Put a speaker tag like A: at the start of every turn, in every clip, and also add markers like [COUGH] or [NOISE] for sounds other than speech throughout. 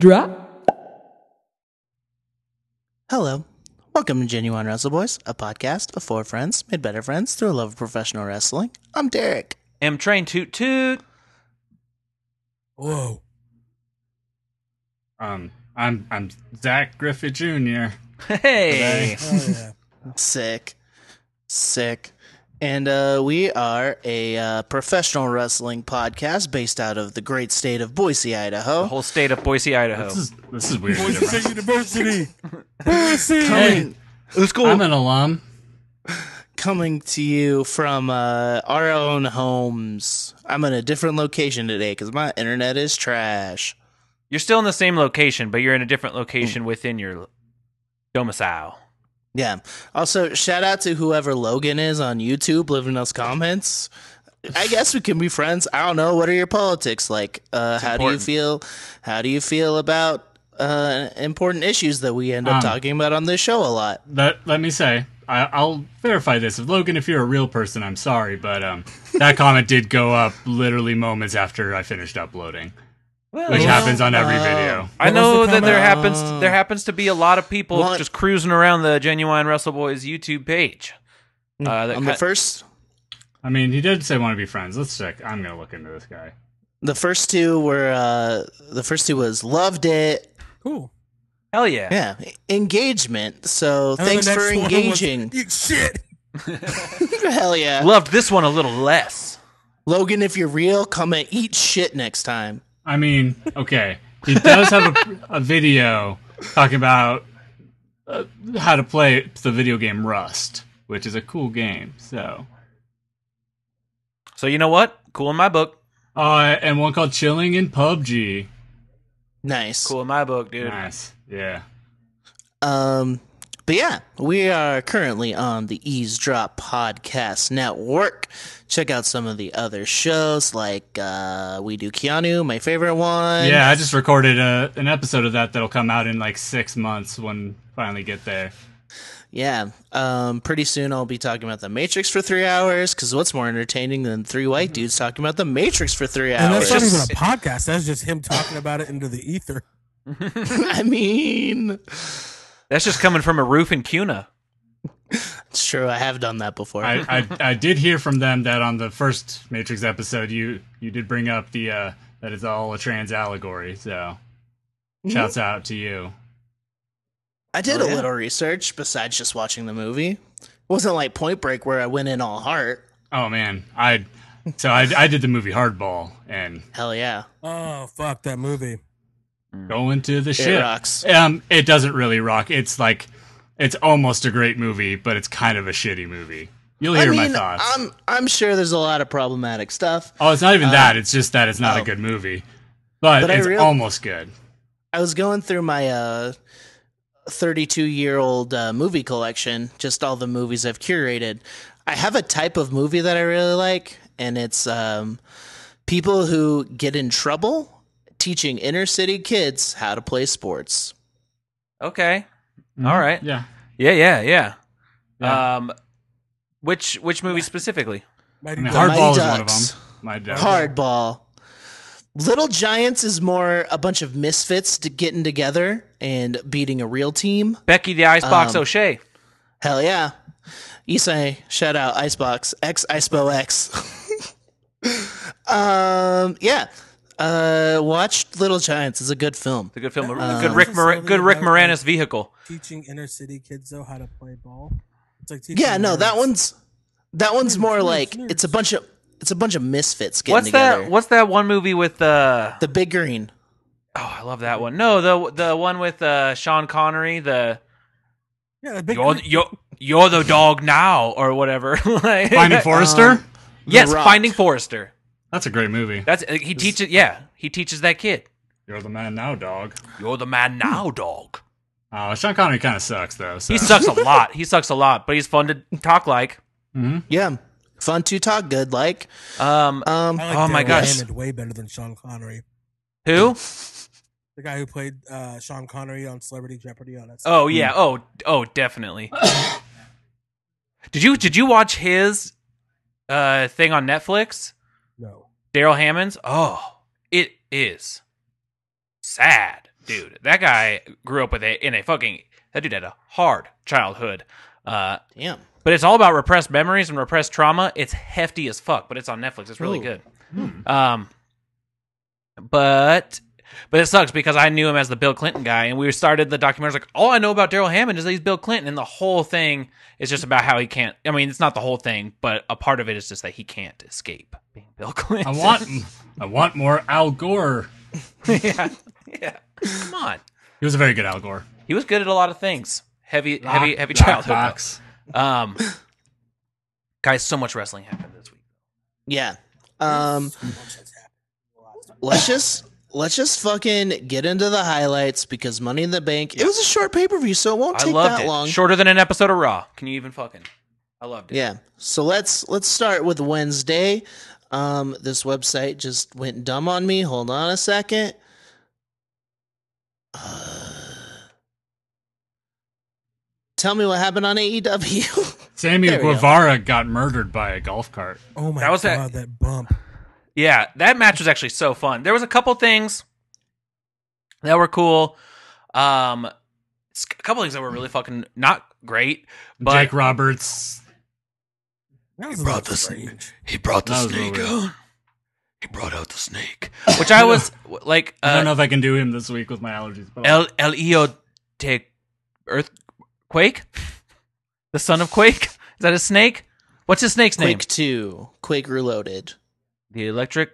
A: Drop.
B: Hello. Welcome to Genuine Wrestle Boys, a podcast of four friends made better friends through a love of professional wrestling. I'm Derek.
C: M train toot toot.
A: Whoa.
D: Um, I'm I'm Zach Griffith Jr.
C: Hey.
A: Oh, yeah.
B: Sick. Sick. And uh, we are a uh, professional wrestling podcast based out of the great state of Boise,
C: The
B: Idaho.
C: whole state of Boise, Idaho.
D: This is this is weird.
A: State University. Boise.
B: Coming,
C: Who's cool?
D: I'm an alum.
B: coming to you from uh, our own homes. I'm in a different location today because my internet is trash.
C: You're still in the same location, but you're in a different location within your domicile.
B: Yeah. Also, shout out to whoever Logan is on YouTube, leaving us comments. I guess we can be friends. I don't know. What are your politics like? Uh, how
C: important.
B: do you feel? How do you feel about uh, important issues that we end up
D: Um,
B: talking about on this show a lot?
D: Let let me say, I, I'll verify this. Logan, if you're a real person, I'm sorry, but um, that comment did go up literally moments after I finished uploading, which happens on every
B: oh.
D: video.
C: I
A: What was
C: know
A: the
C: that there
B: comment?
C: happens there happens to be a lot of people
B: What?
C: just cruising around the Genuine Wrestle Boys YouTube page. Uh, that
B: On the
C: ki-
B: first,
D: I mean, he did say want to be friends. Let's check. I'm gonna look into this guy.
B: the first two were uh, the first two was loved it.
A: Cool.
C: hell yeah.
B: Yeah, engagement. So
A: And then
B: thanks
A: the
B: for
A: next one was,
B: engaging.
A: [LAUGHS] Eat shit.
B: Hell yeah,
C: Loved this one a little less.
B: Logan. If you're real, come and eat shit next time.
D: I mean, okay, he does have a, a video talking about uh, how to play the video game Rust, which is a cool game. So.
C: So you know what? Cool in my book.
D: Uh, and one called Chilling in PUBG.
B: Nice.
C: Cool in my book, dude.
D: Nice. Yeah.
B: Um, but yeah, we are currently on the Eavesdrop Podcast Network. Check out some of the other shows, like uh, we do Keanu, my favorite one.
D: Yeah, I just recorded a, an episode of that that'll come out in like six months when finally get there.
B: yeah. Um, pretty soon I'll be talking about the Matrix for three hours because what's more entertaining than three white dudes talking about the Matrix for three
A: And
B: hours?
A: that's not
C: Just-
A: even a podcast. That's just him talking about it into the ether.
B: [LAUGHS] I mean,
C: That's just coming from a roof in Cuna.
B: it's true. I have done that before.
D: I, I I did hear from them that on the first Matrix episode you you did bring up the uh that it's all a trans allegory, so shouts out to you.
B: I did
C: Oh,
B: a
C: yeah.
B: little research besides just watching the movie. It wasn't like Point Break where I went in all heart.
D: Oh man. I so I I did the movie Hardball and
B: Hell yeah.
A: Oh fuck that movie.
D: going to the ship.
B: rocks.
D: Um it doesn't really rock. It's like it's almost a great movie, but it's kind of a shitty movie. You'll hear my thoughts.
B: I'm I'm sure there's a lot of problematic stuff.
D: Oh, it's not even that. It's just that it's not
B: oh.
D: a good movie, but,
B: But I
D: it's
B: real-
D: almost good. Mm-hmm.
B: I was going through my uh 32 year old uh, movie collection, just all the movies I've curated. I have a type of movie that I really like, and it's um, people who get in trouble teaching inner city kids how to play sports.
C: Okay. All right.
D: Yeah.
C: Yeah, yeah, yeah.
D: Yeah.
C: Um, which which movie specifically?
D: I
A: Mighty
D: mean,
A: Ducks.
B: Hard-
D: Hardball is
B: Mighty
D: one of
B: Ducks.
D: them. My dad.
B: Hardball. Little Giants is more a bunch of misfits to getting together and beating a real team.
C: Becky the Icebox
B: Um,
C: O'Shea.
B: Hell yeah. Isai, shout out Icebox, X Icebo X. [LAUGHS] um, yeah. Uh, watch Little Giants. It's a good film.
C: It's a good film. A
B: uh,
C: good Rick Mora-
A: Sylvia
C: good Rick
A: Browder.
C: Moranis vehicle.
A: teaching inner city kids though how to play ball. It's like teaching
B: Yeah, no, that
A: nerds.
B: one's that one's more
A: nerds,
B: like
A: nerds.
B: it's a bunch of it's a bunch of misfits getting
C: What's
B: together.
C: that? What's that one movie with uh?
B: The Big Green.
C: Oh, I love that one. No, the the one with uh Sean Connery. The
A: Yeah, the big
C: you're you're, you're the dog now or whatever. [LAUGHS]
B: [LAUGHS]
C: like,
D: Finding Forrester.
B: Uh-huh.
C: yes,
B: The Rock.
C: Finding Forrester.
D: That's a great movie.
C: That's uh, he teaches. Yeah, he teaches that kid.
D: You're the man now, dog.
C: You're the man now, dog.
D: Oh, Sean Connery kind of sucks though. So.
C: He sucks a lot. He sucks a lot, but he's fun to talk like.
D: Mm-hmm.
B: Yeah. Fun to talk good like.
C: Um,
B: Um
A: I like
C: Oh my
A: Daryl
C: gosh.
A: Hammond way better than Sean Connery.
C: who?
A: The guy who played uh, Sean Connery on Celebrity Jeopardy on that.
C: Oh yeah. Oh oh definitely. [COUGHS] did you did you watch his uh thing on Netflix?
A: no.
C: Daryl Hammond's? Oh. It is sad, dude. That guy grew up with a in a fucking that dude had a hard childhood. Uh,
B: Damn.
C: but it's all about repressed memories and repressed trauma. It's hefty as fuck, but it's on Netflix. It's really
B: Ooh.
C: good.
D: Hmm.
C: Um, but but it sucks because I knew him as the Bill Clinton guy, and we started the documentary. I was like, all I know about Daryl Hammond is that he's Bill Clinton, and the whole thing is just about how he can't. I mean, it's not the whole thing, but a part of it is just that he can't escape being Bill [LAUGHS]
D: I
C: Clinton.
D: want, I want more Al Gore.
C: yeah, yeah. Come on,
D: He was a very good Al Gore.
C: he was good at a lot of things. Heavy, heavy,
D: Lock-
C: heavy
D: lock
C: childhood. though.
D: box.
C: Um, guys, so much wrestling happened this week.
B: Yeah. Um, let's just let's just fucking get into the highlights because Money in the Bank. It was a short pay per view, so it won't
C: I
B: take
C: loved
B: that
C: it.
B: long.
C: Shorter than an episode of Raw. Can you even fucking? I loved it.
B: Yeah. So let's let's start with Wednesday. Um, this website just went dumb on me. Hold on a second. Uh, tell me what happened on E [LAUGHS] AEW.
D: Sammy
B: There we go.
D: Guevara got murdered by a golf cart.
A: Oh my
C: That was that-
A: god, that, bump.
C: Yeah, that match was actually so fun. There was a couple things that were cool. Um, s- a couple things that were really fucking not great. But
D: Jake Roberts.
A: That was a
C: brought
A: little
C: the
A: strange.
C: he brought
D: the That was snake really-
C: out. He brought out the snake, which I was like,
D: I don't know
C: uh,
D: if I can do him this week with my allergies. But
C: El El Eo de earthquake, the son of quake. Is that a snake? What's his snake's name?
B: Quake two, Quake Reloaded.
C: The electric,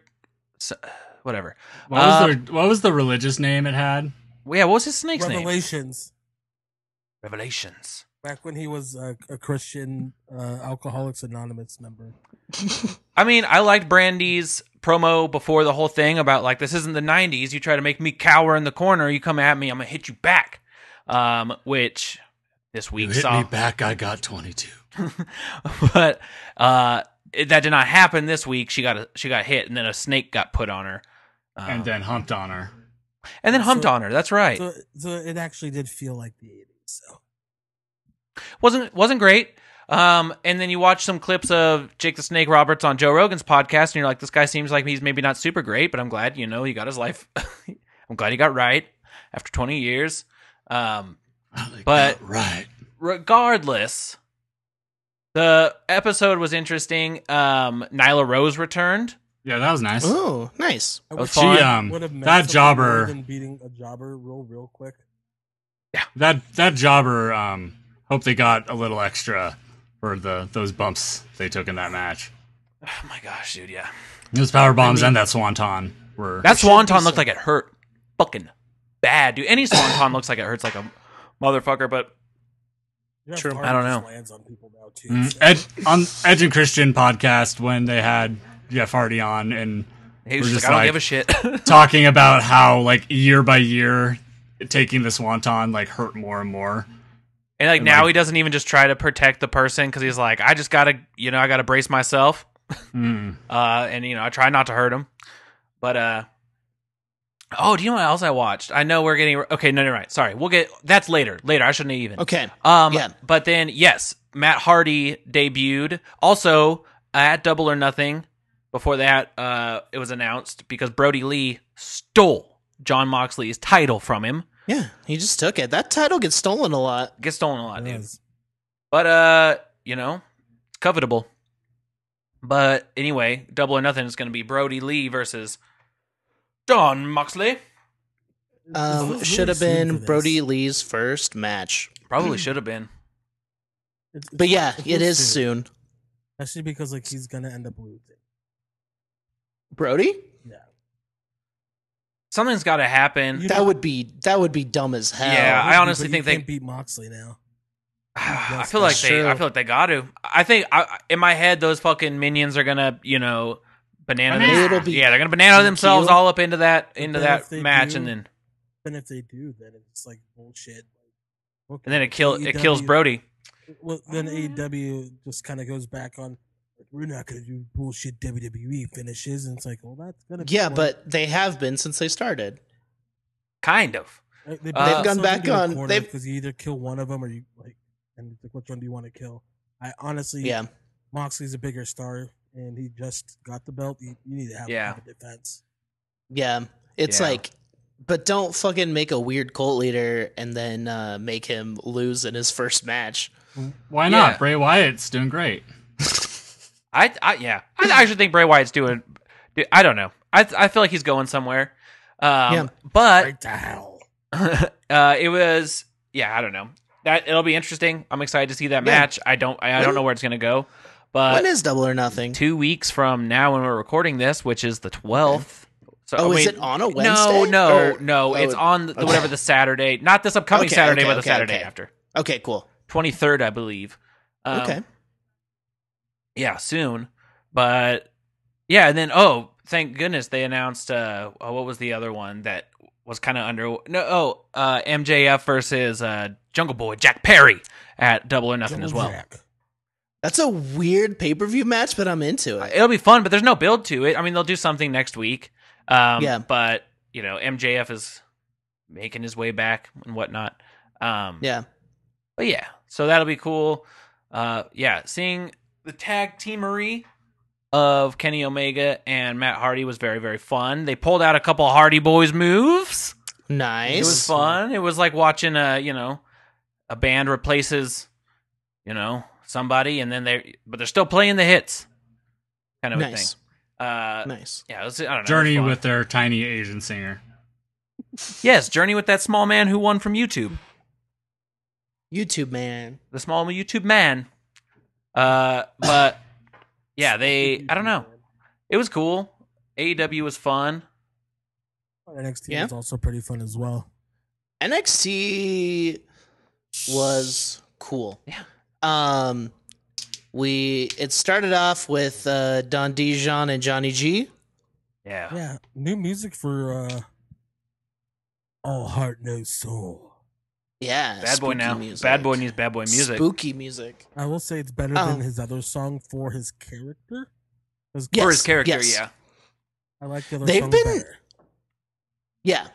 C: s- whatever.
D: what, was
C: uh,
D: the, what was the religious name it had?
C: Yeah, what was his snake's name?
A: Revelations.
C: Revelations.
A: Back when he was a, a Christian uh, Alcoholics Anonymous member.
C: I mean, I liked Brandy's promo before the whole thing about like this isn't the '90s. You try to make me cower in the corner. You come at me, I'm gonna hit you back. Um, which this week saw, [LAUGHS]
D: back. I got twenty-two.
C: but uh, it, that did not happen this week. She got a, she got hit, and then a snake got put on her, uh,
D: And then humped on her.
C: and then humped
A: So-
C: on her. That's right.
A: So, so it actually did feel like the 80s. So
C: wasn't wasn't great. Um, and then you watch some clips of Jake the Snake Roberts on Joe Rogan's podcast, and you're like, this guy seems like he's maybe not super great, but I'm glad you know he got his life. [LAUGHS] I'm glad he got right after 20 years. Um, But-
D: right.
C: regardless, the episode was interesting. Um, Nyla Rose returned. [SIGHS]
D: Yeah, that was nice.
B: Oh, nice.
A: I
C: That was
A: wish
C: fun.
D: She
A: it
D: um
A: would've meant
D: that
A: something
D: jobber
A: more than beating a jobber real real quick.
D: that that jobber um hope they got a little extra for the those bumps they took in that match.
C: Oh my gosh, dude, yeah.
D: Those power bombs and that swanton were
C: That swanton looked like it hurt fucking bad, dude. Any swanton looks like it hurts like a motherfucker, but
A: Jeff
B: True.
A: Hardy
C: I don't
A: just
C: know.
A: Lands on people now too.
D: Mm,
A: so-
D: Ed, on Edge and Christian podcast when they had Jeff Hardy on and
C: he was
D: We're
C: just
D: just
C: like, I don't
D: like-
C: give a shit. [LAUGHS]
D: talking about how like year by year taking the swanton like hurt more and more.
C: And like
D: And,
C: now
D: like-
C: he doesn't even just try to protect the person because he's like, I just gotta, you know, I gotta brace myself.
D: Mm.
C: Uh, and you know, I try not to hurt him. But uh, oh, do you know what else I watched? I know we're getting okay. No, no, right. Sorry, we'll get that's later. Later, I shouldn't have even.
B: Okay.
C: Um,
B: Yeah.
C: but then yes, Matt Hardy debuted also at Double or Nothing. Before that, uh, it was announced because Brody Lee stole John Moxley's title from him.
B: Yeah, he just took it. That title gets stolen a lot.
C: Gets stolen a lot, dude.
A: Yes.
C: But uh, you know, it's covetable. But anyway, double or nothing is going to be Brody Lee versus Don Moxley.
A: This
B: Um,
A: is
B: should have
A: really soon
B: been
A: for
B: Brody
A: this.
B: Lee's first match,
C: Probably
A: Hmm.
C: should have been.
A: It's- it's-
B: but yeah, it
A: it's
B: is soon.
A: Especially because like he's gonna end up losing.
B: Brody,
C: Something's got to happen.
A: You
B: that
A: know-
B: would be that would be dumb as hell.
C: Yeah, I
A: But
C: honestly
A: you
C: think they-
A: can't beat Moxley now.
C: [SIGHS] I
A: That's
C: feel like
B: that's
C: they. I
B: true.
C: feel like they got to. I think I, I- in my head those fucking minions are gonna, you know, banana.
D: Banana.
C: them-
B: It'll be
C: yeah, they're gonna banana
B: DQ.
C: themselves all up into that into
A: then if
C: that
A: they
C: match,
A: do-
C: and then
A: And if they do, then it's like bullshit. Okay,
C: and then it kill it kills
A: AEW
C: Brody.
A: Well, then AEW just kind of goes back on. like, We're not gonna do bullshit WWE finishes, and it's like, well, that's gonna. be
B: yeah,
A: one-
B: but they have been since they started.
C: Kind of.
A: Uh, they,
C: Uh,
A: they've gone back
B: on-
A: on
B: they've-
A: because you either kill one of them or you like, and it's like, which one do you want to kill? I honestly,
B: Yeah,
A: Moxley's a bigger star, and he just got the belt. You, you need to have
C: Yeah.
A: a defense.
B: Yeah. It's
C: Yeah.
B: like, but don't fucking make a weird cult leader and then uh, make him lose in his first match.
D: Why not?
C: Yeah.
D: Bray Wyatt's doing great.
C: I, I yeah, I actually think Bray Wyatt's doing. dude, I don't know. I I feel like he's going somewhere. Um,
B: Yeah.
C: But
A: Right to hell.
C: [LAUGHS] uh, it was yeah. I don't know. That it'll be interesting. I'm excited to see that
B: Yeah.
C: match. I don't I, I don't know where it's gonna go, but
B: when is double or nothing?
C: two weeks from now when we're recording this, which is the 12th. So,
B: Oh,
C: I
B: is
C: mean-
B: it on a Wednesday?
C: No, no,
B: Or-
C: no.
B: oh,
C: it's on the,
B: okay.
C: whatever the Saturday, not this upcoming
B: Okay,
C: Saturday,
B: okay,
C: but the
B: okay,
C: Saturday
B: okay.
C: after,
B: Okay, cool.
C: 23rd, I believe. Um,
B: okay.
C: yeah, soon. But yeah, and then oh, thank goodness they announced uh oh, what was the other one that was kind of under no oh uh MJF versus uh Jungle Boy Jack Perry at Double or Nothing as well.
A: Jack.
B: That's a weird pay per view match, but I'm into it.
C: It'll be fun, but there's no build to it. I mean, they'll do something next week. Um,
B: Yeah.
C: But you know, MJF is making his way back and whatnot. Um,
B: Yeah.
C: But yeah, so that'll be cool. Uh, yeah, seeing the tag teamery of Kenny Omega and Matt Hardy was very very fun. They pulled out a couple Hardy Boys moves.
B: Nice.
C: It was fun. It was like watching a you know a band replaces you know somebody, and then they but they're still playing the hits, kind of
B: nice.
C: a thing. Uh,
B: Nice.
C: yeah, it was, I don't know. it was
D: Journey
C: fun.
D: with their tiny Asian singer.
C: yes, journey with that small man who won from YouTube,
B: YouTube man.
C: the small YouTube man. Uh, but yeah, they I don't know. It was cool. AEW was fun.
A: NXT
B: Yeah.
A: is also pretty fun as well.
B: NXT was cool.
C: Yeah.
B: Um, we it started off with uh, Don Dijon and Johnny G.
C: Yeah.
A: Yeah, new music for uh, All Heart No Soul.
B: Yeah.
C: Bad boy
B: spooky
C: now.
B: music.
C: Bad boy needs bad boy music.
B: Spooky music.
A: I will say it's better
B: Oh.
A: than his other song for his character. 'Cause
B: Yes,
C: For his character,
B: yes.
C: yeah.
A: I like the other
B: They've
A: song
B: been-
A: better.
B: Yeah.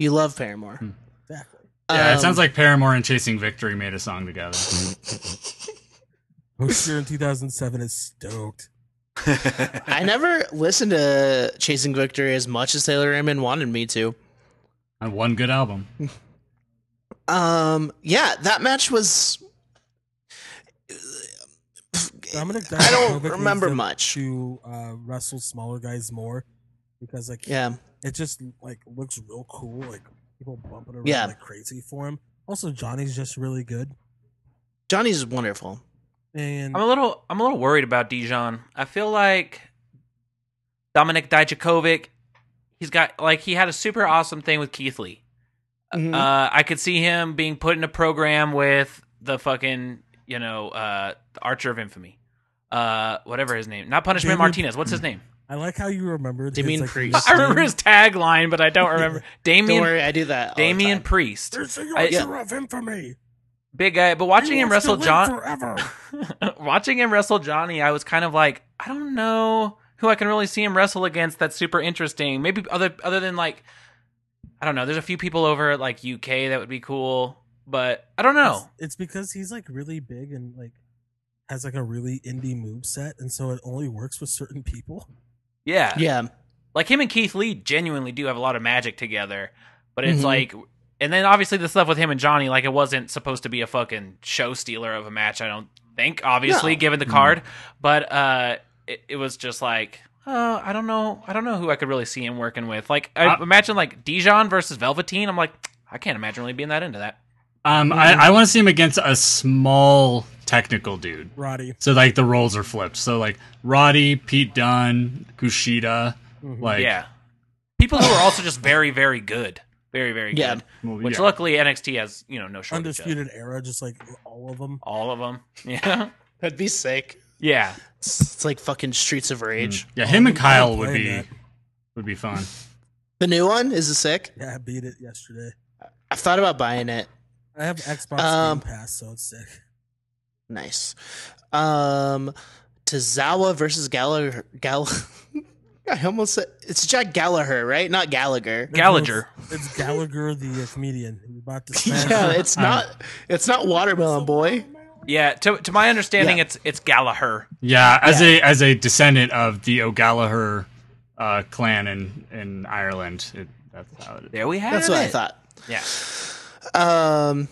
B: You love Paramore.
D: Hmm.
A: Exactly.
D: Yeah, it
B: Um,
D: sounds like Paramore and Chasing Victory made a song [LAUGHS] together.
A: Hoosier in 2007 is stoked.
B: I never listened to Chasing Victory as much as Taylor Raymond wanted me to.
D: and one good album.
B: Um, yeah, that match was.
A: Dominic
B: I
A: [LAUGHS]
B: don't
A: Dijakovic needs
B: remember
A: to-
B: much.
A: to uh, wrestle smaller guys more because like
B: Yeah,
A: it just like looks real cool. Like people bumping around
B: Yeah.
A: like crazy for him. Also, Johnny's just really good.
B: Johnny's wonderful.
A: And
C: I'm a little I'm a little worried about Dijon. I feel like Dominic Dijakovic, he's got like he had a super awesome thing with Keith Lee.
B: Mhm.
C: Uh, I could see him being put in a program with the fucking, you know, uh, the Archer of Infamy. Uh, whatever his name. Not Punishment
A: Damien-
C: Martinez. What's his name?
A: I like how you remembered.
B: Do you
A: his,
B: mean
A: like,
B: Priest?
C: [LAUGHS] I remember his tagline, but
B: [LAUGHS]
C: I don't remember.
B: Don't
C: Damien
B: worry, I do that. all the
C: Damien
B: time.
C: Priest.
A: There's the
C: I-
A: Yorkshire of infamy.
C: Big guy. But
A: He
C: watching him
A: wants to
C: wrestle
A: live
C: John
A: forever.
C: [LAUGHS] watching him wrestle Johnny, I was kind of like, I don't know who I can really see him wrestle against that's super interesting. Maybe other other than like I don't know, there's a few people over at like UK that would be cool, but I don't know.
A: It's, it's because he's like really big and like has like a really indie move set, and so it only works with certain people.
C: Yeah.
B: Yeah,
C: Like him and Keith Lee genuinely do have a lot of magic together, but it's
B: Mhm.
C: like and then obviously the stuff with him and Johnny, like it wasn't supposed to be a fucking show stealer of a match, I don't think, obviously,
B: No.
C: given the
D: Mhm.
C: card. But uh it, it was just like uh, I don't know. I don't know who I could really see him working with. Like, I
D: Uh,
C: imagine like Dijon versus Velveteen. I'm like, I can't imagine really being that into that.
D: Um, I, I want to see him against a small technical dude.
A: Roddy,
D: So like the roles are flipped. So like Roddy, Pete Dunne, Kushida,
A: Mhm.
D: like
C: yeah, people who are also just very, very good, very, very
B: Yeah.
C: good.
D: well,
C: Which
D: yeah.
C: luckily NXT has, you know, no shortage of
A: undisputed era, just like all of them.
C: all of them. [LAUGHS] Yeah.
B: that'd be sick.
C: Yeah.
B: It's, it's like fucking Streets of Rage.
D: Hmm. Yeah, him and
A: I'm
D: Kyle would
A: playing
D: be
A: that.
D: would be fun.
B: The new one is it sick?
A: Yeah, I beat it yesterday.
B: I thought about buying it.
A: I have Xbox
B: Um,
A: Game Pass, so it's uh, sick.
B: Nice. Um, Tozawa versus Gallagher. Gall. [LAUGHS] I almost said it's Jack Gallagher, right? Not Gallagher.
C: Gallagher.
A: It's, it's Gallagher, the uh, comedian. He's about to smash.
B: [LAUGHS] [LAUGHS] yeah, it's not. It's not Watermelon Boy.
C: Yeah. To to my understanding
B: Yeah.
C: it's it's Gallagher.
D: Yeah, as
B: Yeah.
D: a as a descendant of the O'Gallagher uh, clan in in Ireland. It, that's how it is.
C: There we have
B: That's
C: it.
B: what I thought.
C: Yeah.
B: Um,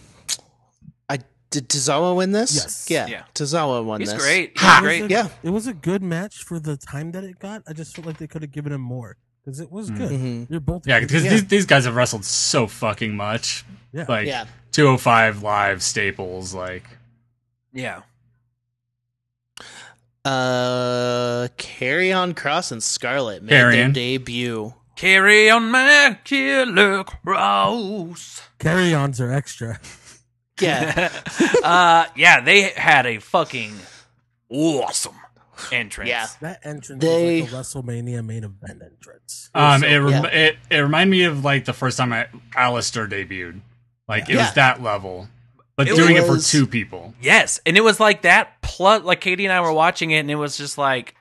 B: I did Tozawa win this?
A: Yes.
B: Yeah.
C: Yeah.
B: Tozawa won
C: He's
B: this.
C: great. He's
A: It was
C: great.
A: a-
B: Yeah.
A: It was a good match for the time that it got. I just felt like they could have given him more because it was good.
B: Mhm.
A: They're both
D: Yeah,
A: good.
D: because
B: Yeah.
D: these these guys have wrestled so fucking much.
A: Yeah.
D: Like
B: Yeah.
D: 205 live staples. Like
C: Yeah.
B: Uh, Carry On Cross and Scarlet made
D: Carrion.
B: their debut.
C: Carry on my killer cross.
A: carry ons are
B: [LAUGHS]
A: extra.
B: Yeah.
C: [LAUGHS] uh, yeah, they had a fucking awesome entrance.
B: Yeah.
A: That entrance
B: They-
A: was like a WrestleMania main event entrance.
D: um, it, rem-
B: yeah.
D: it it reminded me of like the first time I, Alistair debuted. Like it
B: Yeah.
D: was that level, but
C: It
D: doing it
B: was-
D: for two people.
C: Yes, and it was like that. Plus, like Katie and I were watching it, and it was just like,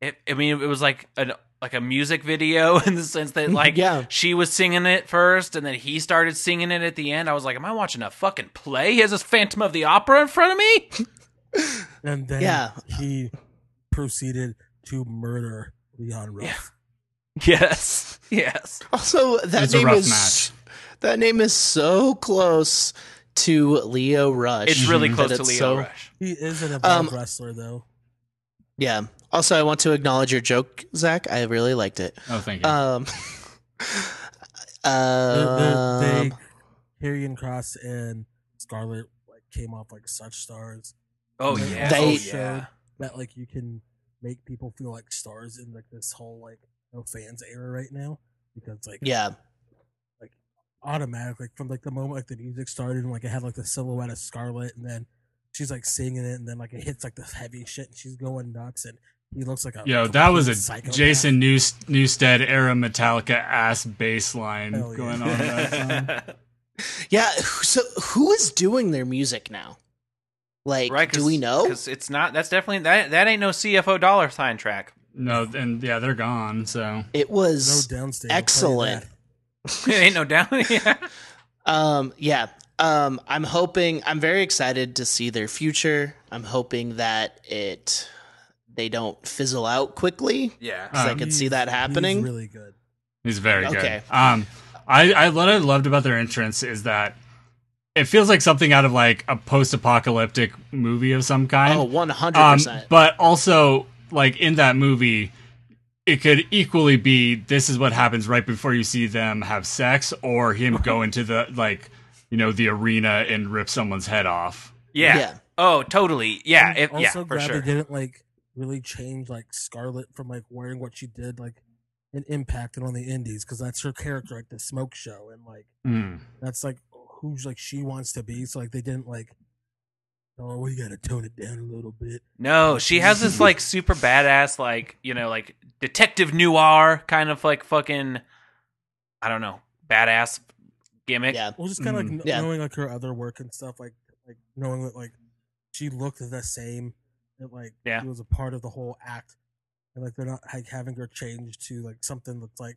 C: it, I mean, it was like an like a music video [LAUGHS] in the sense that like
B: Yeah.
C: she was singing it first, and then he started singing it at the end. I was like, am I watching a fucking play? He has this Phantom of the Opera in front of me.
A: And then
B: Yeah.
A: he proceeded to murder Leon Ruff.
C: [LAUGHS] Yes, yes.
B: Also, that
D: It's a
B: name
D: rough
B: is
D: match.
B: that name is so close to Leo Rush. Mm-hmm.
C: It's really
B: that
C: close to
B: it's
C: Leo
B: so-
C: Rush.
A: He is an evolved
B: Um,
A: wrestler, though.
B: Yeah. Also, I want to acknowledge your joke, Zach. I really liked it.
D: Oh, thank you.
B: Um. [LAUGHS]
A: The- the-
B: um,
A: they, Karrion Cross and Scarlet like came off like such stars
C: Oh
A: They
C: yeah,
B: also
C: oh,
A: showed-
C: yeah.
A: that like you can make people feel like stars in like this whole like no fans era right now because like
B: yeah.
A: automatic like from like the moment like the music started and like it had like the silhouette of Scarlet and then she's like singing it and then like it hits like this heavy shit and she's going nuts and he looks like a
D: Yo, that was a
A: complete psychopath.
D: Jason News- Newstead era Metallica ass bass line
A: Hell yeah.
D: going on.
A: [LAUGHS]
C: [LAUGHS]
D: That time.
B: Yeah. who- So, who is doing their music now? Like,
C: right?
B: do we know?
C: Because it's not. That's definitely that. That ain't no CFO dollar sign track. [LAUGHS]
D: no, and yeah, they're gone. So
B: It
A: no
B: was.
A: downstage
B: excellent.
C: ain't no down. [LAUGHS] Yeah.
B: um. Yeah. Um. I'm hoping. I'm very excited to see their future. I'm hoping that it they don't fizzle out quickly.
C: Yeah.
B: 'cause I
D: Um,
B: could see that happening.
A: Uh, He's really good.
D: he's very
B: Okay.
D: good. Um, I, I what I loved about their entrance is that it feels like something out of like a post-apocalyptic movie of some kind.
B: Oh, one hundred
D: um,
B: percent.
D: but also like in that movie it could equally be this is what happens right before you see them have sex or him go into the like you know the arena and rip someone's head off
C: Yeah.
B: Yeah.
C: Oh, totally. Yeah.
A: I'm
C: If,
A: also
C: yeah, for
A: glad
C: sure.
A: they didn't like really change like Scarlet from like wearing what she did like in Impact and on the Indies because that's her character like the smoke show and like that's like who's like she wants to be. So like they didn't like oh we gotta tone it down a little bit.
C: No, she has this like super badass, like you know, like detective noir kind of like fucking, I don't know, badass gimmick.
B: yeah.
A: Well, just kind of like
C: Mm-hmm.
D: Mm.
A: kn-
B: Yeah.
A: knowing like her other work and stuff, like like knowing that like she looked the same, and like
C: Yeah.
A: she was a part of the whole act, and like they're not like having her change to like something that's like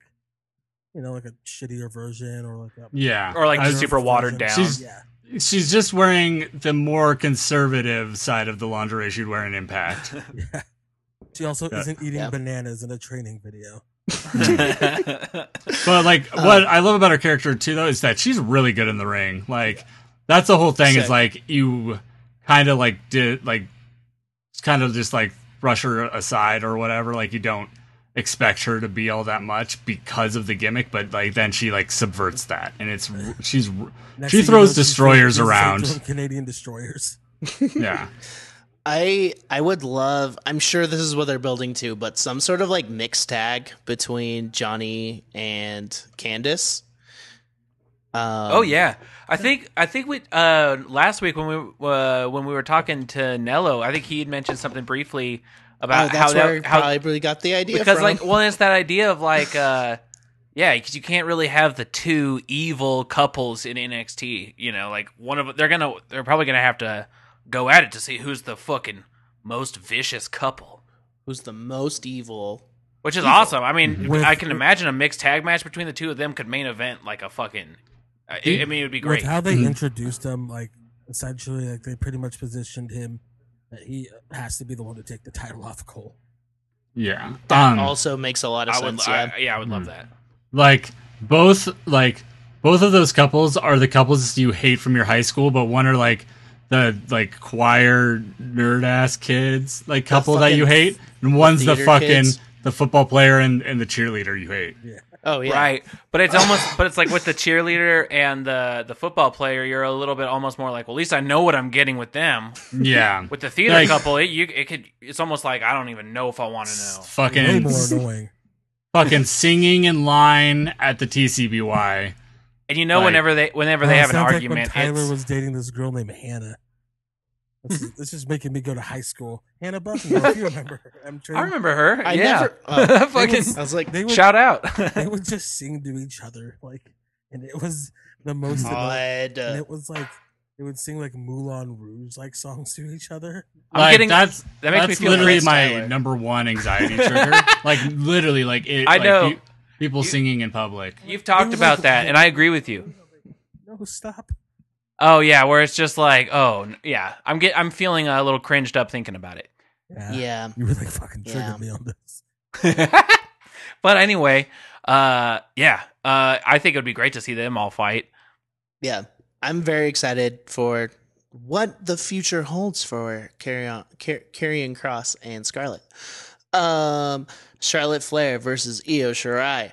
A: you know like a shittier version or like a
D: yeah
C: Or like
D: I-
C: just super watered down.
D: She's-
A: yeah,
D: she's just wearing the more conservative side of the lingerie she'd wear in impact
A: yeah. She also
D: Yeah.
A: isn't eating
B: Yeah.
A: bananas in a training video.
D: but like
A: Oh.
D: what i love about her character too though is that she's really good in the ring like that's the whole thing is
B: Sick.
D: like you kind of like did like kind of just like brush her aside or whatever like you don't expect her to be all that much because of the gimmick but like then she like subverts that and it's she's
A: Next
D: She
A: thing you
D: throws
A: know, she's
D: destroyers
A: doing- she's, like,
D: around.
A: doing Canadian destroyers.
D: yeah
B: I I would love. I'm sure this is what they're building to, but some sort of like mixed tag between Johnny and Candace. Um,
C: Oh yeah, I think I think we uh, last week when we uh, when we were talking to Nello, I think he had mentioned something briefly
B: Oh,
C: about
B: that's
C: how
B: where
C: that, how
B: I probably got the idea
C: because
B: from.
C: like well it's that idea of like uh yeah because you can't really have the two evil couples in nxt you know like one of they're gonna they're probably gonna have to go at it to see who's the fucking most vicious couple
B: who's the most evil?
C: which is awesome i mean
A: With-
C: i can imagine a mixed tag match between the two of them could main event like a fucking i, I mean it would be
A: With
C: great Mm-hmm.
A: how they introduced him, like essentially, like they pretty much positioned him that he has to be the one to take the title off Cole.
D: Yeah.
B: That
D: Um,
B: also makes a lot of
C: Hmm. I would,
B: sense. yeah.
C: I, yeah, I would
A: Hmm.
C: love that.
D: like both like both of those couples are the couples you hate from your high school but one are like the like choir nerd ass kids like couple that
B: fucking
D: you hate and one's the
B: theater
D: fucking
B: kids.
D: the football player and, and the cheerleader you hate
B: oh yeah.
C: Right. But it's almost but it's like with the cheerleader and the the football player, you're a little bit almost more like, well, at least I know what I'm getting with them.
D: [LAUGHS] yeah
C: With the theater
D: Like-
C: couple, it, you it could it's almost like I don't even know if I want to know.
A: Way
D: fucking
A: more
C: [LAUGHS]
A: annoying.
D: fucking singing in line at the tcby
C: And you know
D: Like-
C: whenever they whenever they
A: Uh,
C: have an
A: sounds like
C: argument,
A: when Tyler
C: it's,
A: was dating this girl named Hannah. This is, this is making me go to high school. Hannah Buffalo, if you remember. I'm
C: [LAUGHS] I
A: trying.
C: remember her.
B: I
C: yeah. [LAUGHS]
B: never. oh,
C: Fucking
B: I was like,
A: They would, [LAUGHS]
C: shout out. [LAUGHS]
A: they would just sing to each other, like, and it was the most.
C: Oh,
A: annoying-
B: God.
A: and it was like they would sing like Moulin Rouge like songs to each other.
C: I'm
D: like
C: getting
D: that's
C: that makes
D: that's
C: me feel
D: literally
B: Chris
D: my
B: Tyler.
D: number
C: [LAUGHS]
D: one anxiety trigger like literally like it
C: I
D: like,
C: know.
D: pe- people
C: You-
D: singing in public
C: You've talked
A: was
C: about
A: like-
C: that, and I agree with you.
A: No, stop.
C: Oh yeah, where it's just like, oh n- yeah, I'm get, I'm feeling a little cringed up thinking about
A: [LAUGHS]
C: it.
B: yeah.
A: You really fucking triggered
B: Yeah.
A: me on this.
C: but anyway, uh, yeah, uh, I think it would be great to see them all fight.
B: Yeah. I'm very excited for what the future holds for Carrion Car- Carrion Cross and Scarlet. Um, Charlotte Flair versus Io Shirai.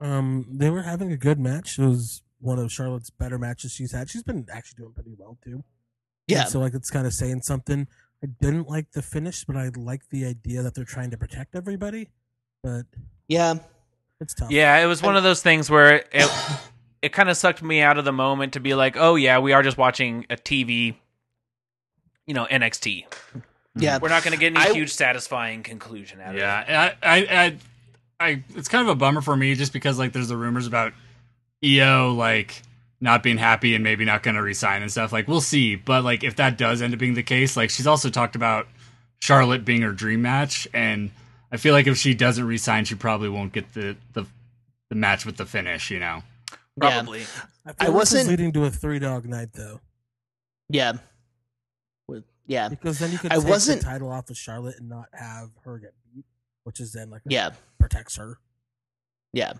A: Um, they were having a good match. It was one of Charlotte's better matches she's had. She's been actually doing pretty well too.
B: Yeah.
A: And so like it's kind of saying something. I didn't like the finish, but I like the idea that they're trying to protect everybody. But
B: Yeah.
A: it's tough.
C: Yeah, it was one
B: I-
C: of those things where it it kind of sucked me out of the moment to be like, oh yeah, we are just watching a TV, you know, NXT.
B: Yeah.
C: We're not going to get any
B: I-
C: huge satisfying conclusion out of it.
D: Yeah, I, I, I, I, it's kind of a bummer for me just because like there's the rumors about EO like not being happy and maybe not going to resign and stuff. Like we'll see, but like if that does end up being the case, like she's also talked about Charlotte being her dream match, and I feel like if she doesn't resign, she probably won't get the the, the match with the finish. You know,
C: Probably.
A: I, feel
B: I
A: this is
B: wasn't-
A: leading to a three dog night though,
B: Yeah. With- Yeah.
A: because then you could
B: Um, I
A: take
B: wasn't-
A: the title off of Charlotte and not have her get beat, which is then like
B: Yeah.
A: protects her.
B: Yeah.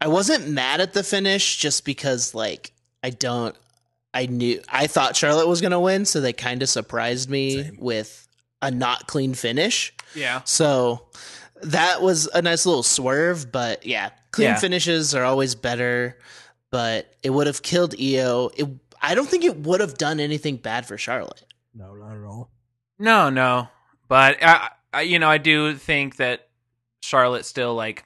B: I wasn't mad at the finish just because like I don't I knew I thought Charlotte was going to win, so they kind of surprised me
A: Same.
B: with a not clean finish.
C: Yeah.
B: So that was a nice little swerve, but yeah, clean
C: Yeah.
B: finishes are always better, but it would have killed EO. It, I don't think it would have done anything bad for Charlotte.
A: No, not at all.
C: No, no. But I, I you know, I do think that Charlotte still like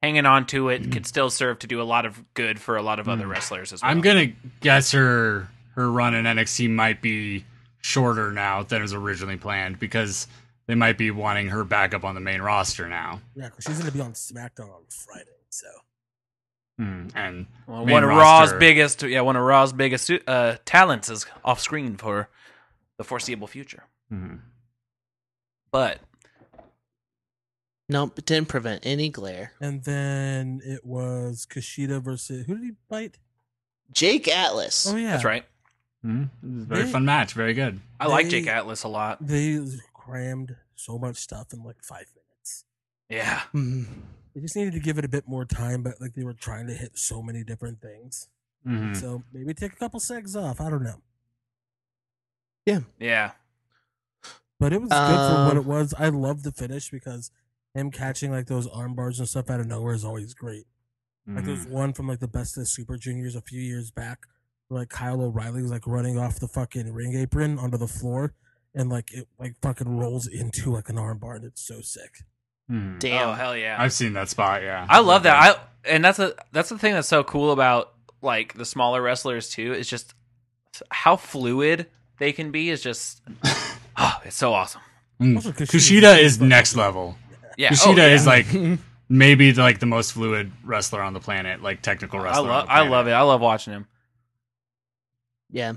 C: hanging on to it could still serve to do a lot of good for a lot of other
D: Mm.
C: wrestlers as well.
D: I'm gonna guess her her run in NXT might be shorter now than was originally planned because they might be wanting her back up on the main roster now.
A: Yeah, because she's gonna be on SmackDown on Friday. So
D: Mm, And
C: Well,
D: main
C: one of Raw's
D: roster.
C: biggest, yeah, one of Raw's biggest uh, talents is off screen for the foreseeable future.
D: mm,
C: But
B: Nope, it didn't prevent any glare.
A: and then it was Kushida versus who did he fight?
B: Jake Atlas.
A: Oh yeah,
C: that's right.
D: Mm, it was a very
A: They-
D: fun match. Very good.
C: I like
A: They-
C: Jake Atlas a lot.
A: They crammed so much stuff in like five minutes.
C: Yeah,
B: Mhm.
A: They just needed to give it a bit more time, but like they were trying to hit so many different things.
C: Mm-hmm.
D: Mhm.
A: So maybe take a couple segs off. I don't know.
C: yeah. Oh,
A: But it was good for what
B: Um,
A: it was. I love the finish because him catching like those arm bars and stuff out of nowhere is always great. Like there's
D: Mhm.
A: one from like the best of the Super Juniors a few years back, where, like Kyle O'Reilly was like running off the fucking ring apron onto the floor, and like it like fucking rolls into like an armbar, and it's so sick.
D: Mhm.
B: Damn.
C: Oh hell yeah!
D: I've seen that spot. Yeah,
C: I love that. I and that's a that's the thing that's so cool about like the smaller wrestlers too. Is just how fluid they can be. Is just oh, it's so awesome.
D: Mm.
A: Also, Kushida-
D: Kushida is next level.
C: Yeah,
D: Kushida
C: oh, yeah.
D: is like
C: [LAUGHS]
D: maybe the, like the most fluid wrestler on the planet, like technical
C: I
D: wrestler.
C: love I love it. I love watching him.
B: Yeah.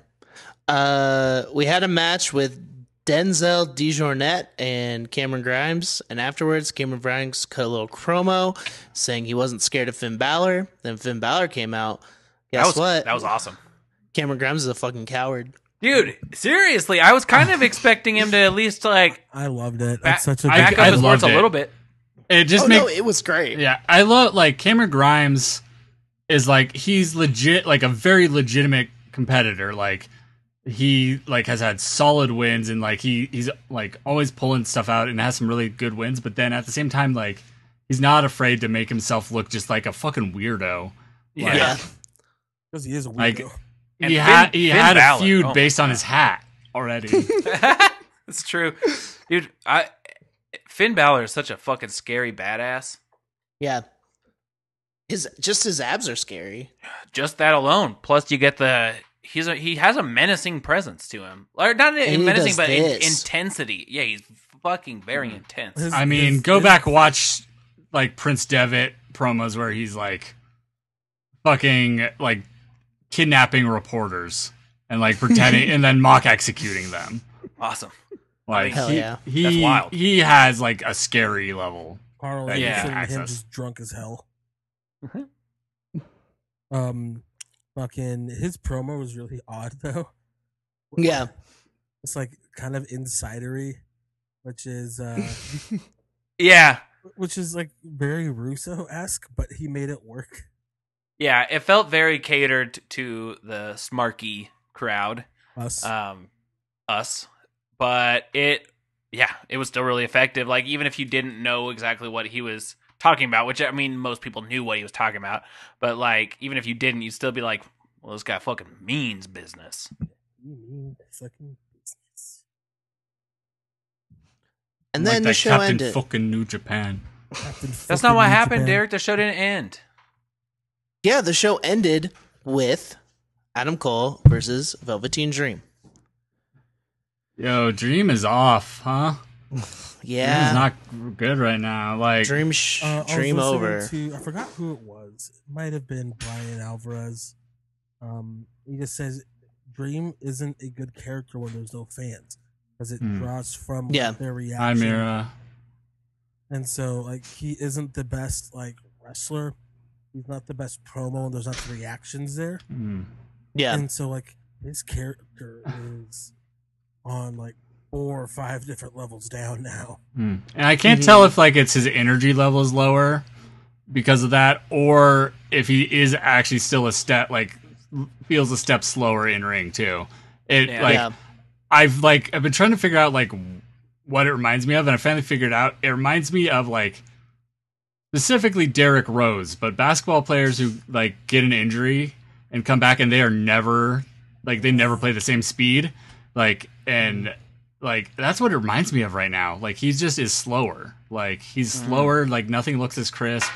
B: Uh, we had a match with Denzel DeJournette and Cameron Grimes, and afterwards, Cameron Grimes cut a little promo saying he wasn't scared of Finn Balor. Then Finn Balor came out. Guess
C: that was
B: what?
C: that was awesome.
B: Cameron Grimes is a fucking coward.
C: Dude, seriously, I was kind of expecting him to at least like
A: I loved it.
C: Back-
A: It's such a
C: back
A: good-
C: up
D: I
C: his words
D: loved
C: a
D: it.
C: little bit.
D: It just
B: oh
D: makes
B: no, it was great.
D: yeah, I love like Cameron Grimes is like he's legit like a very legitimate competitor. Like he like has had solid wins and like he he's like always pulling stuff out and has some really good wins, but then at the same time like he's not afraid to make himself look just like a fucking weirdo.
C: Yeah.
B: Yeah.
A: because he is a weirdo.
D: Like-
C: And
D: he
C: Finn-
D: had he
C: Finn
D: had a
C: Balor.
D: feud
C: Oh my
D: based on
C: God.
D: his hat already.
C: [LAUGHS] That's true, dude. I Finn Balor is such a fucking scary badass.
B: Yeah. His just his abs are scary.
C: Just that alone. Plus, you get the he's a, he has a menacing presence to him, or not
B: And he
C: menacing,
B: does
C: but in,
B: this. Mm.
C: intensity. Yeah, he's fucking very
D: Mhm.
C: intense.
A: His-
D: I mean,
A: his-
D: go
A: his-
D: back watch like Prince Devitt promos where he's like fucking like kidnapping reporters and like
C: [LAUGHS]
D: pretending and then mock executing them.
C: Awesome.
D: Like
B: Hell
D: he,
B: yeah.
D: he
C: That's wild.
D: he has like a scary level.
A: Carl
D: that
C: you
A: yeah,
C: can
A: him
D: access.
A: just drunk as hell.
C: Mhm.
A: um, fucking his promo was really odd [LAUGHS] though.
B: Yeah.
A: It's like kind of insidery, which is uh
C: Yeah,
A: which is like very Russo esque, but he made it work.
C: yeah. It felt very catered to the smarky crowd.
A: Us.
C: um, us, but it, yeah, it was still really effective. Like even if you didn't know exactly what he was talking about, which I mean, most people knew what he was talking about, but like even if you didn't, you'd still be like, well, this guy fucking means business.
A: You mean fucking business.
B: And
D: Like
B: then the
D: that
B: show
D: Captain
B: ended.
D: fucking New Japan.
A: Captain
C: That's
A: fucking
C: not what
A: New
C: happened,
A: Japan.
C: Derek. The show didn't end.
B: yeah, the show ended with Adam Cole versus Velveteen Dream.
D: Yo, Dream is off, huh? Dream
B: Yeah.
D: is not good right now. Like
B: dream sh-
A: Uh, I was
B: dream
A: listening
B: over.
A: To, I forgot who it was. It might have been Brian Alvarez. Um, he just says, "Dream isn't a good character when there's no fans because it
D: Hmm.
A: draws from
B: Yeah.
A: their
D: hi
A: reaction."
D: Mira.
A: And so, like, he isn't the best like wrestler. He's not the best promo, and there's not the reactions there.
D: Hmm.
B: yeah.
A: And so, like, his character is on like four or five different levels down now.
D: Hmm. And I can't tell if like it's his energy level is lower because of that, or if he is actually still a step like feels a step slower in ring too. It
C: Yeah.
D: like
B: yeah.
D: I've like I've been trying to figure out like what it reminds me of, and I finally figured out it reminds me of like specifically Derrick Rose, but basketball players who like get an injury and come back and they are never like they never play the same speed, like and like that's what it reminds me of right now. Like he just is slower. Like he's
C: Mhm.
D: slower. Like nothing looks as crisp.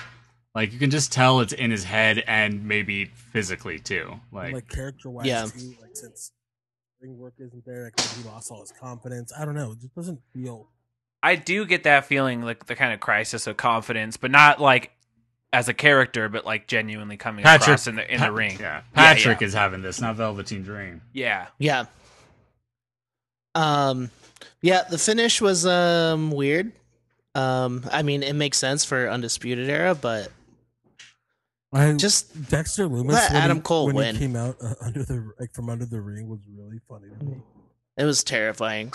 D: Like you can just tell it's in his head and maybe physically too.
A: like,
D: Like
A: character wise
B: Yeah.
A: too. Like since ring work isn't there, like maybe he lost all his confidence. I don't know. It just doesn't feel.
C: I do get that feeling, like the kind of crisis of confidence, but not like as a character, but like genuinely coming
D: Patrick-
C: across in the in
D: Pa-
C: the ring. Yeah,
D: Yeah, Patrick is having this, not Velveteen Dream.
C: Yeah, [LAUGHS]
B: Yeah. Um yeah, the finish was um weird. Um I mean it makes sense for Undisputed Era, but
A: I
B: just
A: Dexter Loomis
B: let
A: when he-
B: Adam Cole
A: when
B: win.
A: he came out uh, under the like from under the ring was really funny to me.
B: it was terrifying.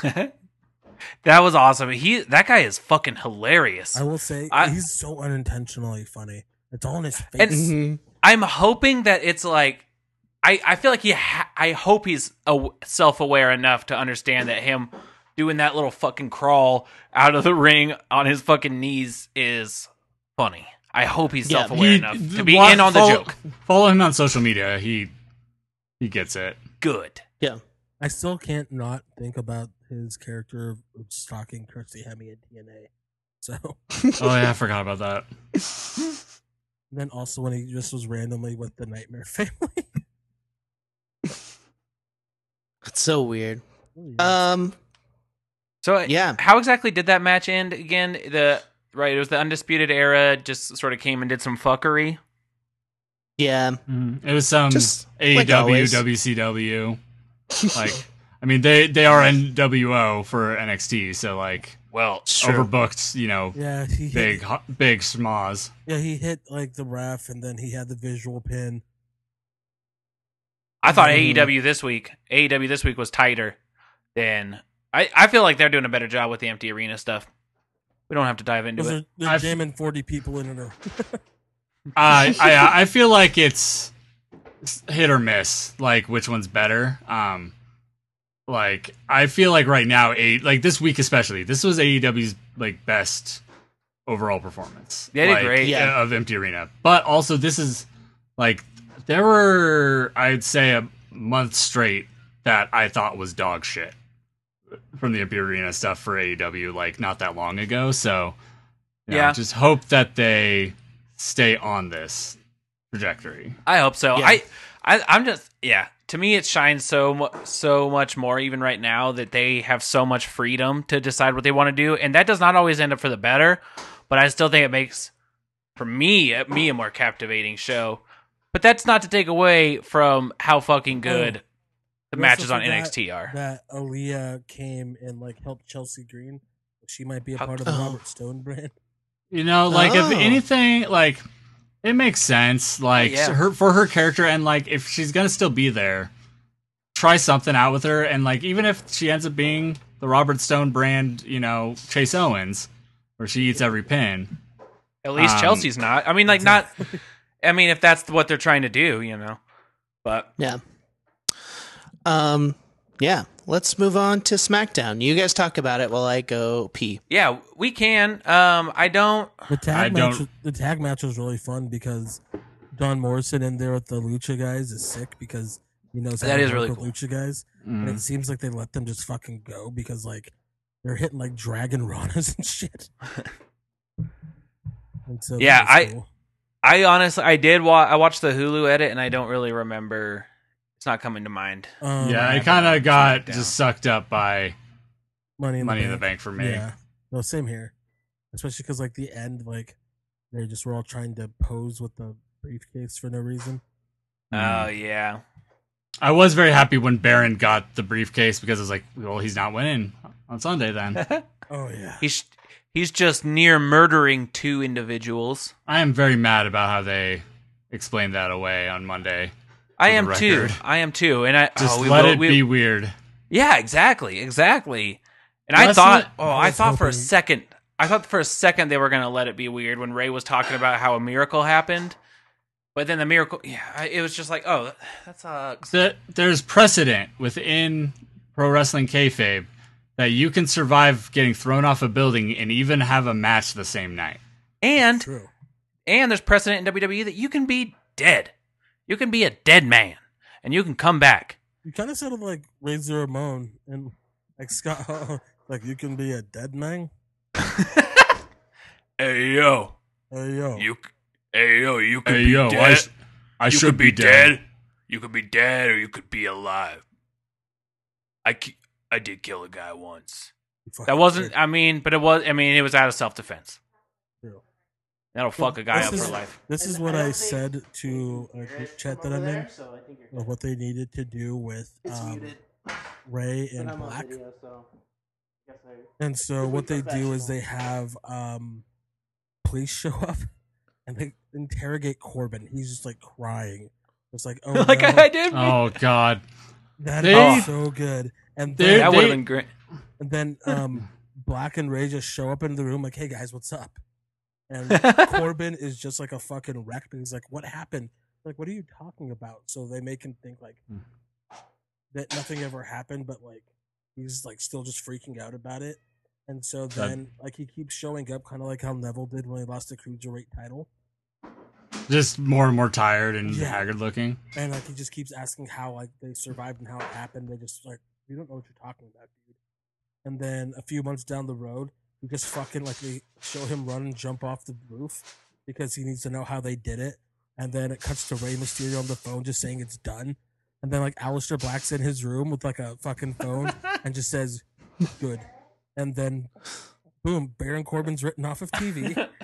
C: that was awesome. He that guy is fucking hilarious.
A: I will say
C: I-
A: he's so unintentionally funny. It's all in his face.
C: And- I'm hoping that it's like I I feel like he ha- I hope he's aw- self-aware enough to understand that him doing that little fucking crawl out of the ring on his fucking knees is funny. I hope he's
B: Yeah.
C: self-aware
D: He-
C: enough to
D: th-
C: be
D: wa-
C: in on the
D: follow-
C: joke.
D: Follow him on social media. He he gets it.
C: Good.
A: I still can't not think about his character of stalking Kirstie Hemi at TNA. So
D: Oh yeah, I forgot about that.
A: then also when he just was randomly with the Nightmare [LAUGHS] Family.
B: It's so weird. Um
C: So uh,
B: yeah.
C: how exactly did that match end again? The right, it was the undisputed era just sort of came and did some fuckery.
B: Yeah.
D: Mm-hmm. It was some
B: Just like
D: AEW,
B: always.
D: WCW. Like, I mean, they they are NWO for NXT, so like
C: Well,
B: Sure.
D: overbooked. You know,
A: yeah, he hit-
D: big ho- big smaws.
A: Yeah, he hit like the ref, and then he had the visual pin.
C: I thought
A: Mhm.
C: AEW this week, AEW this week was tighter than I. I feel like they're doing a better job with the empty arena stuff. We don't have to dive into
A: Those
C: it.
A: are, they're
D: I've-
A: jamming 40 people in it.
D: Uh, I, I I feel like it's hit or miss, like which one's better. Um, like I feel like right now, a like this week especially, this was AEW's like best overall performance.
C: They did
D: like,
C: great.
B: Yeah.
D: uh, of Empty Arena, but also this is like there were I'd say a month straight that I thought was dog shit from the Empty Arena stuff for AEW like not that long ago. So you know,
C: Yeah.
D: just hope that they stay on this trajectory.
C: I hope so.
B: Yeah.
C: I, I, I'm just yeah. To me, it shines so mu- so much more even right now that they have so much freedom to decide what they want to do, and that does not always end up for the better. But I still think it makes for me uh, me a more captivating show. But that's not to take away from how fucking good
A: Oh.
C: the
A: We also
C: matches on
A: forgot
C: NXT are.
A: That Aaliyah came and like helped Chelsea Green. She might be a
C: How-
A: part of the
B: Oh.
A: Robert Stone
C: [LAUGHS]
A: brand.
D: You know, like
B: Oh.
D: if anything, like it makes sense, like
C: yeah.
D: her for her character, and like if she's gonna still be there, try something out with her, and like even if she ends up being the Robert Stone brand, you know, Chase Owens, where she eats every pin.
C: At least
D: Um,
C: Chelsea's not. I mean, like not.
D: [LAUGHS]
C: I mean, if that's what they're trying to do, you know. But
B: Yeah. Um. Yeah. Let's move on to SmackDown. You guys talk about it while I go pee.
C: yeah, we can. Um, I don't.
A: The tag
D: I
A: match,
D: don't-
A: the tag match was really fun because Don Morrison in there with the Lucha guys is sick because he knows
C: That
A: to
C: is
A: work
C: really
A: with
C: cool.
A: Lucha guys, and
C: Mm-hmm.
A: it seems like they let them just fucking go because like they're hitting like Dragon [LAUGHS] Ranas and shit. And so that
C: Yeah,
A: was
C: I-
A: cool.
C: I honestly, I did. Wa- I watched the Hulu edit, and I don't really remember. It's not coming to mind.
A: Um,
D: Yeah, I
C: I've
D: kind
C: got
D: of got
C: SmackDown.
D: just sucked up by
A: money in
D: Money
A: the
D: in the
A: bank.
D: Bank for me. Uh,
A: Yeah. No, same here. Especially because like the end, like they just were all trying to pose with the briefcase for no reason.
D: Mm.
C: Oh yeah,
D: [LAUGHS] I was very happy when Baron got the briefcase because I was like, well, he's not winning on
C: [LAUGHS]
D: Sunday then.
A: Oh yeah.
C: he's he's just near murdering two individuals.
D: I am very mad about how they explained that away on Monday.
C: I
D: the
C: am too.
D: record.
C: I am too. And I
D: Just
C: oh, we
D: let
C: will-
D: it
C: we-
D: be weird.
C: Yeah, exactly, exactly. And I
D: That's
C: thought,
D: not-
A: I
C: oh, I
A: was
C: thought for a
A: hoping-
C: second, I thought for a second they were gonna let it be weird when Ray was talking about how a miracle happened, but then the miracle, yeah, I- it was just like, oh, that sucks.
D: that there's precedent within pro wrestling kayfabe that you can survive getting thrown off a building and even have a match the same night.
C: And
A: True.
C: and there's precedent in WWE that you can be dead, you can be a dead man, and you can come back.
A: You kinda sounded like Razor Ramon and like Scott [LAUGHS] Hall. Like you can be a dead man.
C: Hey yo,
A: Hey yo.
C: c- hey yo, you could
D: I
C: You [LAUGHS] You could be dead, or you could be alive. I ki- I did kill a guy once.
A: You fucking
C: That wasn't.
A: dick.
C: I mean, but it was. I mean, it was out of self defense.
A: True.
C: That'll fuck a guy
A: This
C: up
A: is-
C: for life.
A: This is what I, said to a group chat that I'm in
B: So I think
A: of what they needed to do with um, Ray and Black.
B: so.
A: And so
B: If we
A: what they do is
B: professional.
A: they have um police show up [LAUGHS] and they interrogate Corbin. He's just like crying. It's like [LAUGHS] oh
C: [LAUGHS] like
A: no,
C: I did.
D: Oh God!
A: that
D: They-
A: is so good. And
D: They-
A: then,
C: that would have
D: they-
C: been great.
A: and then um Black and Ray just show up into the room like, hey guys, what's up? And [LAUGHS] Corbin is just like a fucking wreck. And he's like, what happened? Like, what are you talking about? So they make him think like
D: Hmm.
A: that nothing ever happened, but like he's like still just freaking out about it. And so then like he keeps showing up, kind of like how Neville did when he lost the cruiserweight title.
D: Just more and more tired and
A: Yeah.
D: haggard looking.
A: And like he just keeps asking how like they survived and how it happened. They just like we don't know what you're talking about, dude. And then a few months down the road, you just fucking like they show him run and jump off the roof because he needs to know how they did it. And then it cuts to Rey Mysterio on the phone just saying it's done. And then like Alistair Black's in his room with like a fucking phone and just says, Good. And then boom, Baron Corbin's written off of TV. [LAUGHS]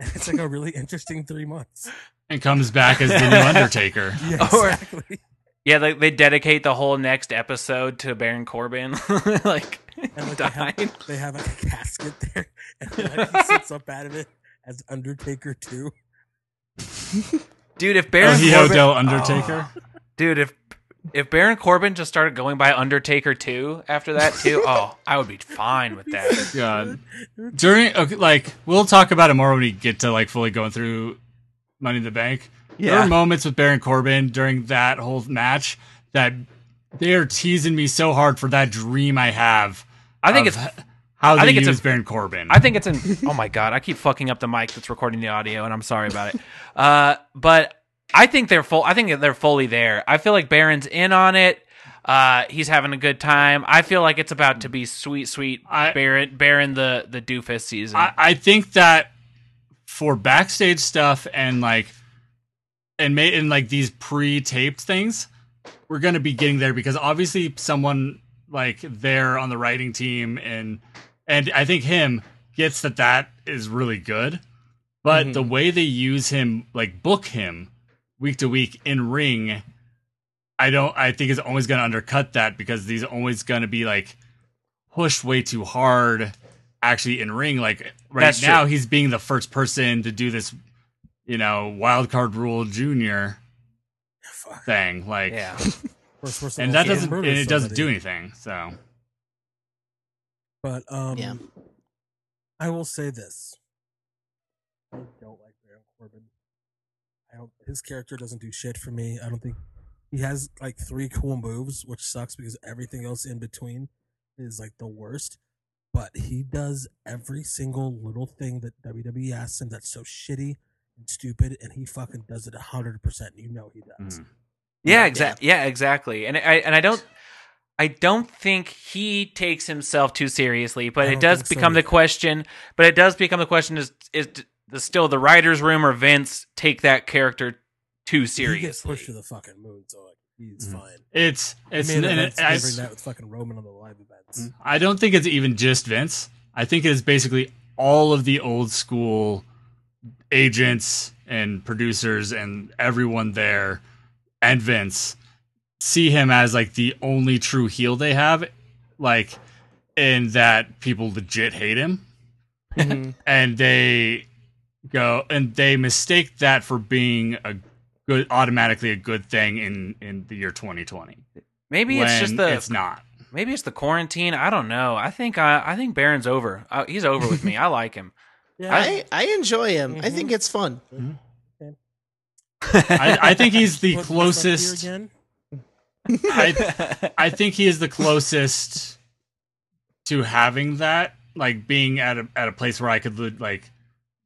A: And it's like a really interesting three months.
D: And comes back as
C: [LAUGHS]
D: the new Undertaker.
A: Yeah, [LAUGHS]
C: Or-
A: exactly.
C: Yeah, like they dedicate the whole next episode to Baron Corbin, [LAUGHS] like
A: And like they
C: dying.
A: have, they have like a casket there, [LAUGHS] and like he sits up out of it as Undertaker too. [LAUGHS]
C: Dude, if
D: El
C: Baron
D: Hijo Oh,
C: Corbin,
D: del Undertaker.
C: dude, if If Baron Corbin just started going by Undertaker too after that
D: [LAUGHS]
C: too, oh, I would be fine with that.
D: God. [LAUGHS] During okay, like we'll talk about it more when we get to like fully going through Money in the Bank. There
C: Yeah.
D: were moments with Baron Corbin during that whole match that they are teasing me so hard for that dream I have.
C: I think
D: of
C: it's
D: h- how they
C: think it's
D: use
C: a-
D: Baron Corbin.
C: I think it's in. Oh my god, I keep fucking up the mic that's recording the audio, and I'm sorry about it. Uh, but I think they're full. I think they're fully there. I feel like Baron's in on it. Uh, he's having a good time. I feel like it's about to be sweet, sweet
D: I-
C: Baron, Baron the the doofus season.
D: I, I think that for backstage stuff and like and made and like these pre-taped things, we're gonna be getting there because obviously someone like there on the writing team and and I think him gets that that is really good, but the
C: Mm-hmm.
D: way they use him, like book him week to week in ring. I don't. I think is always going to undercut that because he's always going to be like pushed way too hard. Actually, in ring, like right
C: That's true.
D: now, he's being the first person to do this, you know, wild card rule junior
A: Fuck.
D: thing. Like,
C: yeah,
A: First person to
D: and that
A: also
D: doesn't and
A: murder
D: it doesn't
A: somebody.
D: do anything. So
A: But um,
B: Yeah.
A: I will say this: I don't like Baron Corbin. I don't. His character doesn't do shit for me. I don't think he has like three cool moves, which sucks because everything else in between is like the worst. But he does every single little thing that WWE asks him that's so shitty and stupid, and he fucking does it hundred percent. You know he
C: Hmm.
A: does.
D: mm.
C: yeah,
B: Yeah.
C: exactly. Yeah, exactly. And I and I don't. I don't think he takes himself too seriously, but
A: I
C: it
A: don't
C: does
A: think so
C: become the
A: either.
C: question. But it does become the question: is is the, still the writers' room or Vince take that character too
D: Mm-hmm.
C: seriously?
A: He gets pushed to the fucking moon, so like he's
D: Mhm.
A: fine.
D: it's it's Mm-hmm.
A: Main
D: and it-
A: events
D: I-
A: every night with fucking Roman on the live events.
D: I don't think it's even just Vince. I think it is basically all of the old school agents and producers and everyone there and Vince see him as like the only true heel they have, like, and that people legit hate him.
C: Mm-hmm.
D: [LAUGHS] and they go and they mistake that for being a good automatically a good thing in in the year 2020
C: Maybe it's just
D: when
C: the
D: it's not
C: maybe it's the quarantine. I don't know. I think I I think Baron's over. Uh, he's over with me. I like him.
A: [LAUGHS] Yeah,
B: I, I enjoy him. I
C: Mm-hmm.
B: think it's fun.
D: I, I think he's the
A: Put- put this up here
D: closest.
A: again.
D: I, I think he is the closest to having that, like being at a at a place where I could le- like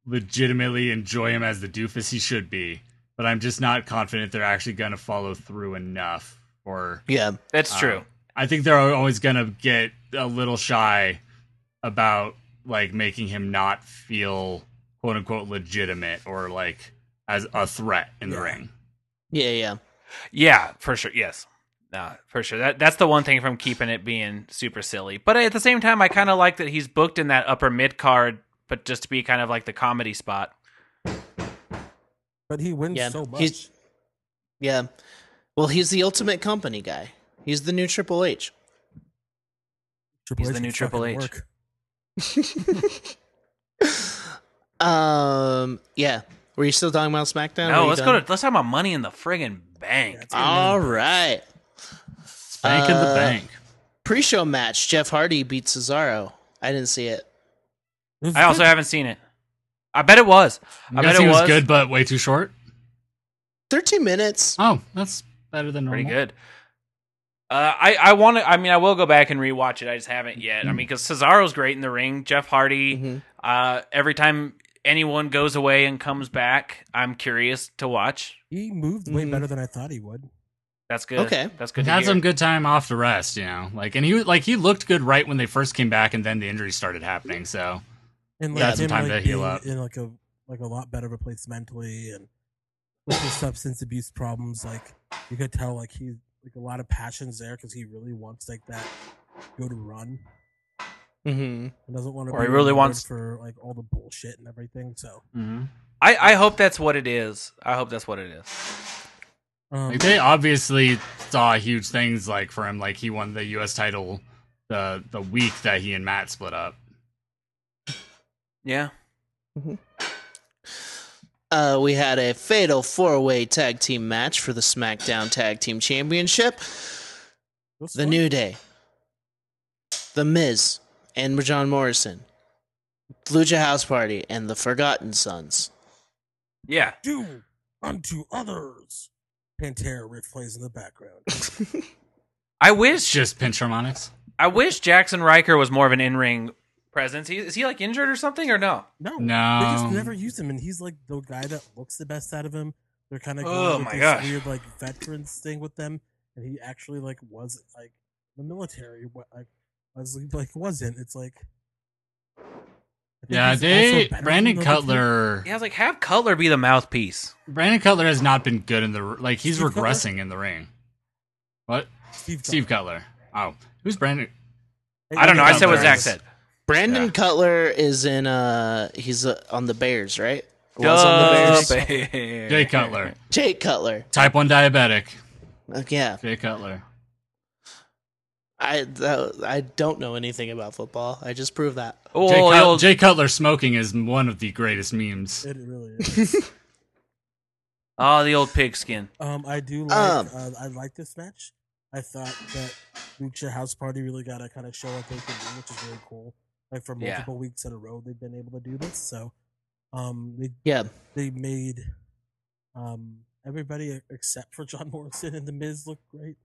D: legitimately enjoy him as the doofus he should be. But I'm just not confident they're actually going to follow through enough. Or
B: Yeah.
A: uh,
C: That's true.
D: I think they're always going to get a little shy about like making him not feel quote unquote legitimate or like as a threat in the
A: Yeah.
D: ring.
B: Yeah, yeah.
C: Yeah, for sure. Yes. Nah, for sure. That that's the one thing from keeping it being super silly. But at the same time, I kind of like that he's booked in that upper mid card, but just to be kind of like the comedy spot.
A: But he wins
B: Yeah,
A: so much.
B: he's- Yeah. Well, he's the ultimate company guy. He's the new Triple H.
A: Triple
C: he's the
A: can
C: new Triple
A: fucking
C: H.
A: work.
B: Um, yeah. Were you still talking about SmackDown?
C: no, let's go to let's talk about money in the friggin' bank.
A: Yeah, it's
B: All right.
D: Bank in the
B: Uh,
D: bank.
B: Pre-show match. Jeff Hardy beat Cesaro. I didn't see it.
A: It was
C: I also
A: good.
C: haven't seen it. I bet it was. I bet
D: guess
C: it
D: he
C: was,
D: was good, but way too short.
B: Thirteen minutes.
D: Oh, that's better than normal.
C: Pretty good. Uh, I I want to. I mean, I will go back and rewatch it. I just haven't yet. I mean,
A: Mm-hmm.
C: because Cesaro's great in the ring. Jeff Hardy.
B: Mhm.
C: Uh, every time anyone goes away and comes back, I'm curious to watch.
A: he moved way
B: Mhm.
A: better than I thought he would.
C: That's good.
B: Okay.
C: that's
D: He
C: good. To
D: had
C: hear.
D: some good time off the rest, you know. Like, and he was- like he looked good right when they first came back, and then the injuries started happening. So
A: And
B: Yeah,
A: like
D: some
A: him
D: time
A: like
D: to heal
A: being
D: up.
A: in like a like a lot better of a place mentally and with his substance abuse problems, like you could tell like he's like a lot of passions there because he really wants like that good run
B: Mm-hmm.
A: and doesn't want to.
C: Or he really wants-
A: for like all the bullshit and everything. So
C: Mm-hmm. I I hope that's what it is. I hope that's what it is.
A: um,
D: like, they obviously saw huge things like for him. Like he won the U.S. title the the week that he and Matt split up.
C: Yeah.
B: Uh, we had a fatal four way tag team match for the SmackDown Tag Team Championship.
A: That's
B: The
A: fun.
B: New Day, The Miz, and John Morrison, Lucha House Party, and the Forgotten Sons.
C: Yeah.
A: do unto others. Pantera riff plays in the
C: [LAUGHS]
A: background.
C: I
D: It's
C: wish
D: just pinch harmonics.
C: I wish Jackson Riker was more of an in ring presence. He, is he like injured or something or no?
A: No,
D: No.
A: they
C: Um,
A: just never used him, and he's like the guy that looks the best out of him. They're kind of going
C: Oh
A: with
C: my
A: this
C: gosh.
A: weird like veterans thing with them, and he actually like was like in the military. What like was like wasn't? It's like I think
D: Yeah,
A: he's
D: they
A: also better
D: Brandon
A: than Military.
D: Cutler.
C: Yeah, I was like, have Cutler be the mouthpiece.
D: Brandon Cutler has not been good in the like he's
A: Steve Cutler?
D: regressing in the ring. What?
A: Steve.
D: Steve Cutler. Oh, who's Brandon?
A: Cutler.
C: I don't know. I said what
D: Cutler
C: Zach
D: is-
C: said.
B: Brandon
D: Yeah.
B: Cutler is in uh he's uh, on the Bears, right? Or Was on the
C: Duh,
B: Bears.
C: [LAUGHS] babe.
D: Jay Cutler.
B: Jake Cutler.
D: Type 1 diabetic.
B: Uh, yeah.
D: Jay Cutler.
B: I that, I don't know anything about football. I just proved that.
C: Oh,
D: Jay,
C: the
D: Cut-
C: old-
D: Jay Cutler smoking is one of the greatest memes.
A: It really is.
C: oh, the old pigskin.
A: Um, I do like.
B: Um.
A: uh, I like this match. I thought that Lucha House Party really got to kind of show what they can do, which is really cool. Like for
C: Yeah.
A: multiple weeks in a row, they've been able to do this. So, um, they
B: Yeah.
A: they made um everybody except for John [LAUGHS] Morrison and The Miz look great.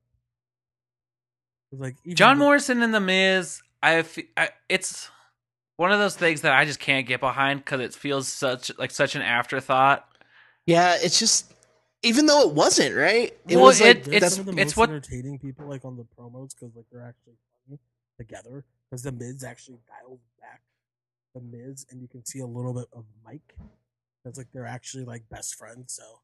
A: Like even
C: John
A: the-
C: Morrison and The Miz. I, fe- I it's one of those things that I just can't get behind because it feels such like such an afterthought.
B: Yeah, it's just even though it wasn't, right? It
C: Well,
B: was like
C: it-
A: They're
C: it's-
A: some of the
C: it's
A: most
C: what-
A: entertaining people like on the promos because like they're actually funny together because the Miz actually dialed back the Miz and you can see a little bit of Mike. That's like they're actually like best friends. So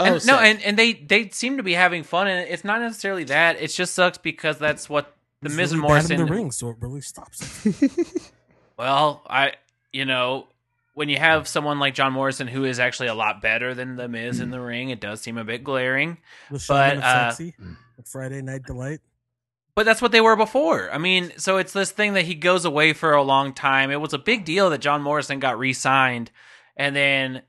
B: oh,
C: and, no,
B: sick. [LAUGHS]
C: and, and they they seem to be having fun, and it's not necessarily that. It just sucks because that's what the
A: He's
C: Miz
A: really
C: and
A: bad in
C: Morrison.
A: the ring, so it really stops. it.
C: Well, I you know when you have someone like John Morrison who is actually a lot better than the Miz in
B: Mm.
C: the ring, it does seem a bit glaring.
A: The Shaman of
C: uh,
A: sexy, the Friday Night Delight.
C: But that's what they were before. I mean, so it's this thing that he goes away for a long time. It was a big deal that John Morrison got re-signed, and then,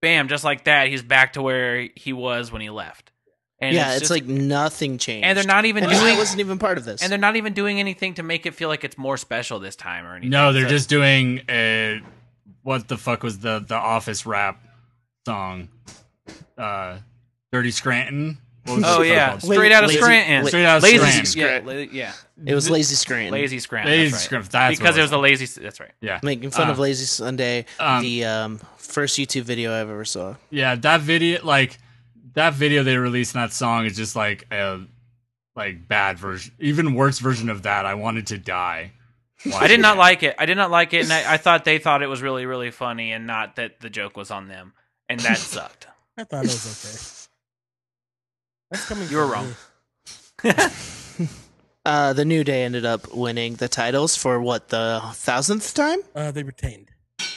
C: bam, just like that, he's back to where he was when he left. And
B: yeah, it's,
C: just-
B: like nothing changed.
C: and they're not even
B: And I
C: doing,
B: wasn't even part of this.
C: and they're not even doing anything to make it feel like it's more special this time or anything.
D: No, they're
C: So-
D: just doing a what the fuck was the the office rap song? Uh Dirty Scranton. What was
C: Oh
D: it
C: yeah,
D: called?
B: La-
C: straight out of
B: lazy-
C: Scranton.
B: la-
D: Straight out of
C: lazy
D: Scranton.
C: Yeah, la- yeah,
B: it was lazy Scranton.
C: lazy Scranton.
D: Lazy
C: that's right.
D: Scranton, that's
C: because
D: what it
C: it was a lazy. That's right.
D: Yeah.
B: Making fun
D: Uh,
B: of Lazy Sunday,
D: um,
B: the um, first YouTube video I've ever saw.
D: Yeah, that video, like that video they released in that song is just like a like bad version, even worse version of that. I wanted to die.
C: I did not like it. I did not like it, and I, I thought they thought it was really, really funny, and not that the joke was on them, and
D: [LAUGHS]
C: that sucked.
A: I thought it was okay. That's coming.
C: You were
A: from E.
C: wrong.
A: me.
B: Uh, the New Day ended up winning the titles for what the thousandth time?
A: Uh, they retained.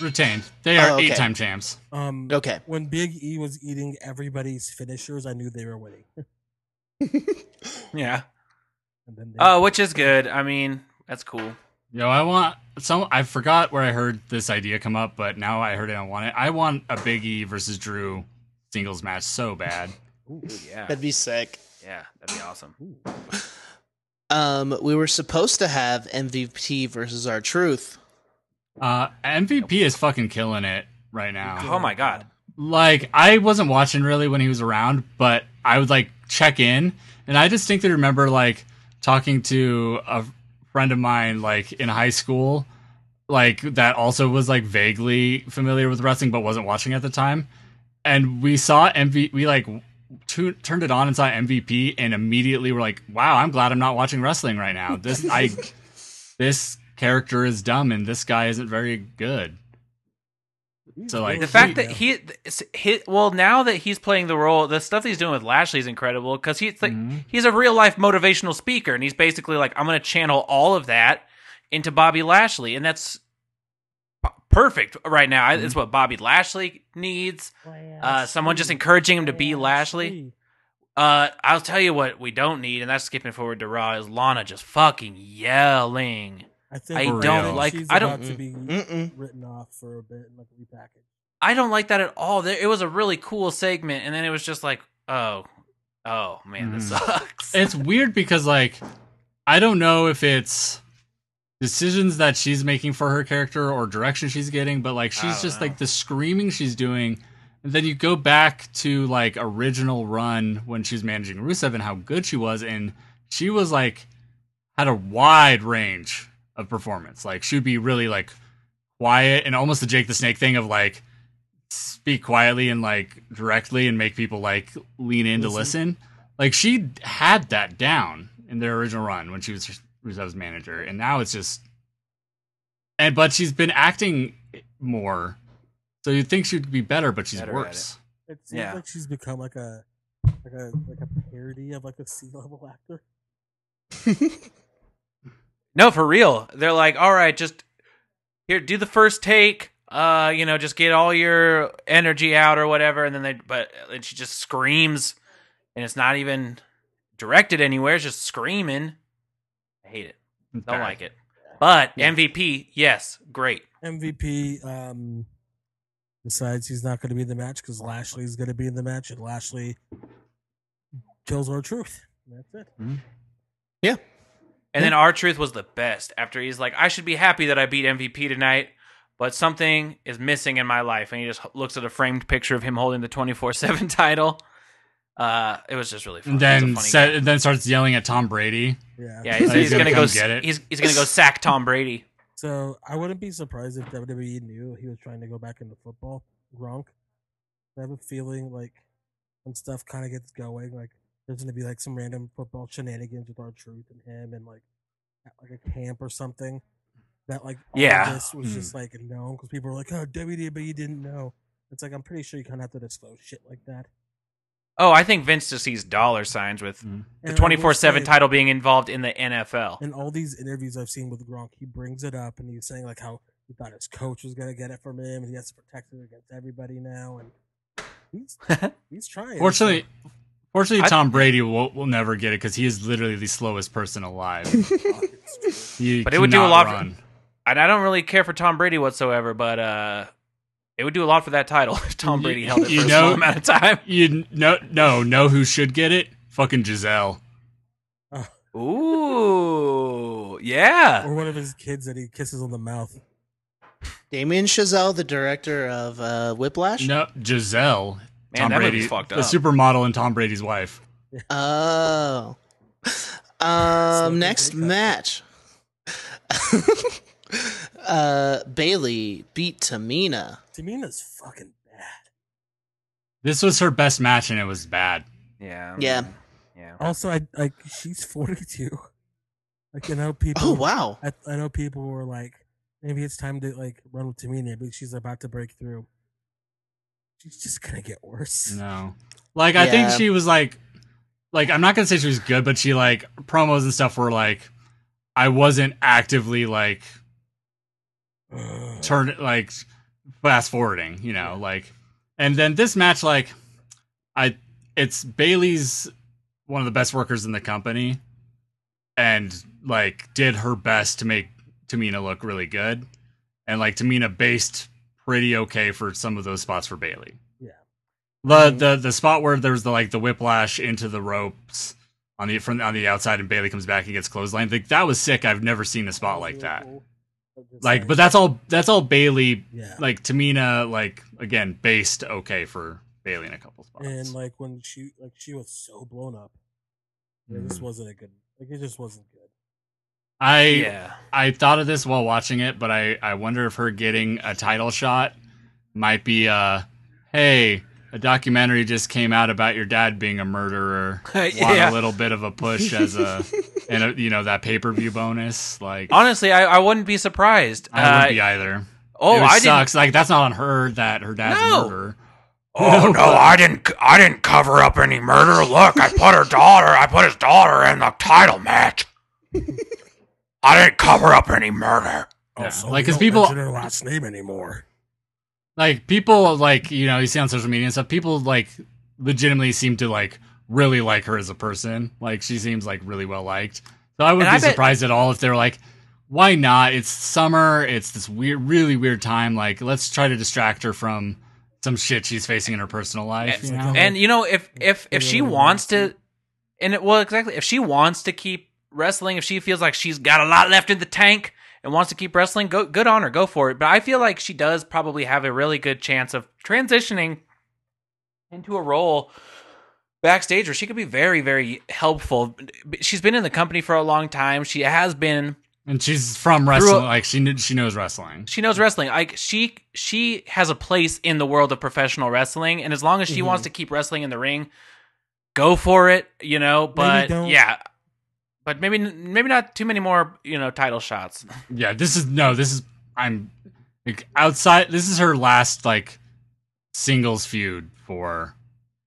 D: retained. They are
B: Oh, okay.
D: eight time champs.
A: Um,
B: Okay,
A: when Big E was eating everybody's finishers, I knew they were winning.
C: Yeah.
A: And then they,
C: Oh, which is good. I mean, that's cool.
D: Yo, I want some. I forgot where I heard this idea come up, but now I heard it. I want it. I want a Big E versus Drew singles match so bad.
C: Ooh, yeah,
B: that'd be sick.
C: yeah, that'd be awesome.
A: Ooh.
B: Um, we were supposed to have MVP versus our truth.
D: Uh, MVP is fucking killing it right now.
C: Oh my god.
D: like I wasn't watching really when he was around, but I would like check in, and I distinctly remember like talking to a friend of mine like in high school, like that also was like vaguely familiar with wrestling but wasn't watching at the time, and we saw MV, we like tu- turned it on and saw MVP, and immediately were like, "Wow, I'm glad I'm not watching wrestling right now. This I this character is dumb, and this guy isn't very good." So, like,
C: The fact that he, he, well, now that he's playing the role, the stuff he's doing with Lashley is incredible because he's like,
D: Mhm.
C: he's a real life motivational speaker, and he's basically like, I'm going to channel all of that into Bobby Lashley, and that's p- perfect right now. I It's what Bobby Lashley needs. Uh, someone just encouraging him to be Lashley. Uh, I'll tell you what we don't need, and that's skipping forward to Raw is Lana just fucking yelling.
A: I, think
C: I
A: think uh,
D: don't
A: she's
C: like-
A: About
C: I don't-
A: to be
B: Mm-mm.
A: written off for a bit and like repackaged.
C: I don't like that at all. There, it was a really cool segment, and then it was just like, oh, oh man, this
D: Mm.
C: sucks.
D: it's weird because like I don't know if it's decisions that she's making for her character or direction she's getting, but like
C: I
D: she's
C: don't
D: just
C: know.
D: like the screaming she's doing. And then you go back to like original run when she's managing Rusev and how good she was, and she was like had a wide range of performance. Like she'd be really like quiet and almost the Jake the Snake thing of like speak quietly and like directly and make people like lean in to listen. Like she had that down in their original run when she was Rusev's manager, and now it's just and but she's been acting more, so you'd think she'd be better, but she's
C: Better at
D: worse.
A: It seems
C: Yeah.
A: like she's become like a like a like a parody of like a C level [LAUGHS] actor.
C: No, for real. They're like, all right, just here, do the first take. Uh, you know, just get all your energy out or whatever, and then they. But and she just screams, and it's not even directed anywhere. It's just screaming. I hate it. Don't like it. But
D: Yeah.
C: MVP, yes, great.
A: MVP um decides he's not going to be in the match because Lashley's going to be in the match, and Lashley tells our truth. That's it.
C: And then our truth was the best. After he's like, I should be happy that I beat MVP tonight, but something is missing in my life. And he just h- looks at a framed picture of him holding the twenty four seven [LAUGHS] title. Uh, it was just really fun.
D: And
C: It
D: then
C: was a funny
D: sa-
C: guy.
D: and then starts yelling at Tom Brady.
A: Yeah.
C: Yeah,
D: [LAUGHS]
C: he's,
D: Like,
C: he's
D: he's
C: gonna,
D: gonna
C: go.
D: come get it.
C: He's he's gonna go sack Tom Brady.
A: So I wouldn't be surprised if WWE knew he was trying to go back into football. Gronk. I have a feeling like when stuff kind of gets going, like there's going to be like some random football shenanigans with our truth and him, and like at like a camp or something. That like all of
C: Yeah. Hmm.
A: this was just like known because people were like, oh WWE didn't know. It's like I'm pretty sure you kind of have to disclose shit like that.
C: Oh, I think Vince just sees dollar signs with
A: And I
C: the
A: will
C: twenty four seven
A: say-
C: title being involved in the NFL.
A: in all these interviews I've seen with Gronk, he brings it up and he's saying like how he thought his coach was gonna get it from him and he has to protect it against everybody now and he's
D: [LAUGHS]
A: he's trying.
D: Fortunately, fortunately,
C: I-
D: Tom Brady will, will never get it because he is literally the slowest person alive. He
C: But it would do a
D: cannot
C: lot for-
D: Run.
C: And I don't really care for Tom Brady whatsoever, but uh, it would do a lot for that title if Tom
D: You-
C: Brady held it for
D: you
C: a
D: know-
C: small amount of time.
D: You no no know who should get it? Fucking Giselle.
C: Ooh,
A: [LAUGHS]
C: yeah.
A: or one of his kids that he kisses on the mouth.
B: Damien Chazelle, the director of uh, Whiplash.
D: No, Giselle.
C: Man, that movie's fucked
D: The
C: up.
D: supermodel and Tom Brady's wife.
B: Oh. [LAUGHS]
A: So
B: Um,
A: we
B: next
A: break up.
B: match. [LAUGHS] uh, Bailey beat Tamina.
A: Tamina's fucking bad.
D: This was her best match, and it was bad.
C: Yeah.
B: Yeah.
C: Yeah.
A: Also, I like she's forty two. Like I know people.
B: Oh wow!
A: I, I know people were like, maybe it's time to like run with Tamina, but she's about to break through. She's just gonna get worse.
D: No, like I think
B: Yeah.
D: she was like, like I'm not gonna say she was good, but she like promos and stuff were like, I wasn't actively like
A: [SIGHS] Ugh.
D: turn like fast forwarding, you know, like and then this match like I it's Bailey's one of the best workers in the company and like did her best to make Tamina look really good and like Tamina based pretty okay for some of those spots for Bailey.
A: Yeah.
D: The the the spot where there's the like the whiplash into the ropes on the from on the outside and Bailey comes back and gets clotheslined. Like that was sick. I've never seen a spot like that. Like but that's all that's all Bailey
A: yeah.
D: like Tamina, like again, based okay for Bailey in a couple spots.
A: and like when she like she was so blown up it
D: Mm.
A: just wasn't a good like it just wasn't good
D: I
C: Yeah.
D: I thought of this while watching it, but I I wonder if her getting a title shot might be uh hey a documentary just came out about your dad being a murderer.
C: [LAUGHS]
D: Want
C: Yeah.
D: a little bit of a push
A: [LAUGHS]
D: as a and a, you know that pay per view bonus like.
C: Honestly, I, I wouldn't be surprised.
D: I wouldn't be
C: Uh,
D: either.
C: oh,
D: it
C: I didn't
D: sucks. Like that's not on her that her dad's
C: No.
D: a murderer.
E: Oh no, I didn't. I didn't cover up any murder. Look, I put her daughter. I put his daughter in the title match. I didn't cover up any murder.
D: Yeah,
A: Also,
D: like,
A: we
D: 'cause
A: don't
D: people-
A: mention her last name anymore
D: like people like you know you see on social media and stuff people like legitimately seem to like really like her as a person like she seems like really well liked so i wouldn't
C: And I
D: be
C: bet-
D: surprised at all if they're like why not it's summer it's this weird really weird time like let's try to distract her from some shit she's facing in her personal life.
C: And-
D: you know?
C: And you know, if if if she wants to, and it, well, exactly, if she wants to keep wrestling, if she feels like she's got a lot left in the tank and wants to keep wrestling, go good on her, go for it. But I feel like she does probably have a really good chance of transitioning into a role backstage where she could be very very helpful. She's been in the company for a long time. She has been
D: And she's from wrestling.
C: a-
D: like she kn- she knows wrestling.
C: she knows wrestling. Like she she has a place in the world of professional wrestling, and as long as she
D: Mm-hmm.
C: wants to keep wrestling in the ring, go for it. You know, but
A: don't.
C: yeah, but maybe maybe not too many more you know title shots.
D: Yeah, this is no. This is I'm like, outside. This is her last like singles feud for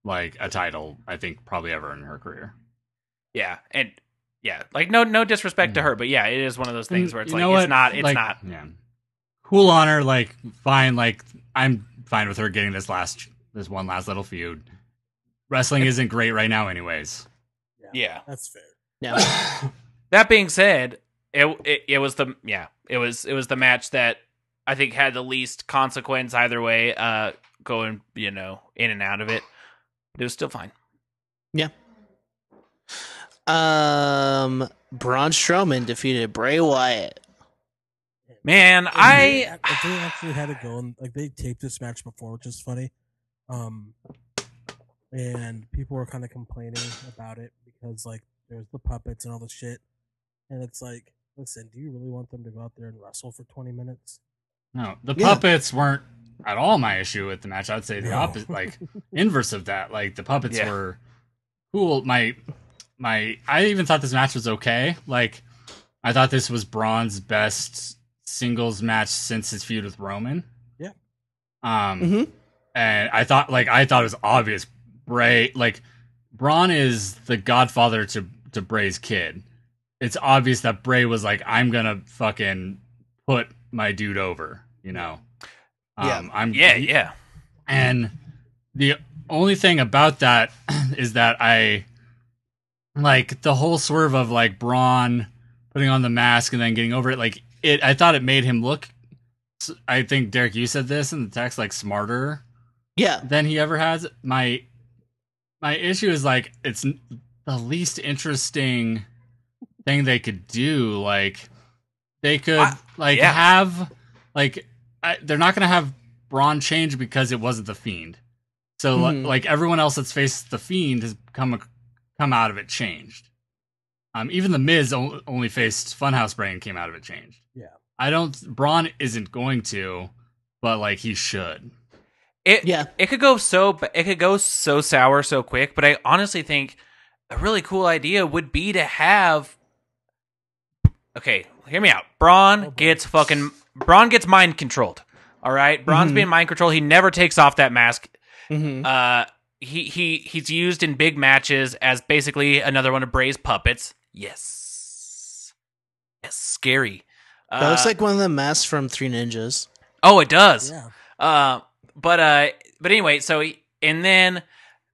D: like a title. I think probably ever in her career.
C: Yeah, and yeah, like no no disrespect to
D: Mhm.
C: her, but yeah, it is one of those things
D: And
C: where it's
D: you
C: like
D: know
C: it's
D: what?
C: not it's
D: Like,
C: not.
D: Yeah, cool on her. Like fine. Like I'm fine with her getting this last this one last little feud. Wrestling isn't great right now, anyways.
C: Yeah.
A: [LAUGHS] That's fair.
B: No.
C: That being said, it, it it was the yeah it was it was the match that I think had the least consequence either way. Uh, going you know in and out of it, it was still fine.
B: Um, Braun Strowman defeated Bray Wyatt.
C: Man,
A: they
C: I
A: ac- if they actually had to go and like they taped this match before, which is funny. Um, and people were kind of complaining about it because like there's the puppets and all the shit, and it's like, listen, do you really want them to go out there and wrestle for 20 minutes?
D: No, the
B: Yeah.
D: puppets weren't at all my issue with the match. I'd say the
A: No.
D: opposite, like inverse of that. Like the puppets
C: Yeah.
D: were cool. My my, I even thought this match was okay. Like I thought this was Braun's best singles match since his feud with Roman.
A: Yeah.
D: Um,
B: Mhm.
D: and I thought like I thought it was obvious. Bray, like Braun is the godfather to to Bray's kid. It's obvious that Bray was like, I'm gonna fucking put my dude over, you know. Um,
B: Yeah.
C: [SIGHS]
D: I'm
C: yeah yeah
D: and the only thing about that [CLEARS THROAT] is that I like the whole swerve of like Braun putting on the mask and then getting over it. Like it, I thought it made him look. s- I think Derek, you said this in the text, like smarter
B: Yeah.
D: than he ever has. My my issue is like it's n- the least interesting thing they could do. Like they could
C: I-
D: like
C: yeah.
D: have like I, they're not gonna have Braun change because it wasn't the Fiend. So li-
C: Mm-hmm.
B: Mhm.
D: like everyone else that's faced the Fiend has come ac- come out of it changed. Um, even the Miz o- only faced Funhouse Brain came out of it changed.
A: Yeah.
D: I don't. Braun isn't going to, but like he should.
C: it
B: Yeah.
C: it could go so ba- it could go so sour so quick. But I honestly think a really cool idea would be to have. Okay, hear me out.
B: Oh,
C: Braun gets fucking Braun gets mind controlled. All right, Braun's being mind controlled. He never takes off that mask.
B: Mm-hmm.
C: Uh, he he he's used in big matches as basically another one of Bray's puppets. Yes, yes, scary.
B: that looks
C: Uh,
B: like one of the masks from Three Ninjas.
C: oh, it does.
A: Yeah,
C: Uh, but uh, but anyway, so he- and then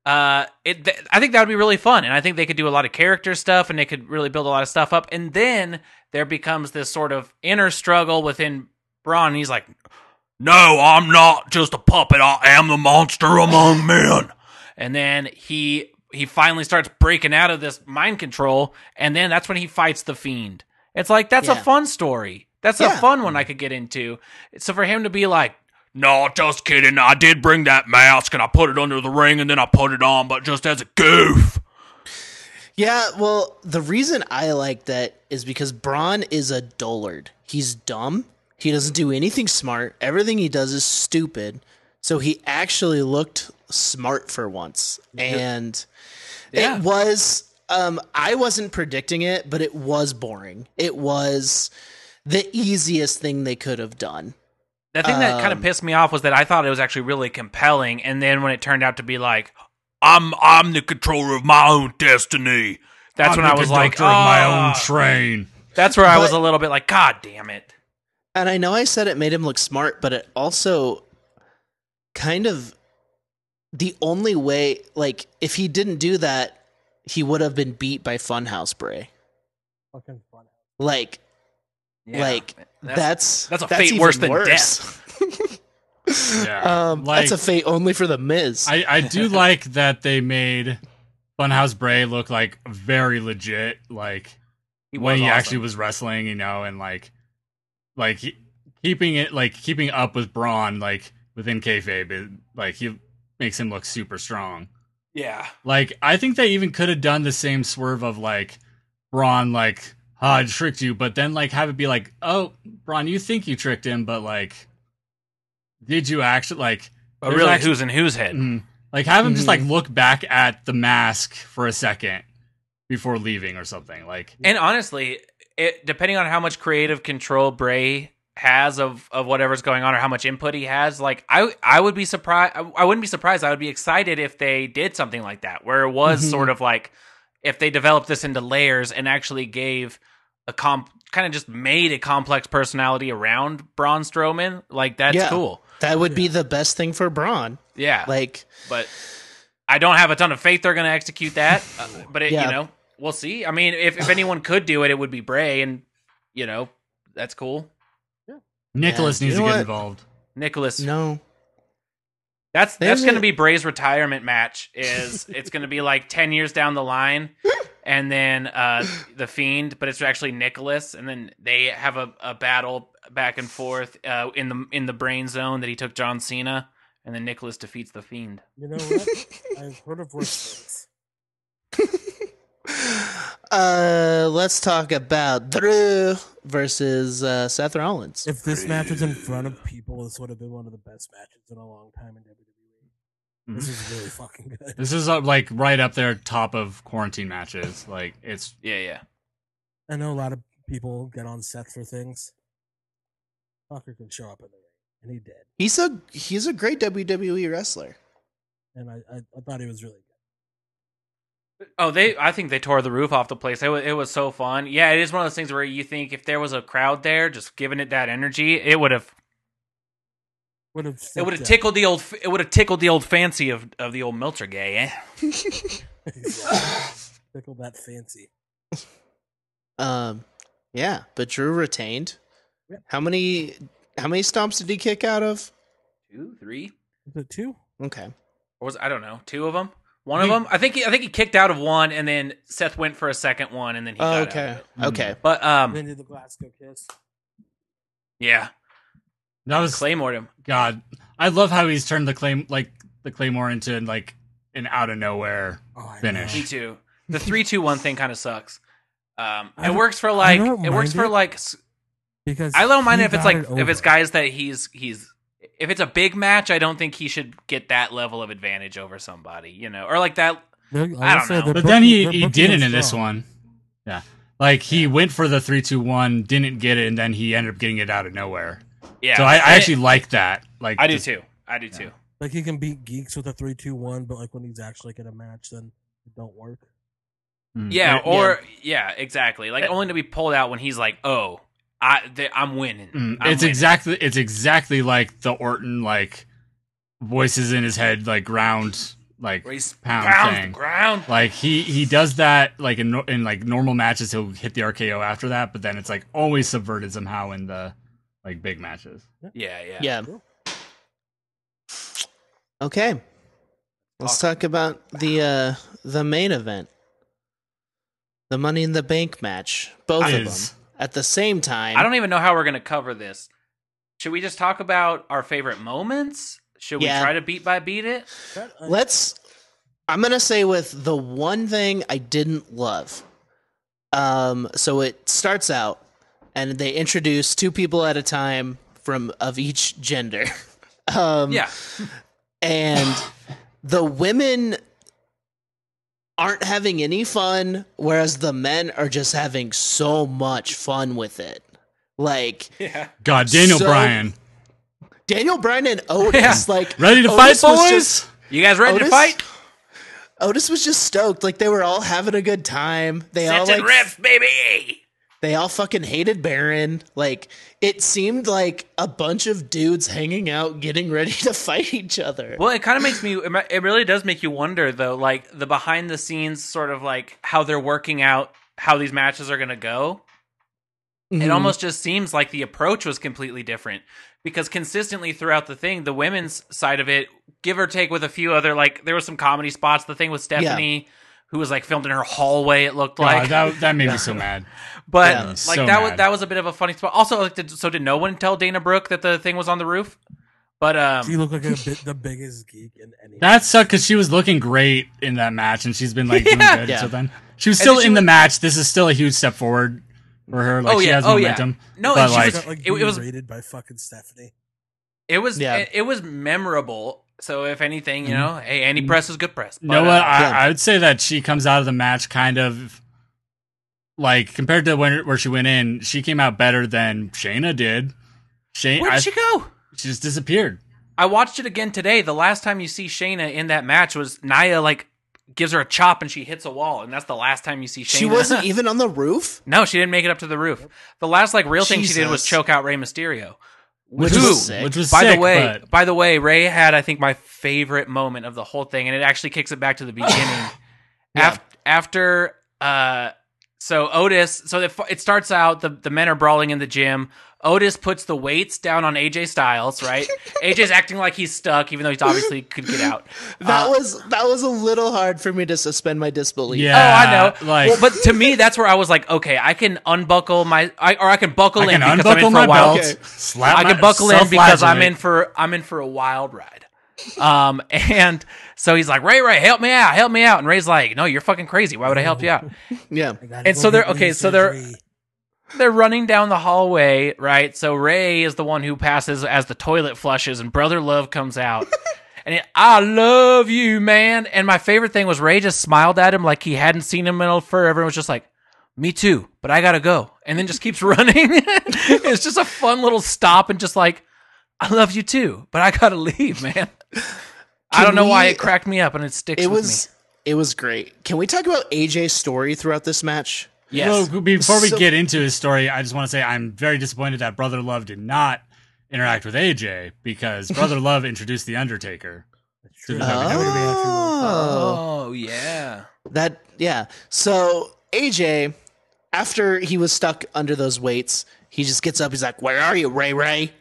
C: uh, it th- I think that would be really fun, and I think they could do a lot of character stuff, and they could really build a lot of stuff up, and then there becomes this sort of inner struggle within Braun, and he's like,
E: No, I'm not just a puppet. I am the monster
B: [LAUGHS]
E: among men.
C: and then he he finally starts breaking out of this mind control, and then that's when he fights the fiend. It's like that's a
B: Yeah.
C: fun story. That's
B: Yeah.
C: a fun one I could get into. So for him to be like,
E: No, just kidding. I did bring that mask and I put it under the ring and then I put it on, but just as a goof.
B: Yeah, well, the reason I like that is because Braun is a dullard. He's dumb. He doesn't do anything smart. Everything he does is stupid. So he actually looked smart for once. And
C: Yeah.
B: it was um I wasn't predicting it, but it was boring. It was the easiest thing they could have done.
C: The thing that kind of
B: Um,
C: pissed me off was that I thought it was actually really compelling, and then when it turned out to be like,
E: I'm I'm the controller of my own destiny.
C: that's
D: I'm
C: when I
D: the
C: was like,
D: conductor of my
C: "Ah."
D: own train.
C: that's where I was
B: But-
C: a little bit like, God damn it!
B: And I know I said it made him look smart, but it also kind of the only way, like, if he didn't do that, he would have been beat by Funhouse Bray.
A: fucking fun.
B: Like,
C: Yeah.
B: like that's
C: That's- that's a fate
B: even
C: worse
B: [LAUGHS]
C: than
B: worse.
D: Yeah.
B: Um,
D: Like-
B: that's a fate only for the Miz.
D: I,
C: [LAUGHS]
D: I do like that they made Funhouse Bray look like very legit, like
C: He
D: when
C: was
D: he
C: awesome.
D: actually was wrestling, you know, and like like he- keeping it like keeping up with Braun, like within kayfabe, it, like he makes him look super strong.
C: yeah.
D: Like I think they even could have done the same swerve of like Braun, like ah, I tricked you, but then like have it be like, oh, Braun, you think you tricked him, but like, did you actually like?
C: But
D: There's
C: really,
D: actually-
C: who's in whose head?
D: Mm. Like have him just like look back at the mask for a second before leaving or something. Like
C: And honestly, it, depending on how much creative control Bray has of, of whatever's going on or how much input he has, like I I would be surprised. I, I wouldn't be surprised. I would be excited if they did something like that, where it was
B: Mhm.
C: sort of like if they developed this into layers and actually gave a comp kind of just made a complex personality around Braun Strowman. Like that's
B: Yeah.
C: cool.
B: that would be the best thing for Braun.
C: Yeah,
B: Like,
C: but I don't have a ton of faith they're going to execute that. Uh, but it,
B: Yeah.
C: you know, we'll see. I mean, if, if anyone could do it, it would be Bray, and you know, that's cool.
D: Nicholas
B: Yeah.
D: needs
B: You know
D: to get
B: what?
D: involved.
C: Nicholas,
B: no, [LAUGHS]
C: that's
B: They
C: that's going to
B: haven't-
C: be Bray's retirement match.
B: [LAUGHS]
C: Is it's going to be like ten years down the line, and then uh the Fiend, but it's actually Nicholas, and then they have a, a battle back and forth uh, in the in the brain zone that he took John Cena, and then Nicholas defeats the Fiend.
A: You know what? I've heard of worse
B: uh, let's talk about Drew versus uh, Seth Rollins.
A: If this match was in front of people, this would have been one of the best matches in a long time in WWE.
C: Hmm?
A: This is really fucking good.
D: Mm-hmm. This is uh, like right up there, top of quarantine matches. Like it's
C: Yeah, yeah.
A: I know a lot of people get on set for things. Fucker can show up in the ring, and he did.
B: He's a he's a great WWE wrestler.
A: And I, I, I thought he was really good.
C: Oh, they! I think they tore the roof off the place. It was, it was so fun. Yeah, it is one of those things where you think if there was a crowd there, just giving it that energy, it would have
A: Would have.
C: it would have
A: ticked.
C: tickled the old f- it would have tickled the old fancy of of the old Meltzer gay. Eh? [LAUGHS]
A: tickled that fancy.
B: Um, yeah, but Drew retained.
A: Yep.
B: How many how many stomps did he kick out of?
C: Two, three,
A: Is it two?
B: Okay.
C: or was I don't know, two of them, one of them. I think he, I think he kicked out of one, and then Seth went for a second one, and then he got out.
B: okay.
C: of it.
D: Mm.
B: Okay.
C: But um,
A: Oh, then did the Glasgow kiss.
C: yeah,
D: that was
C: Claymore him.
D: God. I love how he's turned the claim like the claymore into like an out of nowhere.
A: Oh, I
D: Finish.
C: Me too. The three, two, one thing kind of sucks. Um,
A: I
C: it
A: don't-
C: works for
A: I
C: like
A: don't
C: it works
A: mind it.
C: for like s-
A: Because
C: I don't mind
A: he
C: if it's
A: got
C: like
A: it
C: if it's
A: over.
C: guys that he's he's if it's a big match, I don't think he should get that level of advantage over somebody, you know, or like that.
A: They're-
C: I don't
A: also,
C: know.
A: they're
D: But
A: booking-
D: then he
A: they're
D: he
A: booking
D: didn't
A: him
D: in this
A: strong.
D: one. Yeah, like he went for the three two one, didn't get it, and then he ended up getting it out of nowhere.
C: Yeah,
D: So I, I actually like that. Like
C: I do
D: just- Mm.
C: too. I do too.
A: Like he can beat geeks with a three two one, but like when he's actually in a match, then it don't work.
D: Mm.
C: Yeah,
B: Yeah.
C: or yeah. exactly. Like only to be pulled out when he's like, "Oh, I th- I'm winning."
D: Mm,
C: I'm
D: it's
C: winning.
D: exactly it's exactly like the Orton like voices in his head like ground like
C: Where he's
D: pound
C: pound
D: thing.
C: the ground.
D: like he he does that like in nor- in like normal matches he'll hit the RKO after that but then it's like always subverted somehow in the like big matches.
C: Yeah, yeah,
B: Yeah. Okay. Let's
C: Awesome.
B: talk about the uh the main event. The Money in the Bank match. Both of
D: Is-
B: them at the same time.
C: I don't even know how we're gonna cover this. Should we just talk about our favorite moments? Should
B: Yeah.
C: we try to beat by beat it?
A: That, uh,
B: Let's. I'm gonna say with the one thing I didn't love. Um. So it starts out, and they introduce two people at a time from of each gender. [LAUGHS] Um,
C: Yeah,
B: and the women aren't having any fun whereas the men are just having so much fun with it like
C: yeah.
D: God, Daniel
B: So-
D: Bryan,
B: daniel bryan
C: [LAUGHS]
B: and otis like
D: ready to
B: Otis
D: fight,
B: was
D: boys?
B: just-
C: You guys ready to
B: Otis?
C: fight?
B: Otis was just stoked. Like they were all having a good time. They all
C: Sets
B: like
C: and riffs, baby.
B: they all fucking hated Baron. Like it seemed like a bunch of dudes hanging out, getting ready to [LAUGHS] fight each other.
C: Well, it kind of makes me. it ma- It really does make you wonder, though, like the behind the scenes sort of like how they're working out how these matches are going to go.
D: Mm-hmm.
C: It almost just seems like the approach was completely different because consistently throughout the thing, the women's side of it, give or take with a few other like there was some comedy spots. The thing with Stephanie, who was like filmed in her hallway, it looked
D: God,
C: like.
D: Oh, that that made me
C: [LAUGHS]
D: so mad.
C: but
B: Yeah.
C: like
D: So
C: that was
D: mad.
C: that was a bit of a funny spot. Also, like, did, so did no one tell Dana Brooke that the thing was on the roof? But um,
A: She looked like a bit, the biggest geek in any.
D: That sucked because she was looking great in that match, and she's been like doing
C: Yeah.
D: good
B: Yeah.
D: until then. She was
C: And
D: still
C: then she
D: in the
C: was-
D: match. This is still a huge step forward for her. Like
C: Oh,
D: she
C: yeah.
D: has
C: Oh, yeah.
D: momentum.
C: No,
D: but
C: and she
D: like,
C: was-
A: Got, like
C: it- it
A: being
C: was-
A: rated by fucking Stephanie.
C: It was
B: Yeah.
C: it, it was memorable. So if anything, you know, hey, any press is good press.
D: Mm-hmm. you know
C: But,
D: what?
C: uh,
B: yeah.
D: I, I would say that she comes out of the match kind of like compared to when where she went in. She came out better than Shayna did. Shayna,
C: where
D: I,
C: did she
D: she
C: go?
D: just disappeared.
C: I watched it again today. The last time you see Shayna in that match was Naya like gives her a chop and she hits a wall, and that's the last time you see Shayna.
B: She
C: [LAUGHS]
B: wasn't
D: e
B: even on the roof.
C: no, she didn't make it up to the roof. The last like real thing she did was
B: Jesus.
C: choke out Rey Mysterio.
D: Which
C: Who?
D: was sick. Which was
C: by
D: sick,
C: the way,
D: but-
C: by the way, Ray had I think my favorite moment of the whole thing, and it actually kicks it
D: [SIGHS]
C: back to the beginning. Af- After, uh, so Otis, so the, it starts out the the men are brawling in the gym. Otis puts the weights down on AJ Styles,
D: [LAUGHS]
C: right? AJ's acting like he's stuck, even though he's obviously could get out.
B: That
C: Uh,
B: was that was a little hard for me to suspend my disbelief.
D: Yeah.
C: Oh, I know.
D: like-
C: well, but to me, that's where I was like, okay, I can unbuckle my, I, or I can buckle
D: I
C: in
D: can
C: because I'm
D: unbuckle
C: in for
D: my
C: a while.
D: belt.
B: Okay.
D: Slap
C: I
D: my-
C: can buckle in because I'm in
D: self-flagellate.
C: for I'm in for a wild ride. Um, [LAUGHS] and so he's like, Ray, Ray, help me out, help me out. And Ray's like, No, you're fucking crazy. Why would I help you out?
B: Yeah.
A: I gotta
C: And
A: go
C: so they're-
A: get brain
C: okay, so they're-
A: surgery.
C: They're running down the hallway, right? So Ray is the one who passes as the toilet flushes, and Brother Love
B: [LAUGHS]
C: comes out. And it, I love you, man. And my favorite thing was Ray just smiled at him like he hadn't seen him in forever and was just like, Me too, but I gotta go. And then just keeps [LAUGHS] running. it's just a fun little stop and just like, I love you too, but I gotta leave, man.
B: [LAUGHS]
C: I
B: Can
C: don't know why
B: we-
C: it cracked me up and it sticks
B: It
C: with
B: was it was great. Can we talk about AJ's story throughout this match?
C: me. Yes.
D: Well, before we
B: So-
D: get into his story, I just want to say I'm very disappointed that Brother Love did not interact with AJ because Brother Love introduced The Undertaker.
A: That's true.
D: Oh.
A: That would've been actually really fun.
B: Oh.
C: oh yeah.
B: That yeah. So AJ, after he was stuck under those weights, he just gets up. He's like, "Where are you, Ray Ray?"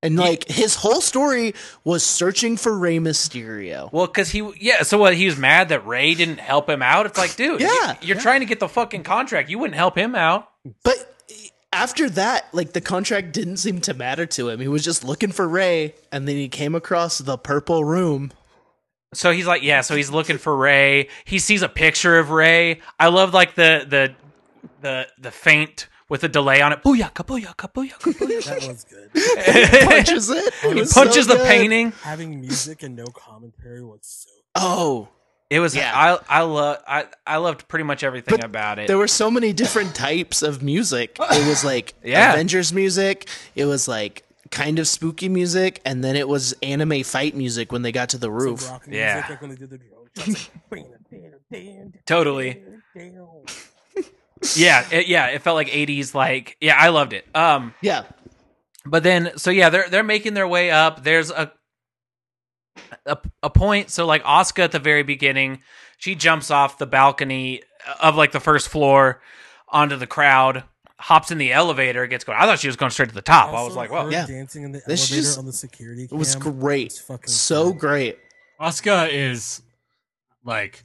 B: And like his whole story was searching for Ray Mysterio.
C: Well, because he, yeah, so what? He was mad that Ray didn't help him out. It's like, dude,
B: Yeah,
C: you, are trying to get the fucking contract. You wouldn't help him out.
B: But after that, like the contract didn't seem to matter to him. He was just looking for Ray, and then he came across the purple
C: [LAUGHS]
B: room.
C: So he's like, yeah. So he's looking for Ray. He sees a picture of Ray. I love like the the the the faint with the delay on it. Booyaka, booyaka, booyaka, booyaka.
A: That was good.
B: [LAUGHS] Punches it. It
A: He
B: was so
C: Punches the
B: good.
C: painting.
A: Having music and no commentary was so.
B: Oh,
C: It was.
B: Yeah.
C: I I love I I loved pretty much everything about it.
B: there were so many different types of music. It was like
C: [LAUGHS] Yeah.
B: Avengers music. It was like kind of spooky music, and then it was anime fight music when they got to the
A: Oof.
B: roof.
A: Rock
C: Yeah.
A: music, like when they did the drone
C: [LAUGHS]
A: shots, like,
C: Totally. yeah, it, yeah. It felt like '80s. Like, yeah, I loved it. Um.
B: Yeah,
C: But then, so yeah, they're they're making their way up. There's a a, a point. So like Oscar at the very beginning, she jumps off the balcony of like the first floor onto the crowd, hops in the elevator, gets going. I thought she was going straight to the top. I was
A: Also,
C: like, whoa.
A: her
B: Yeah.
A: dancing in the
B: This
A: elevator
B: just-
A: on the security.
B: it was
A: cam
B: great.
A: was fucking
B: So
A: great.
B: great.
D: Asuka is like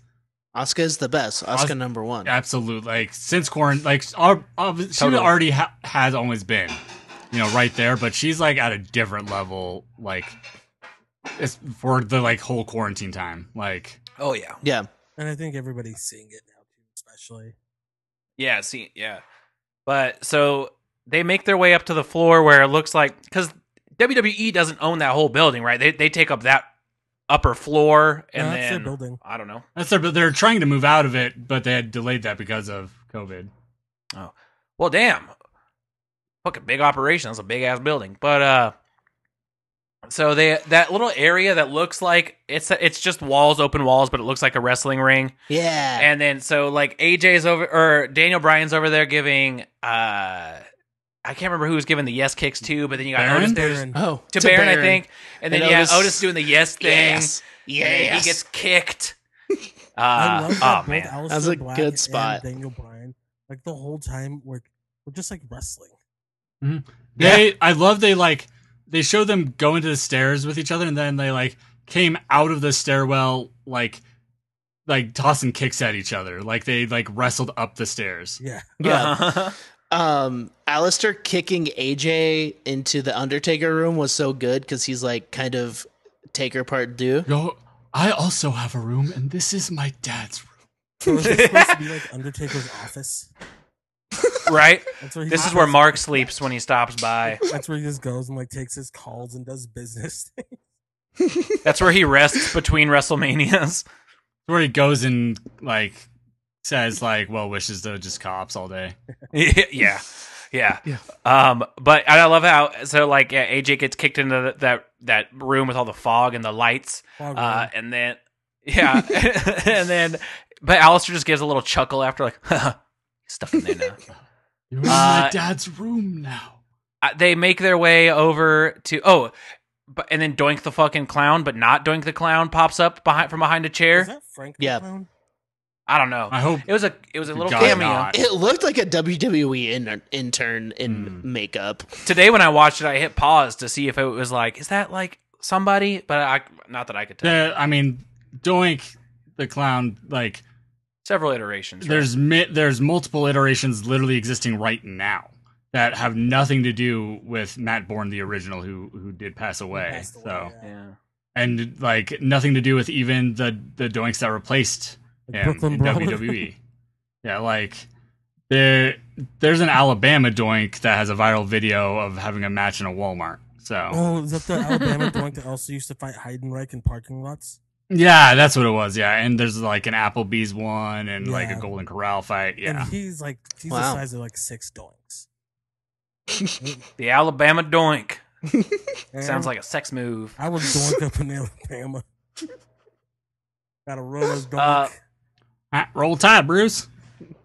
B: Asuka is the best. Asuka
D: Asuka-
B: number one.
D: absolute like since quarantine like al- al- she
C: Totally.
D: already ha- has always been you know right there but she's like at a different level like it's for the like whole quarantine time like
C: Oh yeah.
B: Yeah.
A: And I think everybody's seeing it now too, especially.
C: Yeah, see, yeah. But so they make their way up to the floor where it looks like because WWE E doesn't own that whole building, right? They they take up that upper floor and
A: No, that's their
C: then
A: building.
C: I don't know.
D: that's their but they're trying to move out of it but they had delayed that because of covid
C: Well, damn. Fucking big operation. That's a big ass building. But uh so they that little area that looks like it's it's just walls, open walls, but it looks like a wrestling ring.
B: Yeah.
C: And then so like AJ's over or Daniel Bryan's over there giving uh I can't remember who was giving the yes kicks to, but then you got
D: Baron?
C: Otis there's
A: Baron,
B: oh,
C: to, Baron, I think. And then
B: And
C: yeah,
B: Otis-
C: Otis, doing the yes thing.
B: Yes.
C: And then
B: Yes.
C: he gets
B: [LAUGHS]
C: kicked.
A: I
C: Uh,
A: love that
C: oh
A: both
C: man.
A: Aleister
B: That was a
A: Black
B: good
A: and
B: spot.
A: Daniel Bryan, like the whole time, like We're just like
C: [LAUGHS]
A: wrestling.
D: They, I love they like they show them going to the stairs with each other, and then they like came out of the stairwell like like tossing kicks at each other, like they like wrestled up the stairs.
A: Yeah.
B: Yeah.
C: [LAUGHS] Uh-huh.
B: Um, Alistair kicking AJ into the Undertaker room was so good because he's like kind of Taker part do.
D: Yo, I also have a room, and this is my dad's room.
A: So is this supposed to be like Undertaker's office?
C: right?
A: That's where he
C: This
A: just
C: is where
A: goes-
C: Mark sleeps when he stops by.
A: That's where he just goes and like takes his calls and does business. [LAUGHS]
C: That's where he rests between WrestleManias. [LAUGHS]
D: where he goes and like says like well wishes to just cops all day.
C: yeah. Yeah. Um, but and I love how so like yeah, AJ gets kicked into th- that that room with all the fog and the lights,
A: Fog
C: uh,
A: room.
C: and then [LAUGHS] yeah, and then but Alistair just gives a little chuckle after like [LAUGHS] stuff in there now.
D: You're in
C: Uh,
D: my dad's room now.
C: Uh, they make their way over to oh, but and then Doink the fucking clown, but not Doink the clown pops up behind from behind a
A: Is
C: chair.
A: that Frank?
B: Yeah.
A: McClone?
C: I don't know.
D: I hope
C: It was a it was a little
D: God
C: cameo.
D: not.
B: It looked like a WWE in- intern in
D: Hmm.
B: makeup.
C: Today when I watched it, I hit pause to see if it was like is that like somebody, but I not that I could tell.
D: The- I mean, Doink the clown like
C: Several iterations. right?
D: there's mi- there's multiple iterations literally existing right now that have nothing to do with Matt Bourne the original who who did pass
A: He
D: away.
A: passed away,
D: so
C: yeah.
D: and like nothing to do with even the the Doinks that replaced
A: Like
D: him in
A: Brawler.
C: E.
D: WWE. yeah, like there there's an Alabama Doink that has a viral video of having a match in a Walmart. So
A: [LAUGHS] Oh, is that the Alabama joint that also used to fight Heidenreich in parking lots?
D: yeah, that's what it was. Yeah, and there's like an Applebee's one and like a
A: Yeah.
D: Golden Corral fight. Yeah.
A: And he's like, he's
B: Wow.
A: the size of like six doinks.
C: The Alabama Doink.
A: And
C: Sounds like a sex move.
A: I would doink up in Alabama. [LAUGHS] Got a roller doink.
C: Uh,
D: Ah, roll tide, Bruce.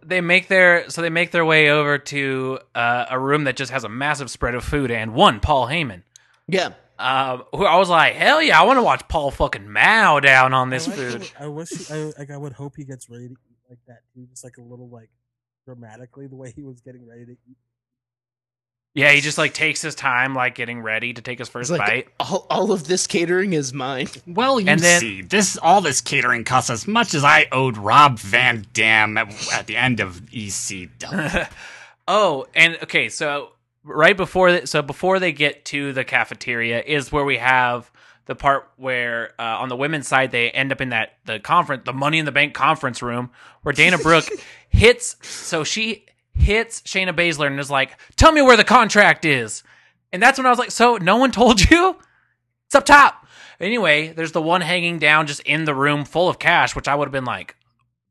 C: They make their so they make their way over to uh, a room that just has a massive spread of food and one Paul Heyman.
B: Yeah.
C: Um, who I was like, hell yeah, I want to watch Paul fucking Mao down on this
A: I like
C: food.
A: how- I wish. He, I, like, I would hope he gets ready to eat like that too, just like a little like dramatically the way he was getting ready to eat.
C: Yeah, he just like takes his time, like getting ready to take his first
B: It's like
C: bite.
B: all, all of this catering is mine.
D: Well, you
C: And then-
D: see, this all this catering costs as much as I owed Rob Van Dam at, at the end of
A: [LAUGHS]
D: E ECW.
C: [LAUGHS] oh, and okay, so right before th- so before they get to the cafeteria is where we have the part where uh, on the women's side they end up in that the conference the Money in the Bank conference room where
B: [LAUGHS]
C: Dana Brooke hits so she hits Shayna Baszler and is like, "Tell me where the contract is," and that's when I was like, "So no one told you? It's up top." Anyway, there's the one hanging down just in the room full of cash, which I would have been like,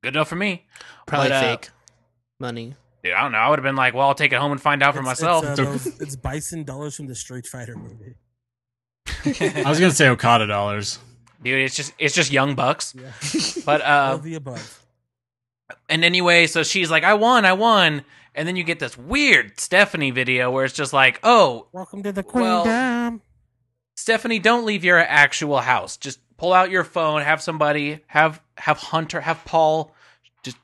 C: "Good enough for me."
B: Probably
C: But, uh,
B: fake money.
C: Dude, I don't know. I would have been like, well, I'll take it home and find out for
A: It's-
C: myself. [LAUGHS]
A: It's, uh, those- it's bison dollars from the Street Fighter movie.
D: I was gonna say Okada dollars.
C: Dude, it's just it's just young bucks.
A: Yeah,
C: But
A: all
C: [LAUGHS] uh
A: the above.
C: and anyway, so she's like, I won, I won. And then you get this weird Stephanie video where it's just like, oh,
A: Welcome to the
C: well-
A: Queendom.
C: Stephanie, don't leave your actual house. Just pull out your phone, have somebody, have have Hunter, have Paul just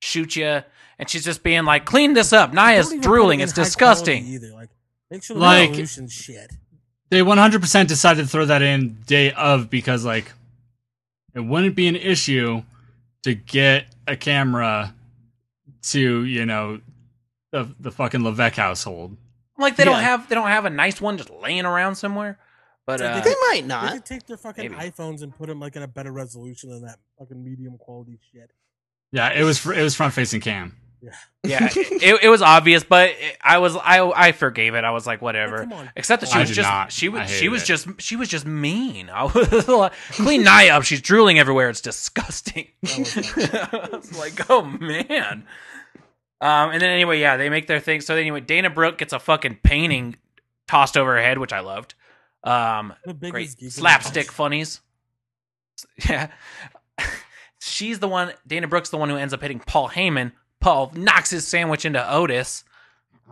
C: shoot you. And she's just being like, clean this up. Naya's
A: Don't even put
C: drooling.
A: it in
C: It's
A: high
C: disgusting.
A: quality Either like, make sure the
D: Like-
A: resolution's shit.
D: They 100% decided to throw that in day of because like it wouldn't be an issue to get a camera to you know the the fucking Levesque household.
C: I'm like, they don't
B: Yeah.
C: have they don't have a nice one just laying around somewhere. But
A: It's like
C: uh,
A: they
B: They might
A: They
B: not.
A: could take their fucking
C: Maybe.
A: iPhones and put them like in a better resolution than that fucking medium quality shit.
D: Yeah, it was fr- it was front facing cam. [LAUGHS]
C: yeah, it, it was obvious, but it, I was I I forgave it. I was like,
A: Like,
C: whatever.
A: come
C: [LAUGHS]
A: on.
C: Except that she
D: I
C: was
D: did
C: just
D: not.
C: she
D: I
C: was
D: hated
C: she was
D: it.
C: just she was just
D: [LAUGHS]
C: mean.
E: [LAUGHS]
C: I was like, clean Naya up. She's drooling everywhere. It's disgusting.
A: That was
C: I was like, oh man. Um, and then anyway, yeah, they make their thing. So anyway, Dana Brooke gets a fucking painting tossed over her head, which I loved. Um,
A: The biggest geek in
C: [LAUGHS] great
A: the
C: slapstick
A: house.
C: funnies. Yeah, she's the one. Dana Brooks the one who ends up hitting Paul Heyman. Paul knocks his sandwich into Otis.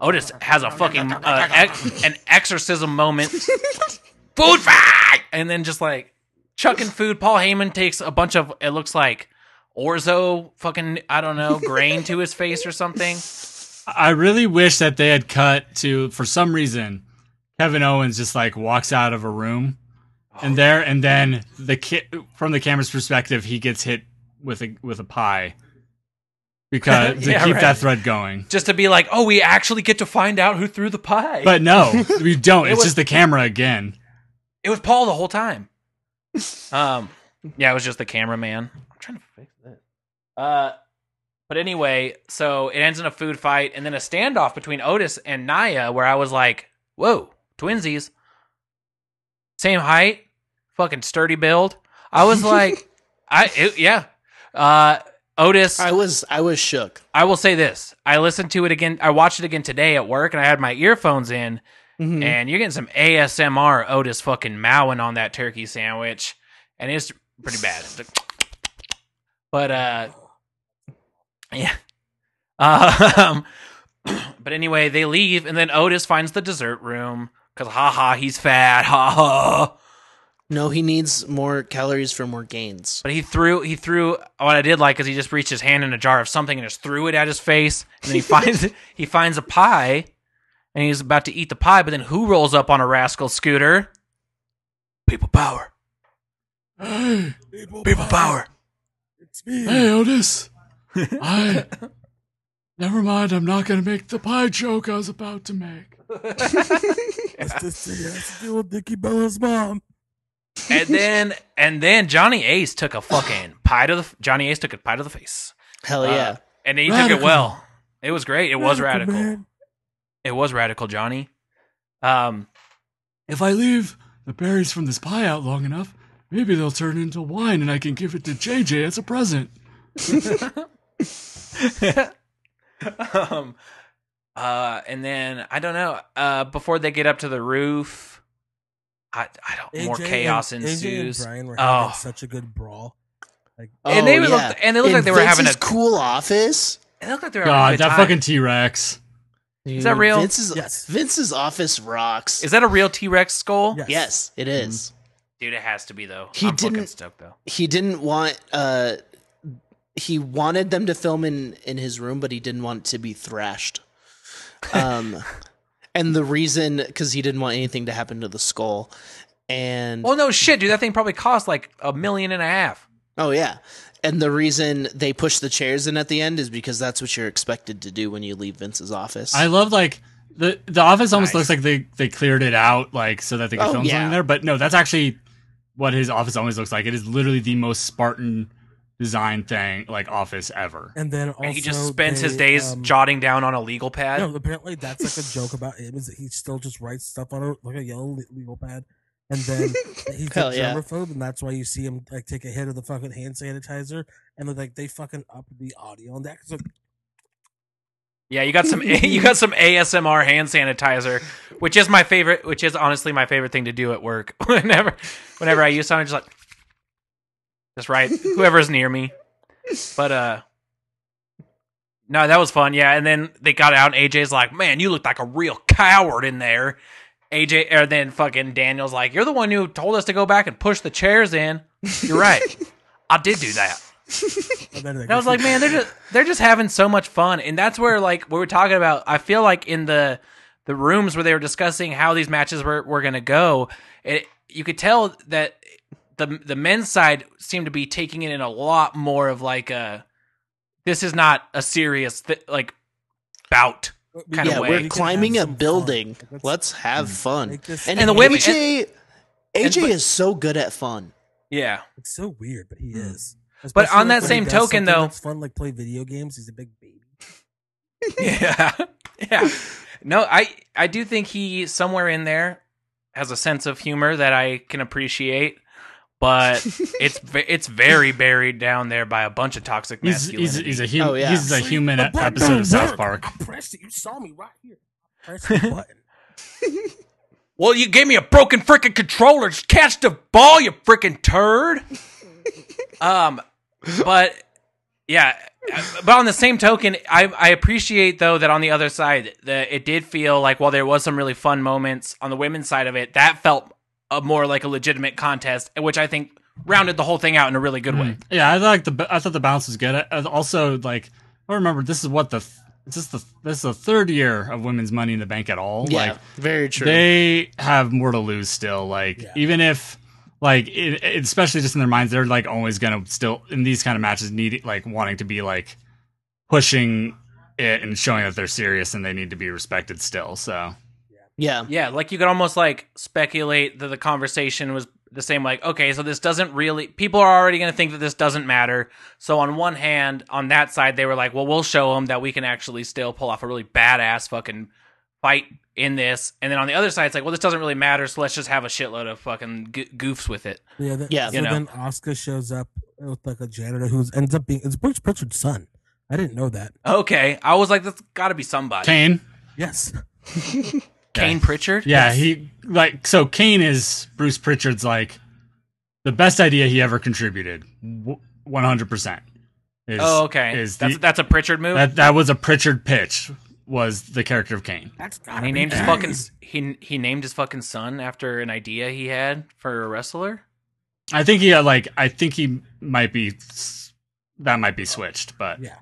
C: Otis has a fucking uh, ex- an exorcism
D: [LAUGHS]
C: moment. food fight, and then just like chucking food. Paul Heyman takes a bunch of
D: [LAUGHS]
C: it looks like orzo fucking I don't know grain to his face or something.
D: I really wish that they had cut to for some reason Kevin Owens just like walks out of a room
C: Oh.
D: and there and then the ki- from the camera's perspective he gets hit with a with a pie
C: [LAUGHS]
D: because
C: Yeah,
D: to keep
C: right.
D: that thread going.
C: Just to be like, oh, we actually get to find out who threw the pie.
D: But [LAUGHS] no, we don't.
C: It
D: it's
C: was-
D: just the camera again.
C: it was Paul the whole time. um, yeah, it was just the cameraman. I'm trying to fix this. Uh, but anyway, so it ends in a food fight and then a standoff between Otis and Naya, where I was like, "Whoa, twinsies, same height, fucking sturdy build." I was like, "I it, yeah." Uh, Otis,
B: I was I was shook.
C: I will say this: I listened to it again. I watched it again today at work, and I had my earphones in,
B: Mm-hmm.
C: and you're getting some ASMR Otis fucking mowing on that turkey sandwich, and it's pretty bad. It's like- but uh, yeah. Um, [COUGHS] but anyway, they leave, and then Otis finds the dessert room because ha ha, he's fat, ha ha.
B: No, he needs more calories for more gains.
C: But he threw he threw what I did like is he just reached his hand in a jar of something and just threw it at his face. And then he finds he finds a pie and he's about to eat the pie, but then who rolls up on a rascal scooter? [LAUGHS] People power.
A: People,
C: People [LAUGHS] power.
A: It's me.
C: [LAUGHS]
D: Hey Otis. I Never mind, I'm not going to make the pie joke I was about to make.
A: It's the city has to deal with Nikki Bella's mom.
C: And then and then Johnny Ace took a fucking pie to the f- Johnny Ace took a pie to the face.
B: Hell
C: Uh,
B: yeah.
C: And he took it
D: Radical.
C: well. It was great. It was
A: Radical,
C: radical.
A: man.
C: It was radical, Johnny. Um
D: If I leave the berries from this pie out long enough, maybe they'll turn into wine and I can give it to JJ as a present.
C: um, uh, and then I don't know. Uh, before they get up to the roof, I I don't. more
A: AJ and-
C: chaos
A: AJ and
C: ensues.
A: Brian were
C: Oh.
A: having such a good brawl.
C: and they looked, and they looked like they were having a.
B: Oh, Vince's cool office.
C: It looked like they were having a
D: God,
C: good
D: that
C: time.
D: fucking T Rex.
B: Is
C: that real?
B: Vince's,
A: Yes.
B: Vince's office rocks.
C: Is Mm-hmm. that a real T Rex skull?
A: Yes.
B: yes, it is.
C: Dude, it has to be though.
B: He
C: I'm fucking
B: didn't-
C: stoked though.
B: He didn't want uh he wanted them to film in in his room, but he didn't want to be thrashed.
D: [LAUGHS]
B: Um and the reason cuz he didn't want anything to happen to the skull. And
C: Well, no shit, dude. That thing probably cost like a million and a half.
B: Oh yeah. And the reason they push the chairs in at the end is because that's what you're expected to do when you leave Vince's office.
D: I love like the the office almost
C: Nice.
D: looks like they they cleared it out like so that they could
B: Oh,
D: film
B: yeah.
D: something there. But no, that's actually what his office always looks like. It is literally the most Spartan design thing like office ever.
A: And then also
C: and he just spends his
A: they,
C: days
A: um,
C: jotting down on a legal pad.
A: No, apparently that's like a joke about him is that he still just writes stuff on a, like a yellow le- legal pad, and then
B: [LAUGHS]
A: he's a
B: Hell yeah.
A: germaphobe, and that's why you see him like take a hit of the fucking hand sanitizer, and they're like they fucking up the audio on that. 'cause, like,
C: Yeah,
A: [LAUGHS]
C: you got some you got some ASMR hand sanitizer, which is my favorite, which is honestly my favorite thing to do at work. [LAUGHS] whenever whenever I use something, just like just right, whoever's near me. But uh No, that was fun, yeah. And then they got out and AJ's like, Man, you look like a real coward in there. AJ or then fucking Daniel's like, You're the one who told us to go back and push the chairs in.
A: [LAUGHS]
C: You're right. I did do that.
A: and then,
C: And I was
A: [LAUGHS]
C: like, man, they're just they're just having so much fun, and that's where like we were talking about. I feel like in the the rooms where they were discussing how these matches were were gonna go, it, you could tell that the the men's side seemed to be taking it in a lot more of like a this is not a serious th- like bout.
A: We-
C: kinda
B: yeah,
A: we
C: way. You
B: we're
A: can have
B: climbing a
A: some fun.
B: building.
A: Like,
B: Let's,
D: Mm.
B: have fun.
A: make this-
B: and,
C: And the
B: the
C: women-
B: AJ AJ
C: and-
B: is so good at fun.
C: Yeah,
A: It's so weird, but he
D: Mm.
A: is.
C: Hmm. But
A: Especially,
C: on that
A: when he
C: same
A: does
C: token,
A: something
C: though-
A: that's fun like play video games. He's a big baby.
C: [LAUGHS] yeah, yeah. No, I I do think he somewhere in there has a sense of humor that I can appreciate, but
D: [LAUGHS]
C: it's ve- it's very buried down there by a bunch of toxic
D: He's,
C: masculinity.
D: he's, he's a human.
B: Oh, yeah.
D: He's a
A: See,
D: human e-,
A: the button
D: episode
A: don't
D: of South
A: work.
D: Park.
A: I pressed it. You saw me right here. I pressed
D: [LAUGHS]
A: the button.
C: well, you gave me a broken freaking controller. Just catch the ball, you freaking turd. um, but yeah, but on the same token, I I appreciate though that on the other side, that it did feel like while there was some really fun moments on the women's side of it, that felt a more like a legitimate contest, which I think rounded the whole thing out in a
D: Hmm. Mm.
C: really good way.
D: Yeah, I like the. I thought the balance was good. I, I also like. I remember this is what the this is the this is the third year of women's money in the bank at all.
B: Yeah,
D: Like
B: very true.
D: they have more to lose still. Like
A: Yeah.
D: even if like it, it- especially just in their minds, they're like always gonna still in these kind of matches need like wanting to be like pushing it and showing that they're serious and they need to be respected still. So
B: yeah,
C: Yeah, like you could almost like speculate that the conversation was the same. Like, okay, so this doesn't really. People are already going to think that this doesn't matter. So on one hand, on that side, they were like, "Well, we'll show them that we can actually still pull off a really badass fucking fight in this." And then on the other side, it's like, "Well, this doesn't really matter. So let's just have a shitload of fucking g- goofs with it."
A: Yeah, that,
B: Yeah.
A: So
C: You know.
A: then Oscar shows up with like a janitor who ends up being it's Bruce Pritchard's son. I didn't know that.
C: Okay, I was like, "That's got to be somebody." Kane,
D: Kane,
A: Yes, [LAUGHS]
C: Pritchard.
D: yeah, he like so Kane is Bruce Pritchard's like the best idea he ever contributed, one hundred percent.
C: Oh, okay.
D: Is
C: that's
D: the-
C: that's a Pritchard move.
D: that that was a Pritchard pitch? Was the character of Kane?
A: that's
C: And
A: gotta
C: he
A: be
C: named his
A: Kane.
C: fucking s- he he named his fucking son after an idea he had for a wrestler.
D: I think he uh, like I think he might be s- that might be switched, but
A: Yeah,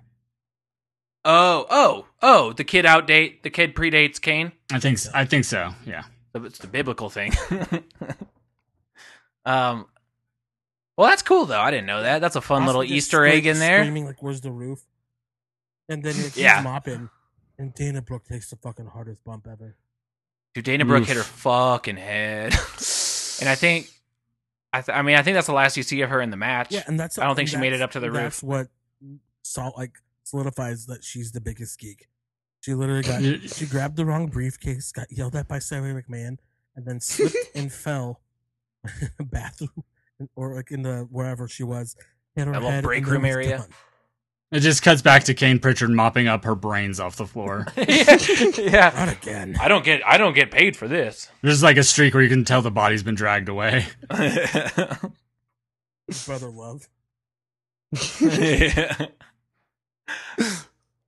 C: Oh, oh, oh! The kid outdate the kid predates Cain.
D: I think s- I think so. Yeah.
C: It's the biblical [LAUGHS] thing. um, well, that's cool though. I didn't know that. That's a fun little
A: Oscar just
C: Easter egg
A: scream-
C: in there.
A: Screaming like, "Where's the roof?" And then he's
C: Yeah.
A: mopping, and Dana Brooke takes the fuking hardest bump ever.
C: Dude, Dana Brooke hit her
D: Oof.
C: fucking [LAUGHS] head, and I think, I, th- I mean, I think that's the last you see of her in the match.
A: Yeah, and that's
C: I don't think
A: and
C: she made it
A: that's-
C: up to the
A: That's what sol- like solidifies that she's the biggest geek. She literally
C: [CLEARS THROAT]
A: got
D: Y-
A: she grabbed the wrong briefcase, got yelled at by Sarah McMahon, and then slipped and fell in the bathroom or like in the wherever she was. Hit her
C: That little
A: head,
C: break
A: and then
C: room
A: was
C: area.
A: done.
D: It just cuts back to Kane Pritchard mopping up her brains off the floor.
C: [LAUGHS] yeah, [LAUGHS]
A: Not again.
C: I don't get I don't get paid for this.
D: There's like a streak where you can tell the body's been dragged away.
A: Brother love.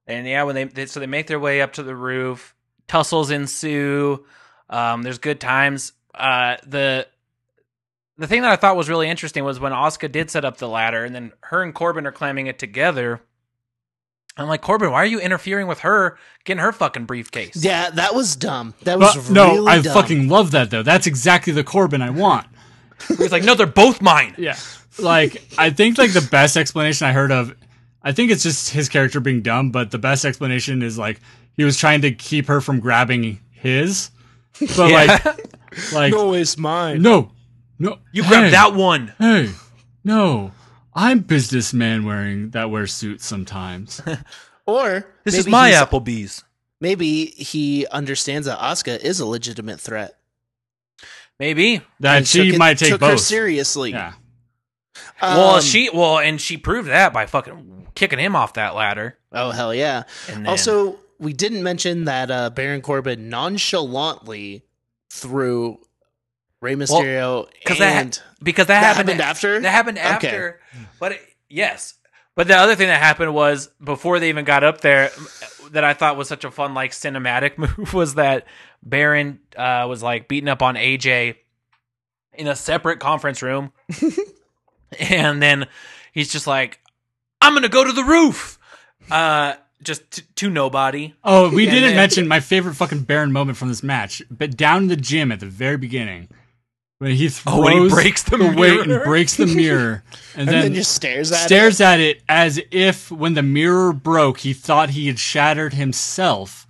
C: and yeah, when they, they so they make their way up to the roof, tussles ensue. Um, there's good times. Uh, the the thing that I thought was really interesting was when Oscar did set up the ladder, and then her and Corbin are climbing it together. I'm like Corbin, why are you interfering with her getting her fucking briefcase?
B: yeah. That was dumb. That was
D: But, no,
B: really
D: I
B: dumb.
D: fucking love that though. That's exactly the Corbin I want.
C: he's like, no, they're both mine.
D: Yeah. Like I think like the best explanation I heard of I think it's just his character being dumb, but the best explanation is like he was trying to keep her from grabbing his. But like like [LAUGHS] no,
B: it's mine.
D: no. No.
C: You grabbed
D: Hey.
C: that one.
D: Hey, no, I'm businessman wearing that wears
C: [LAUGHS]
D: suits sometimes.
B: Or
C: This is
B: maybe
C: my
B: he's-
C: Applebee's.
B: Maybe he understands that Oscar is a legitimate threat.
C: Maybe.
D: That
B: and
D: she
B: took it-
D: might take
B: took Her
D: both.
B: seriously.
D: Yeah,
C: well,
B: Um,
C: she well, and she proved that by fucking kicking him off that ladder.
B: Oh hell yeah!
C: And then,
B: Also, we didn't mention that uh, Baron Corbin nonchalantly threw Rey Mysterio
C: because
B: and
C: that, because that,
B: That
C: happened,
B: happened
C: a-
B: after?
C: That happened
B: Okay.
C: after. But it, yes, but the other thing that happened was before they even got up there, that I thought was such a fun like cinematic [LAUGHS] move was that Baron uh, was like beating up on AJ in a separate conference room, and then he's just like, "I'm gonna go to the roof," uh, just t- to nobody.
D: Oh, we didn't
C: then-
D: mention my favorite fucking Baron moment from this match, but down in the gym at the very beginning when he throws
C: Oh, when he breaks the
D: weight and
C: mirror.
D: breaks
C: [LAUGHS]
D: the mirror, and,
B: and
D: then,
B: then [LAUGHS] just stares at her.
D: stares at it as if when the mirror broke, he thought he had shattered himself.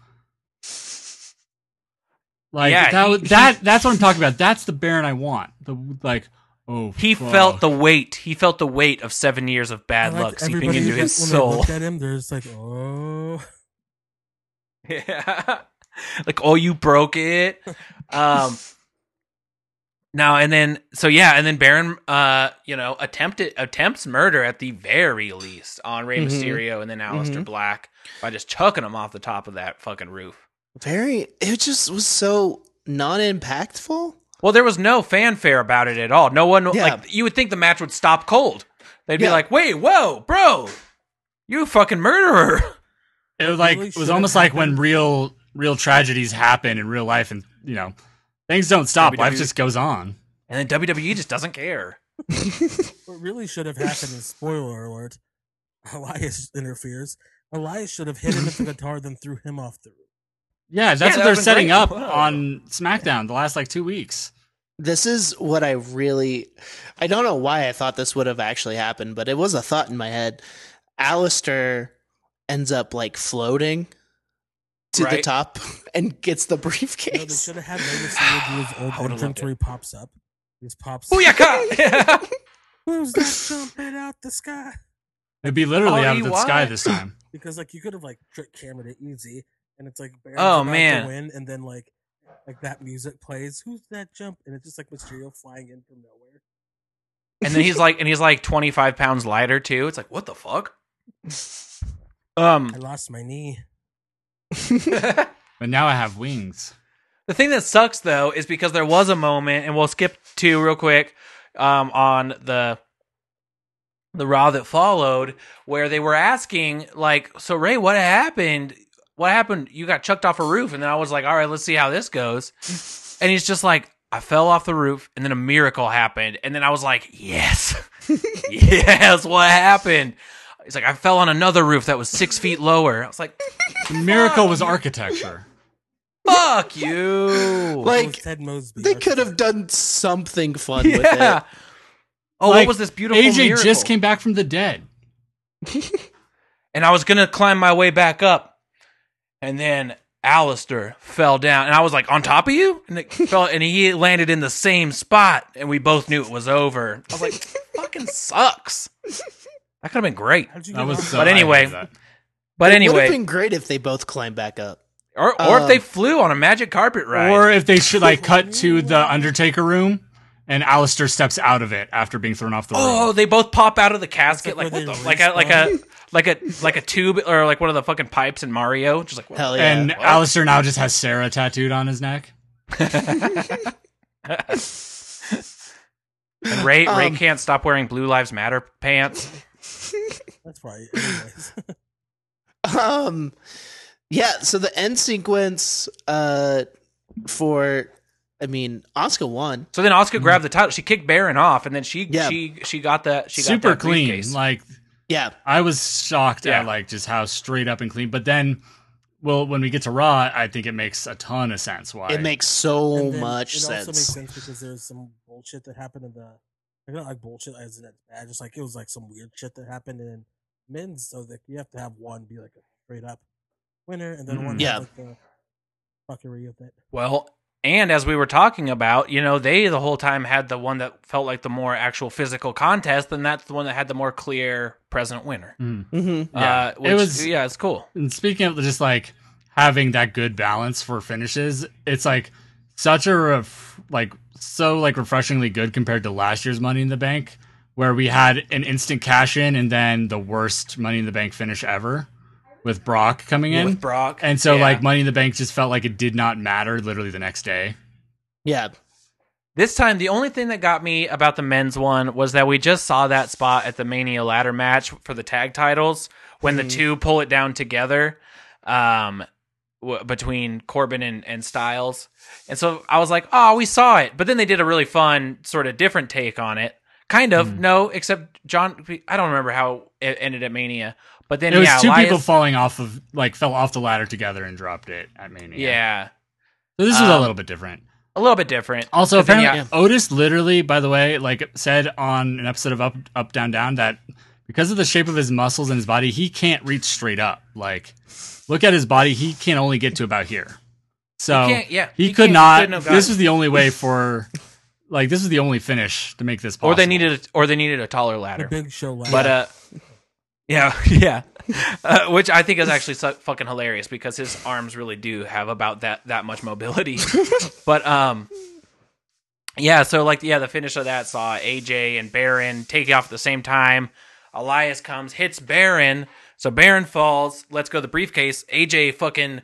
D: Like
C: Yeah,
D: that,
C: he-
D: was- that that's what I'm talking about. That's the Baron I want. The like, oh,
C: He
D: fuck.
C: felt the weight. He felt the weight of seven years of
A: I
C: bad
A: liked
C: luck seeping
A: everybody,
C: into
A: like,
C: his
A: when they
C: soul.
A: looked at him, they're just
C: [LAUGHS]
A: like, oh.
C: Yeah. [LAUGHS] like, oh, you broke it. Um [LAUGHS] now and then so yeah, and then Baron uh, you know, attempted attempts murder at the very least on Rey
B: Mhm.
C: Mysterio and then Aleister Black by just chucking him off the top of that fucking roof.
B: Very. It just was so non-impactful.
C: Well, there was no fanfare about it at all. No one
B: Yeah.
C: like you would think the match would stop cold. They'd be
B: Yeah.
C: like, "Wait, whoa, bro. You fucking murderer." [LAUGHS]
D: It was like
A: really
D: it was
A: shouldn't
D: almost like when
A: happen.
D: real real tragedies happen in real life, and you know things don't stop. Life
C: WWE.
D: just goes on.
C: And then WWE just doesn't
B: [LAUGHS]
C: care.
A: What really should have happened is spoiler alert. Elias interferes. Elias should have hit him
C: [LAUGHS]
A: with the guitar, then threw him off the roof.
D: Yeah,
C: Yeah,
D: that's
C: that
D: what they're
C: would've been
D: setting
C: great.
D: up
C: Whoa.
D: on SmackDown the last like two weeks.
B: This is what I really I don't know why I thought this would have actually happened, but it was a thought in my head. Alistair ends up like floating to the
C: Right.
B: top [LAUGHS] and gets the
A: No, they
B: briefcase.
A: should have had Rey Mysterio's
C: I would've
A: old
C: loved
A: entrance
C: it. Oh,
A: where he pops up. He just pops. up.
C: Booyaka! [LAUGHS]
A: Who's that jumping out the sky?
D: It'd be literally out of the
C: R.E.Y..
D: sky
C: [CLEARS THROAT]
D: this time.
A: Because like you could have like tricked camera to easy, and it's like Baron's
C: Oh,
A: about
C: man.
A: to win, and then like like that music plays. Who's that jump? And it's just like Mysterio flying in from nowhere.
C: and then he's like, and he's like 25 pounds lighter too. It's like, what the fuck? Um,
A: I lost my knee.
C: the
D: But now I have wings.
C: thing that sucks though is because there was a moment, and we'll skip to real quick, um, on the the Raw that followed, where they were asking like, so Ray, what happened? What happened? You got chucked off a roof, and then I was like, all right, let's see how this goes. And he's just like, I fell off the roof, and then a miracle happened, and then I was like, yes. [LAUGHS] yes, what happened? He's like, I fell on another roof that was six feet lower. I was like,
D: The miracle was architecture.
C: fuck you.
A: It
B: Like,
A: was Ted Mosby.
B: They
A: Our-
B: could have done
A: [LAUGHS]
B: something fun
C: yeah.
B: with
C: Oh,
D: Like,
C: what was this beautiful
D: AJ
C: miracle?
D: just came back from the dead.
C: and I was gonna climb my way back up, and then Alistair fell down, and I was like, on top of you, and it [LAUGHS] fell, and he landed in the same spot, and we both knew it was over. I was [LAUGHS] like, fucking sucks. That could have been great,
A: How'd you
D: That
A: get
D: was
A: off?
D: so.
C: But
D: I hated
C: anyway,
D: that.
C: but
B: it. It would
C: anyway,
B: have been great if they both climbed back up.
C: or or if
B: um,
C: they flew on a magic carpet ride,
D: or if they should like cut to the Undertaker room, and Alistair steps out of it after being thrown off the
C: Oh,
D: roof.
C: they both pop out of the casket
A: like
C: like
A: where
C: what the,
A: they
C: like a like a like a like a tube or like one of the fucking pipes in Mario. Just like what
B: Hell
C: the-
B: yeah.
D: and Alistair now just has Sarah tattooed on his neck.
C: and Ray Ray
B: Um,
C: can't stop wearing Blue Lives Matter pants.
A: That's right.
B: [LAUGHS]
A: Anyways,
B: [LAUGHS] um yeah so the end sequence uh for i mean oscar won
C: So then Oscar grabbed the title. She kicked Baron off, and then she
B: Yeah.
C: she she got that she got
D: Super
C: that
D: clean.
C: briefcase.
D: Like
B: yeah
D: I was shocked
C: Yeah.
D: at like just how straight up and clean. But then, well, when we get to Raw, I think it makes a ton of sense. Why
B: it makes so
A: And then
B: much
A: it also makes
B: sense
A: sense because there's some bullshit that happened in the like not like bullshit as in it's bad, just like it was like some weird shit that happened in men's. So that you have to have one be like a straight up winner, and then
C: Mm.
A: one
D: Mhm.
A: have, like the fuckery of it.
C: Well, and as we were talking about, you know, they the whole time had the one that felt like the more actual physical contest, and that's the one that had the more clear present winner.
D: Mm.
B: hmm
D: Yeah.
C: uh, which,
D: it was
C: yeah, it's cool.
D: And speaking of just like having that good balance for finishes, it's like such a ref- like so like refreshingly good compared to last year's Money in the Bank, where we had an instant cash in and then the worst Money in the Bank finish ever with Brock coming in.
C: With Brock,
D: and so
C: yeah.
D: like Money in the Bank just felt like it did not matter literally the next day.
B: yeah
C: This time, the only thing that got me about the men's one was that we just saw that spot at the Mania ladder match for the tag titles when
D: Hmm.
C: the two pull it down together um, w- between Corbin and, and Styles. And so I was like, oh, we saw it. But then they did a really fun, sort of different take on it. Kind
D: Hmm.
C: of, no, except John, I don't remember how it ended at Mania. But then,
D: it was
C: yeah,
D: two
C: Elias-
D: people falling off of like fell off the ladder together and dropped it at Mania.
C: yeah,
D: So this was a
C: Um,
D: little bit different.
C: a little bit different.
D: Also,
C: But then,
D: apparently, Otis literally, by the way, like said on an episode of Up, Up, Down, Down that because of the shape of his muscles and his body, he can't reach straight up. Like, look at his body; he can only get to about here. So
C: He
D: he,
C: can't- yeah,
D: could
C: can't-
D: not.
C: couldn't have
D: This
C: gotten-
D: was the only way for, like, this was the only finish to make this possible.
C: or they needed, a, or they needed a taller
A: The
C: ladder.
A: big show last.
C: But uh, yeah, [LAUGHS] yeah, uh, which I think is actually so fucking hilarious because his arms really do have about that that much
D: [LAUGHS]
C: mobility. but um, yeah, so like yeah, the finish of that saw AJ and Baron take off at the same time. Elias comes, hits Baron, so Baron falls. Let's go to the briefcase. AJ fucking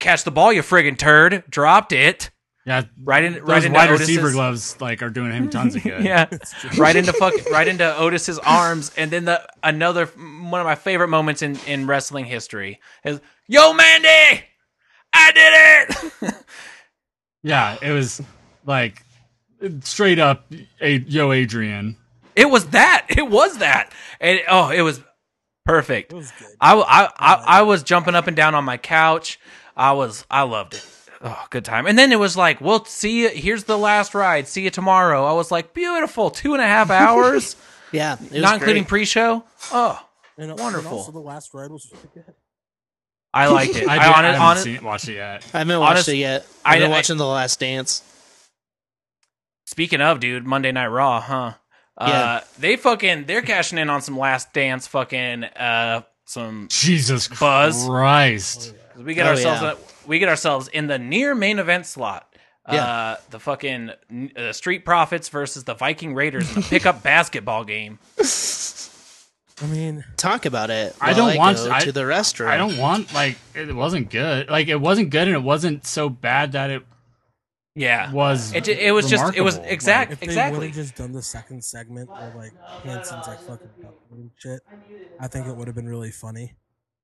C: catch the ball, you friggin' turd. Dropped it
D: yeah,
C: right in right
D: those
C: into
D: wide
C: Otis's-
D: receiver gloves like are doing him
C: [LAUGHS]
D: tons of good.
C: yeah,
D: [LAUGHS]
C: right into fuck, right into Otis's arms, and then the another one of my favorite moments in in wrestling history is Yo Mandy, I did it. [LAUGHS]
D: yeah, it was like straight up, a, yo, Adrian.
C: it was that. It was that. And oh, it was Perfect.
A: It was good.
C: I, w- I- I- I was jumping up and down on my couch. I was I loved it. Oh, good time. And then it was like, we'll see you. Here's the last ride. See you tomorrow. I was like, beautiful. Two and a
D: [LAUGHS]
C: half hours,
B: Yeah, it was
C: not including
B: great.
C: pre-show. Oh,
A: And, and
C: Wonderful.
A: also, the last ride was really good.
C: I liked it.
D: [LAUGHS] I,
C: I,
D: did, I
C: honest,
D: haven't
C: honest,
D: seen it, watched it yet.
B: I haven't watched
C: honest-
B: it yet.
C: I-
B: I've been
C: I-
B: watching The Last Dance.
C: Speaking of, dude, Monday Night Raw, huh? Uh,
B: Yeah.
C: they fucking they're cashing in on some Last Dance fucking uh some.
D: Jesus
C: Buzz.
D: Christ.
C: We get
B: Oh,
C: ourselves uh,
B: yeah.
C: we get ourselves in the near main event slot. Uh,
B: Yeah.
C: the fucking uh, Street Profits versus the Viking Raiders in the pickup [LAUGHS] basketball game.
A: I mean,
B: Talk about it.
D: I
B: while
D: don't want-
B: go
D: I-
B: to the restaurant.
D: I don't want like it wasn't good. Like it wasn't good and it wasn't so bad that it
C: Yeah,
D: was
C: it, it was just it was
D: remarkable.
C: exact
A: if they would
C: exactly.
A: have just done the second segment where like Hanson's like fucking up and shit, I think it would have been really funny.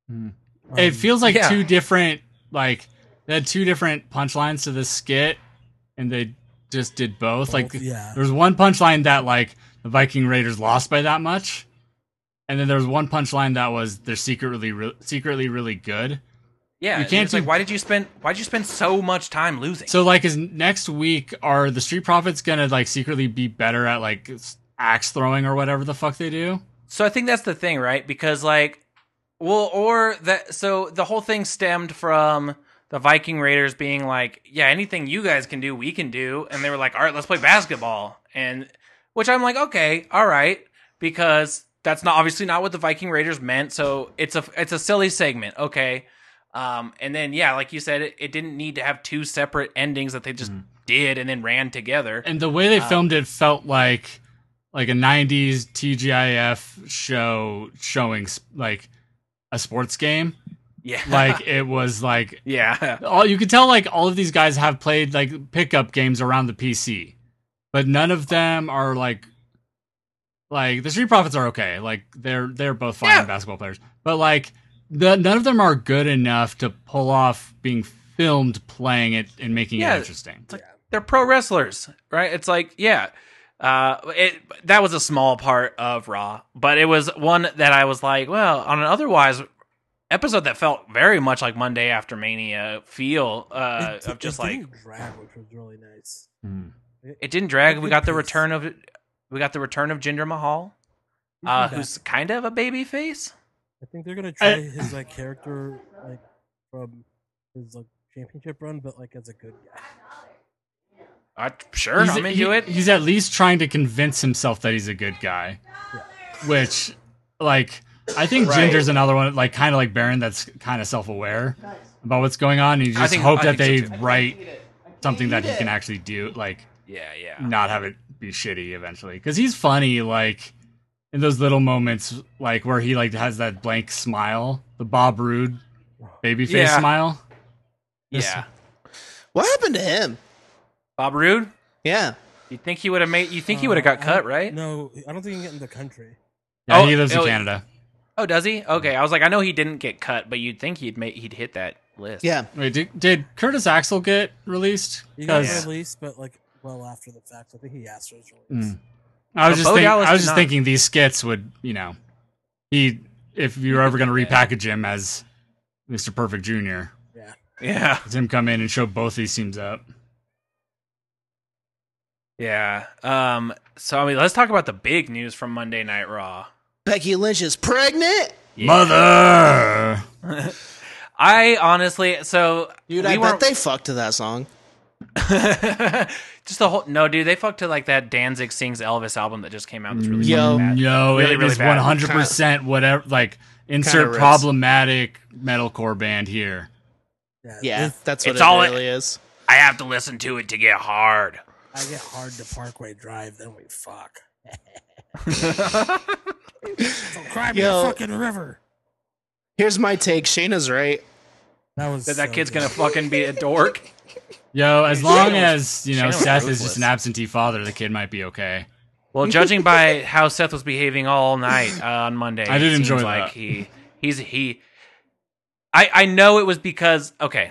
D: Hmm.
A: Um,
D: it feels like
C: yeah.
D: two different like they had two different punchlines to this skit and they just did both, like
A: yeah.
D: there's one punchline that like the viking raiders lost by that much and then there was one punchline that was they're secretly re- secretly really good
C: yeah,
D: you
C: it's
D: can't
C: like
D: do-
C: why did you spend why did you spend so much time losing?
D: so like is next week are the street profits gonna like secretly be better at like s- axe throwing or whatever the fuck they do
C: So I think that's the thing, right? Because like, well, or that. So the whole thing stemmed from the Viking Raiders being like, "Yeah, anything you guys can do, we can do," and they were like, "All right, let's play basketball." And which I'm like, okay, all right, because that's not obviously not what the Viking Raiders meant. So it's a it's a silly segment, okay. Um, and then yeah, like you said, it, it didn't need to have two separate endings that they just did and then ran together.
D: Mm-hmm. and the way they filmed it felt like like a 90s tgif show showing s- like a sports game
C: Yeah,
D: like it was like
C: [LAUGHS] yeah,
D: all you could tell like all of these guys have played like pickup games around the PC, but none of them are like like the Street Profits are okay. Like they're they're both fine
C: Yeah.
D: basketball players, but like the, none of them are good enough to pull off being filmed playing it and making
C: Yeah.
D: it interesting.
C: they're pro wrestlers, right? It's like, yeah, uh, it that was a small part of Raw, but it was one that I was like, well, on an otherwise episode that felt very much like Monday after Mania feel uh,
A: It-
C: of just
A: it
C: like
A: didn't drag, which was really nice.
C: it didn't drag.
A: it
C: We
A: did
C: got the
A: piece.
C: return of we got the return of Jinder Mahal, uh,
A: Okay.
C: who's kind of a baby face.
A: I think they're gonna try his like character like from his like championship run, but like as a good guy.
C: Uh, sure,
D: He's-
C: I'm
D: he-
C: into it.
D: He's at least trying to convince himself that he's a good guy, which like I think
C: Right.
D: Ginger's another one like kind of like Baron that's kind of self-aware about what's going on. And you
C: I
D: just
C: think-
D: hope
C: I
D: that they
C: think so, too.
D: write something that he can actually do, like
C: Yeah, yeah.
D: not have it be shitty eventually, because he's funny like in those little moments like where he like has that blank smile, the Bob Rude baby face
C: Yeah.
D: smile.
C: yeah.
B: What happened to him?
C: Bob Roode,
B: Yeah.
C: you think he would have made? You think he
A: Uh,
C: would have got
A: I
C: cut,
A: don't-
C: right?
A: No, I don't think he can get in the country.
D: Yeah,
C: Oh,
D: he lives in
C: oh,
D: Canada.
C: Oh, does he? Okay, I was like, I know he didn't get cut, but you'd think he'd make he'd hit that list.
B: Yeah.
D: Wait, did, did Curtis Axel get released?
A: He got
D: 'Cause-
A: released, but like well after the fact. I think he asked for his release.
D: Mm. I
C: But
D: was just
C: Bo
D: think,
C: Dallas
D: I was
C: did
D: just
C: not.
D: thinking these skits would, you know, he if you're ever going to repackage him as Mr. Perfect Jr.
C: yeah,
D: It's him come in and show both these teams up.
C: yeah. Um, so I mean, let's talk about the big news from Monday Night Raw.
B: Becky Lynch is pregnant.
D: Mother.
C: I honestly, so
B: Dude,
C: we
B: I
C: weren't-
B: bet they fucked to that song.
C: [LAUGHS] just the whole no, dude. They fucked to like that Danzig sings Elvis album that just came out. That's really
B: Yo.
C: fucking bad.
D: No,
C: Really,
D: it
C: really
D: is
C: bad.
D: 100% whatever like insert
B: rips.
D: problematic metalcore band here.
B: Yeah,
A: this-
B: that's what
C: it's
B: it
C: all it-
B: really is.
C: I have to listen to it to get hard.
A: I get hard to Parkway Drive, then we
C: [LAUGHS]
A: fuck. so cry me
B: Yo.
A: a fucking river.
B: Here's my take. Shayna's right.
A: That was
C: That that
A: so
C: kid's
A: good.
C: gonna
A: [LAUGHS]
C: fucking be a dork.
D: Yo, as long as, you know,
C: Shayna was
D: Seth is
C: ruthless.
D: just an absentee father, the kid might be okay.
C: Well, judging by how Seth was behaving all night uh, on Monday,
D: [LAUGHS] I did
C: it seems
D: enjoy
C: like
D: that.
C: he he's he. I I know it was because okay,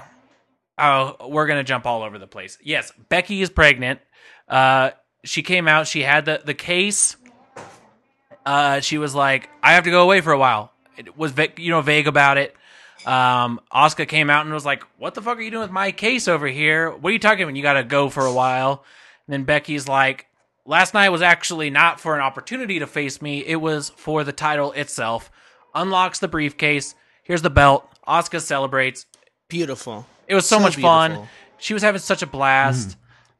C: oh we're gonna jump all over the place. Yes, Becky is pregnant. Uh, she came out. She had the the case. Uh, she was like, I have to go away for a while. it was va- you know vague about it. Um, Oscar came out and was like, "What the fuck are you doing with my case over here? What are you talking about? You got to go for a while." And then Becky's like, "Last night was actually not for an opportunity to face me. It was for the title itself." Unlocks the briefcase. Here's the belt. Oscar celebrates.
B: Beautiful.
C: It was so,
B: So
C: much fun.
B: beautiful.
C: She was having such a blast. It,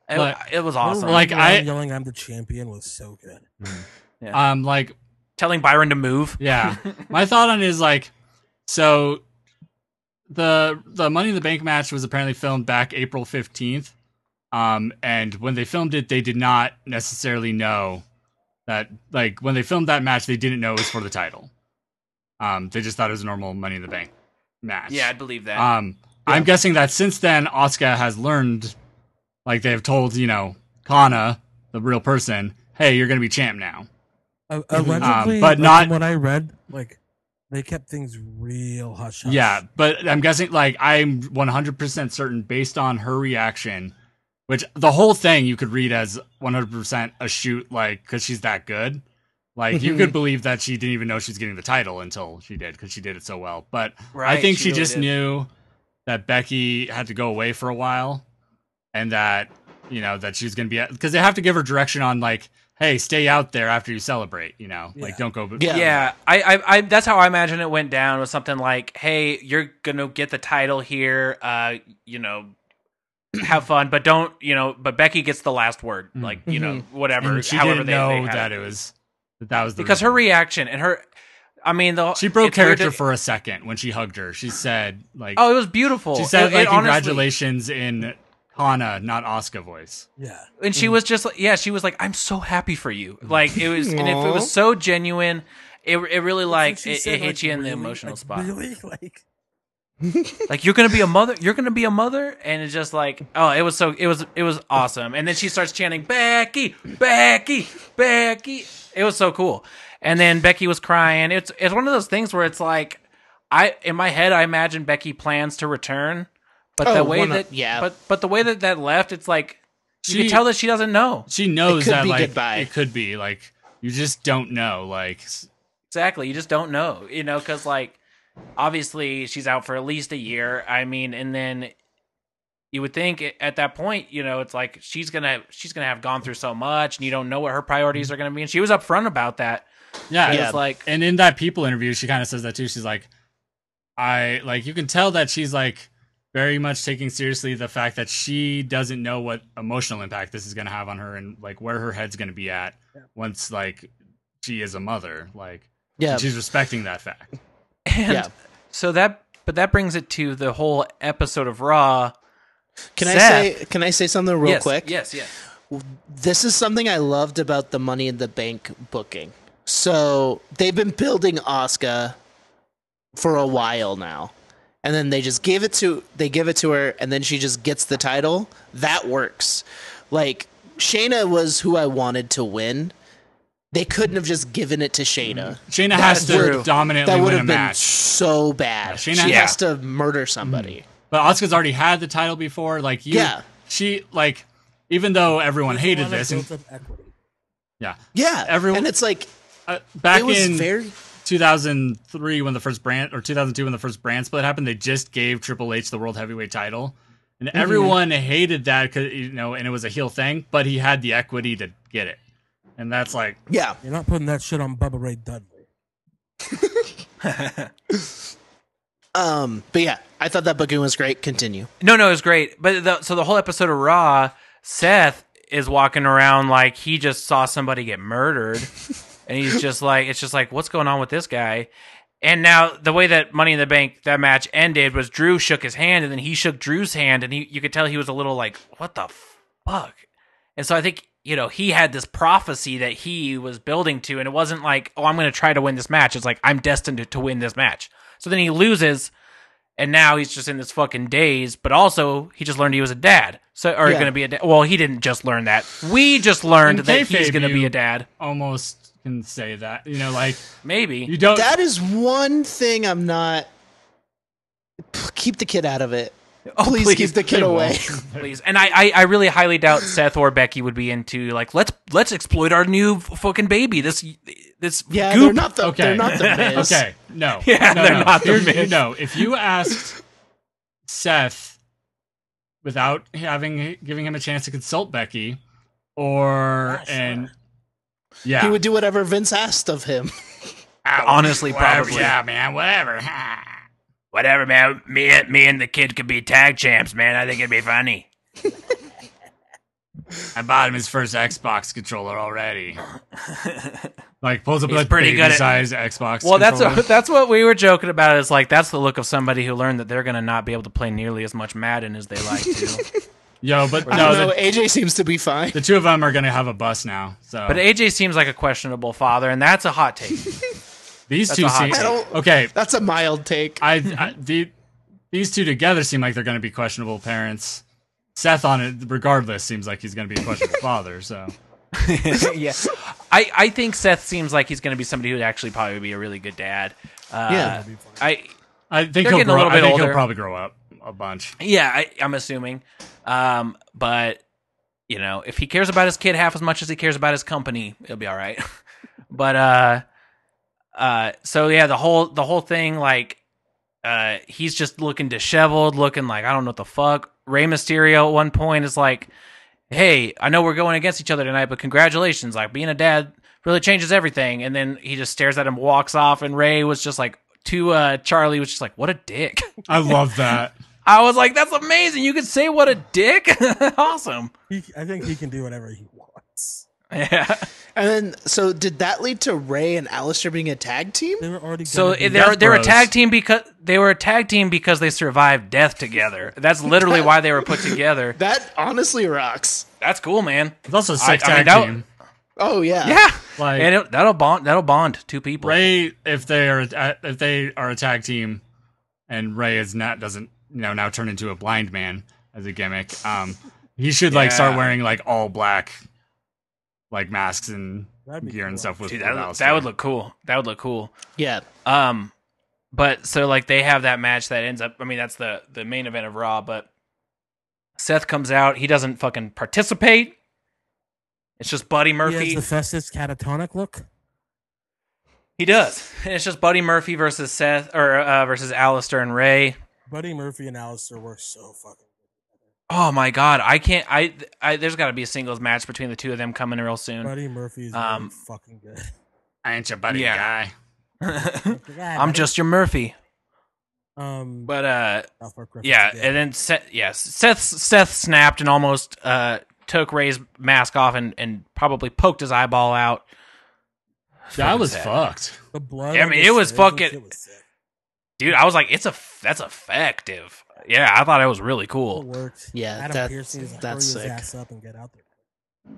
D: Hmm. Like-
C: it was awesome.
D: Like,
A: Walking around
D: I-
A: yelling, "I'm the champion" was so good.
D: Um, like
C: telling Byron to move. [LAUGHS]
D: Yeah. My thought on it is like so the the Money in the Bank match was apparently filmed back April 15th. Um and when they filmed it they did not necessarily know that like when they filmed that match they didn't know it was for the title. Um they just thought it was a normal Money in the Bank match.
C: Yeah, I believe that.
D: Um, I'm guessing that since then, Oscar has learned, like they've told, you know, Kana, the real person, hey, you're gonna be champ now.
A: Uh,
D: Um,
A: allegedly, like,
D: but not-
A: from what I read. Like they kept things real hush hush.
D: Yeah, but I'm guessing, like, I'm 100% certain based on her reaction, which the whole thing you could read as 100% a shoot, like, because she's that good. Like, you
C: Mm-hmm.
D: could believe that she didn't even know she's getting the title until she did, because she did it so well. But I
C: Right,
D: think
C: she
D: she,
C: really
D: just
C: did.
D: knew that Becky had to go away for a while and that, you know, that she's going to be, because they have to give her direction on, like, hey, stay out there after you celebrate, you know,
A: Yeah.
D: like, don't go.
B: Yeah.
C: yeah, I, I, I, that's how I imagine it went down. Was something like, "Hey, you're gonna get the title here. Uh, you know, [CLEARS THROAT] have fun, but don't, you know." But Becky gets the last word,
D: Mm.
C: like you know,
B: Mhm.
C: whatever.
D: And she
C: however
D: didn't
C: they,
D: know
C: they had
D: that it was, that, that was the
C: because her
D: reason.
C: reaction and her. I mean, the
D: She broke
C: it's weird
D: character
C: to-
D: for a second when she hugged her. She said, like,
C: Oh, it was beautiful.
D: she said,
C: It- it
D: like,
C: honestly-
D: congratulations in Hana, not Oscar voice.
A: yeah.
C: and she was just like yeah she was like i'm so happy for you like it was and if it
B: Aw.
C: was so genuine it, it really like
A: She
C: it,
A: said,
C: it hits
A: like,
C: you in the
A: really?
C: emotional
A: Like,
C: spot
A: Really, [LAUGHS] like
C: like you're gonna be a mother you're gonna be a mother and it's just like oh it was so it was it was awesome and then she starts chanting becky becky becky it was so cool and then becky was crying it's it's one of those things where it's like i in my head i imagine becky plans to return but
B: Oh,
C: the way
B: one of-
C: that
B: yeah.
C: but but the way that that left it's like you
D: She-
C: can tell that she doesn't know
D: She knows
B: could
D: that,
B: be
D: like,
B: goodbye.
D: it could be like you just don't know. Like, s-
C: Exactly. You just don't know, you know, because like obviously she's out for at least a year. I mean, and then you would think it- at that point, you know, it's like she's gonna she's gonna have gone through so much, and you don't know what her priorities are gonna be. And she was upfront about that.
D: yeah,
C: It
B: Mm-hmm. Yeah.
C: was like
D: And in that people interview, she kind of says that too. She's like, I like you can tell that she's like very much taking seriously the fact that she doesn't know what emotional impact this is going to have on her and like where her head's going to be at once like she is a mother. Like,
B: Yeah.
D: and she's respecting that fact.
C: and
B: Yeah.
C: so that but that brings it to the whole episode of Raw.
B: Can
C: Seth.
B: I say can I say something real
C: yes,
B: quick?
C: Yes, yes.
B: This is something I loved about the Money in the Bank booking. So they've been building Oscar for a while now. And then they just give it to they give it to her and then she just gets the title. That works. Like Shayna was who I wanted to win. They couldn't have just given it to Shayna.
D: Shayna has to
C: true.
D: dominantly
B: that would
D: Mm. win a
B: have been
D: match,
B: so bad.
D: Shayna- Mm.
B: she
D: Yeah.
B: has to murder somebody.
D: but Oscar's already had the title before. Like, you,
B: Yeah.
D: she like even though everyone hated
A: Lana
D: this, and
A: built up equity.
D: yeah,
B: Yeah.
D: Everyone-
B: and it's like
D: uh, back
B: it was
D: in
B: very
D: 2003 when the first brand or 2002 when the first brand split happened they just gave triple h the world heavyweight title and
B: Mm-hmm.
D: everyone hated that because you know and it was a heel thing but he had the equity to get it and that's like
B: yeah.
A: You're not putting that shit on Bubba Ray Dudley.
B: Um, but yeah, I thought that booking was great. Continue.
C: No, no, it was great. But the, so the whole episode of Raw, Seth is walking around like he just saw somebody get murdered, and he's just like, it's just like, what's going on with this guy? And now the way that Money in the Bank that match ended was Drew shook his hand, and then he shook Drew's hand, and he you could tell he was a little like, what the fuck? And so I think you know he had this prophecy that he was building to, and it wasn't like, oh, I'm going to try to win this match. It's like I'm destined to, to win this match. So then he loses and now he's just in this fucking daze. But also, he just learned he was a dad. So, or
B: Yeah.
C: going to be a dad. Well, he didn't just learn that. We just learned
D: In
C: that he's
D: kayfabe,
C: going to be
D: you-
C: a dad.
D: almost can say that you know like you
C: Maybe.
D: [LAUGHS] don't
B: That is one thing I'm not. P- Keep the kid out of it.
D: Oh,
B: please,
C: please.
B: keep the kid
D: They won't. [LAUGHS]
B: away.
C: Please. And I, I, I really highly doubt Seth or Becky would be into like let's let's exploit our new f- fucking baby. This This
B: Yeah, they're
C: goop.
B: not the
D: Okay.
B: they're not
D: [LAUGHS]
B: the Miz.
D: Okay, no.
C: [LAUGHS] Yeah,
D: no,
C: they're
D: no.
C: not the
D: Here's-
C: Miz.
D: No, if you asked Seth without having giving him a chance to consult Becky, or
A: Yeah, sure.
D: and yeah,
B: He would do whatever Vince asked of him.
C: Honestly,
E: whatever,
C: probably.
E: Yeah,
D: [LAUGHS]
E: man, whatever. whatever, man. Me, me and the kid could be tag champs, man. I think it'd be funny.
D: I bought him his first Xbox controller
C: [LAUGHS]
D: already. like pulls up
E: He's
D: like
E: pretty
D: baby
E: good at-
D: size Xbox.
C: Well, that's [LAUGHS]
D: controller.
C: that's what we were joking about. Is like that's the look of somebody who learned that they're gonna not be able to play nearly as much Madden as they like
B: [LAUGHS]
C: to.
D: yo, but
B: I don't
D: [LAUGHS] no,
B: know.
D: the,
B: AJ seems to be fine.
D: the two of them are gonna have a bus now. So
C: but AJ seems like a questionable father, and that's a hot take.
B: [LAUGHS]
D: these
C: that's
D: two
C: a hot
D: seem
C: take. I
B: don't-
D: okay.
B: That's a mild take.
D: I, I
C: Mm-hmm.
D: the these two together seem like they're going to be questionable parents. Seth on it, regardless, seems like he's going to be a
C: [LAUGHS]
D: questionable father. So
C: yeah, I I think Seth seems like he's gonna be somebody who'd actually probably be a really good dad. Uh,
B: Yeah.
C: I
D: I think
C: They're
D: he'll
C: getting a
D: grow.
C: little
D: I
C: bit
D: think
C: older.
D: he'll probably grow up a bunch.
C: Yeah, I, I'm assuming. Um, but you know, if he cares about his kid half as much as he cares about his company, it'll be all right. [LAUGHS] but uh, uh, so yeah, the whole the whole thing, like, uh, he's just looking disheveled, looking like I don't know what the fuck. Rey Mysterio at one point is like, "Hey, I know we're going against each other tonight, but congratulations! Like being a dad really changes everything." And then he just stares at him, walks off, and Ray was just like, to uh, Charlie was just like, "What a dick."
D: I love that.
C: I was like, that's amazing. You could say what a dick. [LAUGHS] awesome.
A: He, I think he can do whatever he wants.
C: Yeah.
B: And then, so did that lead to Ray and Alistair being a tag team?
A: They were already [LAUGHS]
C: So
A: gonna be-
C: they're they're a
D: Bros.
C: tag team because they were a tag team because they survived death together. That's literally why they were put together.
B: That honestly rocks.
C: That's cool, man.
D: It's also a sick
C: I mean,
D: tag
C: that-
D: team.
B: Oh yeah,
C: Yeah.
D: Like-
C: and it, that'll bond that'll bond two people.
D: Ray, if they are a- if they are a tag team, and Ray is not doesn't you know now turn into a blind man as a gimmick. Um, he should like start
C: Yeah.
D: wearing like all black, like masks and
A: That'd be
D: gear and
A: cool.
D: stuff with
C: Dude,
D: with
C: that, would-
D: Alistair.
C: that would look cool. That would look cool.
B: yeah.
C: Um, but so like they have that match that ends up. I mean, that's the the main event of Raw. But Seth comes out. He doesn't fucking participate. It's just Buddy
A: He has
C: Murphy.
A: the Festus catatonic look.
C: He does. [LAUGHS] And it's just Buddy Murphy versus Seth or uh, versus Alistair and Ray.
A: Buddy Murphy and Alistair were so fucking.
C: Oh my god, I can't. I, I there's got to be a singles match between the two of them coming real
A: Good.
C: soon.
A: Buddy Murphy is
C: Um,
A: really fucking
C: [LAUGHS]
A: good. [LAUGHS]
D: I ain't your buddy
C: Yeah.
D: guy.
A: Yeah,
C: [LAUGHS] I'm just your Murphy.
A: um,
C: But uh,
A: South Park reference
C: yeah,
A: again.
C: and then Seth, yes, Seth Seth snapped and almost uh took Ray's mask off and and probably poked his eyeball out.
D: That
C: Fucking
D: was
C: sad.
D: fucked.
A: the blood.
C: I
A: on
C: mean,
A: the
C: it was
A: syringe
C: fucking-
A: shit was sick.
C: Dude, I was like, it's a that's effective. Yeah, I thought it was really
A: It
C: cool.
A: worked.
B: Yeah,
A: Adam
B: that-
A: Pearce needs to hurry
B: that's
A: his
B: sick.
A: ass up and get out
B: [LAUGHS]
A: there.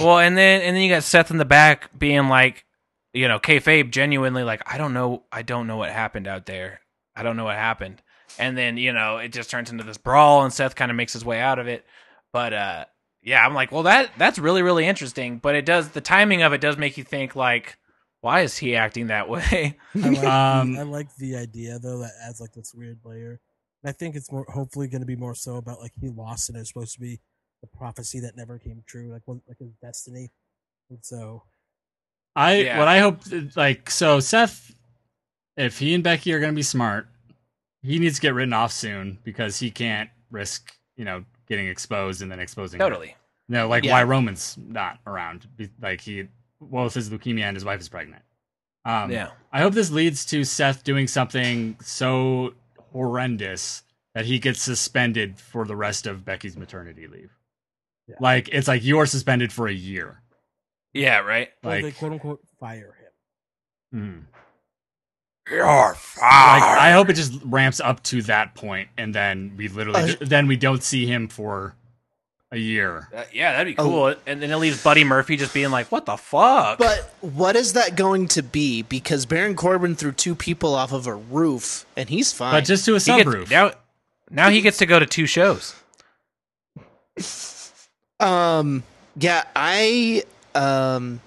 C: well, and then and then you got Seth in the back being like, you know, kayfabe genuinely like, I don't know, I don't know what happened out there. I don't know what happened. And then you know it just turns into this brawl, and Seth kind of makes his way out of it. But uh, yeah, I'm like, well, that that's really really interesting. But it does the timing of it does make you think like, why is he acting that [LAUGHS] way?
A: I like,
D: Um,
A: the, I like the idea though that adds like this weird layer. And I think it's more hopefully going to be more so about like he lost and it's supposed to be the prophecy that never came true, like what, like his destiny. And so
D: I
C: Yeah.
D: what I hope like so Seth, if he and Becky are gonna be smart, he needs to get written off soon because he can't risk you know getting exposed and then exposing. her.
C: totally.
D: No, like
B: Yeah.
D: why Roman's not around? Be- Like he both his leukemia and his wife is pregnant. Um,
C: yeah.
D: I hope this leads to Seth doing something so horrendous that he gets suspended for the rest of Becky's maternity leave.
A: Yeah.
D: Like it's like you are suspended for a year.
C: Yeah. Right.
A: well,
D: Like,
A: they quote unquote fire him.
D: mm.
E: You're
D: like
E: fired.
D: I hope it just ramps up to that point, and then we literally
B: Uh,
D: then we don't see him for a year.
C: Uh, yeah, that'd be
B: Oh.
C: cool. And then it leaves Buddy Murphy just being like, what the fuck?
B: But what is that going to be? Because Baron Corbin threw two people off of a roof, and he's fine.
D: But just to a
C: he
D: sunroof.
C: gets, now, now he gets to go to two shows.
B: Um, yeah, I um,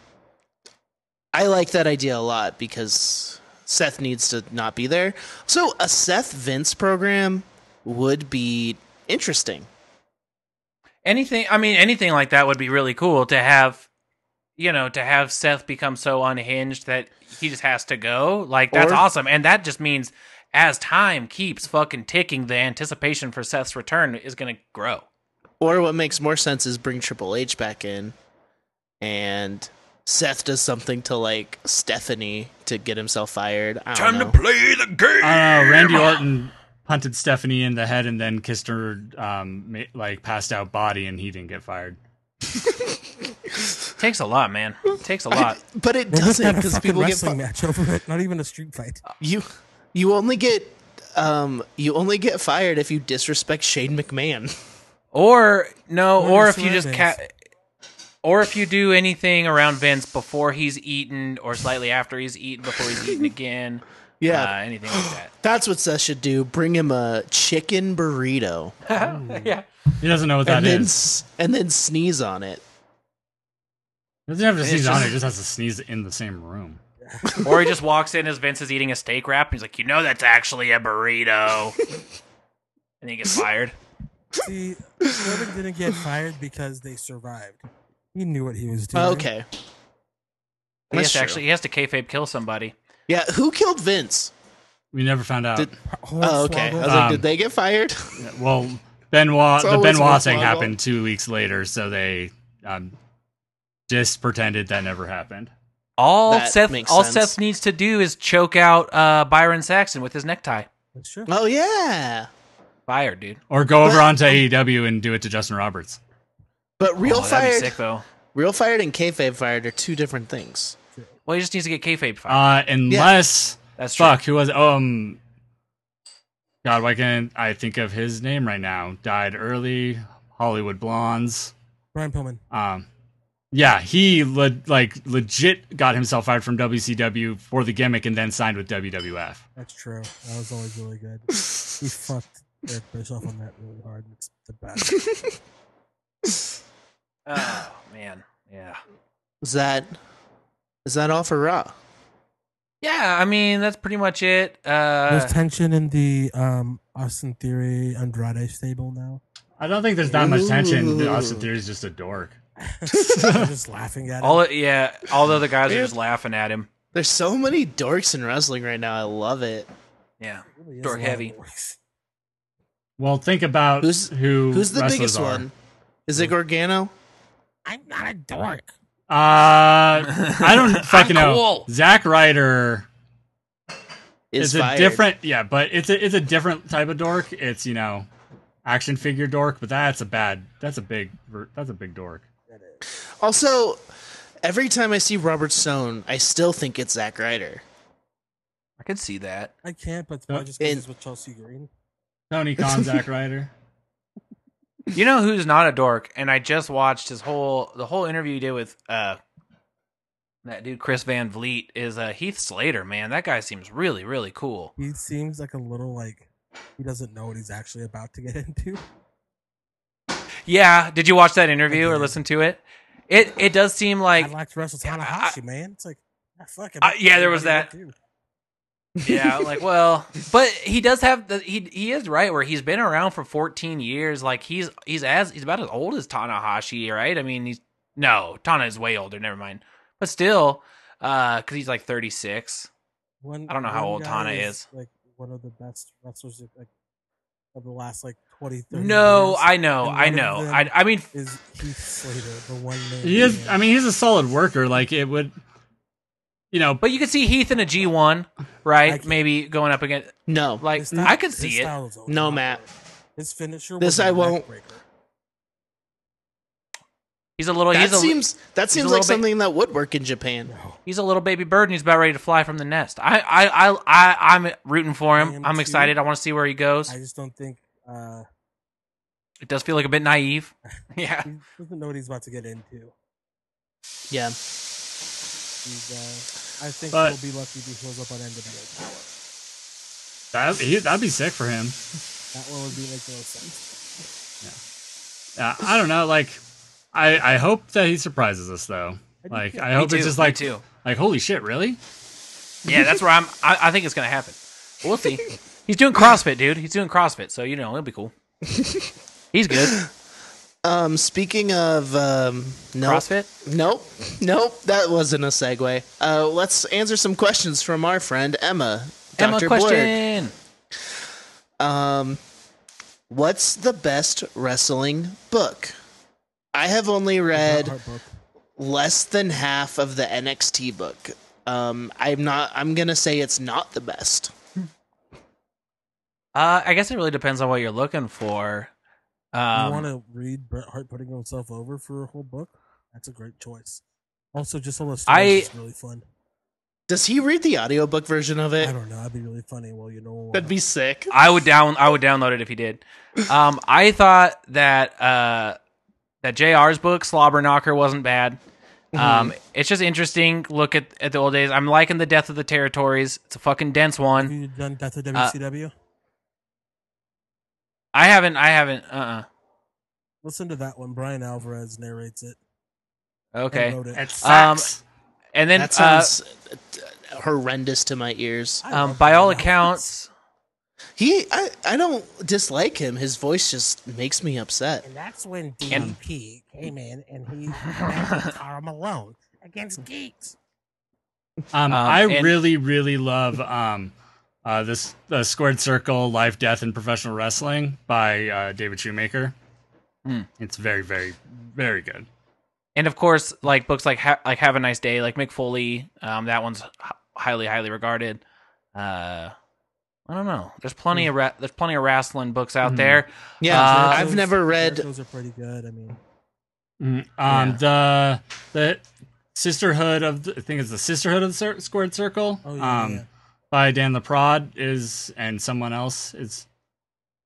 B: I like that idea a lot because Seth needs to not be there. So a Seth Vince program would be interesting.
C: anything i mean anything like that would be really cool to have you know, to have Seth become so unhinged that he just has to go. Like that's
B: Or-
C: awesome, and that just means as time keeps fucking ticking, the anticipation for Seth's return is gonna grow.
B: Or what makes more sense is bring Triple H back in, and Seth does something to like Stephanie to get himself fired. I don't
E: Time
B: know.
E: to play the game.
D: Uh, Randy Orton punted Stephanie in the head and then kissed her, um, ma- like passed out body, and he didn't get fired.
C: takes a lot, man. takes a lot.
B: but it
A: They just
B: doesn't
A: had a
B: because
A: fucking
B: people get
A: wrestling
B: fi-
A: match over it. Not even a street fight.
B: you. You only get um you only get fired if you disrespect Shane McMahon.
C: Or no,
A: Or
C: or
A: just
C: if you just
A: Vince.
C: ca- or if you do anything around Vince before he's eaten, or slightly after he's eaten, before he's eaten again.
B: Yeah.
C: uh, anything like
B: That's what Seth should do. Bring him a chicken burrito
C: that. yeah,
D: He doesn't know what that
B: and then
D: is.
B: s and then sneeze on it.
D: He doesn't have to
C: it's
D: sneeze on it.
C: just-
D: He just has to sneeze in the same room.
C: or he just walks in as Vince is eating a steak wrap, and he's like, "You know, that's actually a burrito," and he gets fired.
A: See, Corbin didn't get fired because they survived. He knew what he was
D: Mm-hmm.
A: doing.
B: Oh, Okay.
C: He has
B: That's
C: to
B: true.
C: actually he has to kayfabe kill somebody.
B: Yeah, who killed Vince?
D: We never found out.
B: Did- Oh,
A: Hornswoggle-
B: okay. I was like,
D: Um,
B: did they get fired? [LAUGHS]
D: well, Benoit,
B: It's
D: the
B: always
D: Benoit thing
B: Hornswoggle.
D: happened two weeks later, so they um, just pretended that never happened.
C: All
B: That
C: Seth
B: makes
C: all
B: sense.
C: Seth needs to do is choke out uh, Byron Saxon with his necktie.
A: That's true.
B: oh yeah.
C: Fired, dude.
D: Or go over
B: But-
D: onto AEW and do it to Justin Roberts.
B: But real
C: Oh, that'd be
B: fired
C: sick though.
B: real fired and kayfabe fired are two different things. [LAUGHS]
C: Well, he just needs to get kayfabe fired.
D: Uh, unless
C: that's true.
D: fuck, who was um, God, why can't I think of his name right now? Died early, Hollywood Blondes.
A: Brian Pillman.
D: Um, yeah, he le- like legit got himself fired from WCW for the gimmick and then signed with WWF.
A: That's true. That was always really good.
B: [LAUGHS]
A: He fucked Eric Bischoff on that really hard. and It's the
B: [LAUGHS]
A: best.
C: Oh man, yeah.
B: Is that is that all for Raw?
C: Yeah, I mean that's pretty much it. Uh,
A: There's tension in the um, Austin Theory Andrade stable
B: [LAUGHS]
A: now.
D: I don't think there's that much tension.
B: Ooh.
D: Austin Theory's just a dork. [LAUGHS]
A: I'm just laughing at it.
C: all yeah, all the other guys are just laughing at him.
B: There's so many dorks in wrestling right now. I love it.
C: Yeah,
A: It really is
C: Dork
A: a lot of
C: heavy.
A: [LAUGHS] noise.
D: Well, think about
B: Who's-
D: who
B: Who's the
D: wrestlers
B: biggest
D: are.
B: one? Is it Gargano?
A: I'm not a dork.
D: Uh, I don't fucking
C: [LAUGHS] I'm
D: know.
C: cool.
D: Zach Ryder
B: Is
D: it's a
B: fired.
D: different yeah but it's a it's a different type of dork it's you know action figure dork but that's a bad that's a big ver- that's a big dork
B: Also, every time I see Robert Stone, I still think it's Zack Ryder.
C: I could see that.
A: I can't, but
D: Uh,
A: I just goes
B: and-
A: with Chelsea Green.
D: tony khan
B: [LAUGHS]
D: zack ryder
C: You know who's not a dork, and I just watched his whole the whole interview he did with uh that dude Chris Van Vliet is uh, Heath Slater. Man, that guy seems really really cool.
A: He seems like a little like he doesn't know what he's actually about to get [LAUGHS] into.
C: Yeah, did you watch that interview
A: I
C: or
A: did.
C: listen to it? It it does seem like
A: I liked Russell's
C: Yeah, I-
A: Tanahashi, man. It's like, ah, fuck. I'm
C: Uh,
A: not
C: yeah, there was
A: anybody
C: that.
A: like you.
C: yeah, like well, but he does have the he he is right where he's been around for 14 years. Like he's he's as he's about as old as Tanahashi, right? I mean, he's no Tana is way older. Never mind, but still, because he's like 36.
A: One,
C: I don't know how
A: one
C: old
A: guy
C: Tana is.
A: Like one of the best wrestlers of, like of the last like 20, 30
C: No,
A: years
C: I know,
A: And
C: I
A: one of
C: know.
A: them
C: I I mean,
A: Is Heath Slater the one man?
D: he is
A: man.
D: i mean he's a solid worker like it would you know
C: but you could see Heath in a G1,
A: I
C: right?
A: can't-
C: Maybe going up against
B: No,
C: like
A: His style-
C: I could
A: his
C: see it.
A: style is always
B: No,
A: awkward.
B: Matt.
A: His finisher.
B: This
A: was a
B: I won't-
A: neckbreaker.
C: He's a little
B: that
C: he's a,
B: seems that
C: a
B: seems
C: little
B: like
C: bit-
B: something that would work in Japan.
A: No.
C: he's a little baby bird and he's about ready to fly from the nest. I I I, I I'm rooting for
A: I
C: him.
A: am
C: I'm
A: too.
C: excited. I want to see where he goes.
A: I just don't think uh,
C: It does feel like a
A: [LAUGHS]
C: bit naive. Yeah.
A: he doesn't know what he's about to get into.
B: Yeah.
A: He's, uh, I think
D: But-
A: he'll be lucky if he shows up on NWA Power.
D: that, he, that'd be sick for him
A: That one would be like the most sense.
D: uh, i don't know like i i hope that he surprises us though like i hope
C: too,
D: it's just
C: me
D: like
C: too.
D: like holy shit really
C: Yeah, that's where I'm. I, I think it's gonna happen. We'll see.
B: [LAUGHS]
C: He's doing CrossFit, dude. He's doing CrossFit, so you know it'll be cool. He's good.
B: Um, speaking of um, no,
C: CrossFit?
B: nope, nope, that wasn't a segue. Uh, let's answer some questions from our friend Emma.
C: Emma
B: Dr. Blurk.
C: question.
B: What's the best wrestling book? I have only read
A: Heart book.
B: less than half of the NXT book. Um, I'm not. I'm gonna say it's not the best.
C: Uh, I guess it really depends on what you're looking for.
A: you want to
C: Um,
A: read Bret Hart putting himself over for a whole book? That's a great choice. Also, just all the
C: I-
A: stories is really fun.
B: Does he read the audiobook version of
A: I
B: it?
A: don't know. That'd be really funny. Well, you know,
B: Uh, That'd be sick.
C: I would down. I would download it if he did. Um, I thought that uh, that Jr's book Slobber Knocker wasn't bad. Um, it's just interesting. Look at at the old days. I'm liking the Death of the Territories. It's a fucking dense
A: have
C: one.
A: you done Death of WCW?
C: I haven't. I haven't. Uh.
A: Listen to that one. Brian Alvarez narrates it.
C: uh
A: and
C: Okay.
A: wrote it.
D: It
C: Um,
D: sucks.
C: And then
B: that
C: uh,
B: sounds uh, horrendous to my ears.
A: I
C: um,
A: love
C: by all
A: Brian Alvarez.
C: accounts,
B: He, I, I don't dislike him. His voice just makes me upset.
A: And that's when
C: And-
A: DDP came in and he defended Carl Malone against geeks.
D: Um,
C: Um,
D: I
C: and-
D: really, really love um, uh, this uh, Squared Circle: Life, Death, and Professional Wrestling by uh, David Shoemaker.
C: Hmm.
D: It's very, very, very good.
C: and of course, like books like ha- like Have a Nice Day, like Mick Foley. Um, that one's h- highly highly regarded. Uh, I don't know. There's plenty of ra- there's plenty of wrestling books out
D: Mhm.
C: there.
B: Yeah,
C: Uh,
B: I've never read.
A: Those are pretty good. I mean,
D: Mm,
C: Yeah.
D: Um, The the Sisterhood of the, I think it's the Sisterhood of the Cir- Squared Circle.
A: oh yeah,
D: um,
A: yeah.
D: by Dan Leprod is and someone else is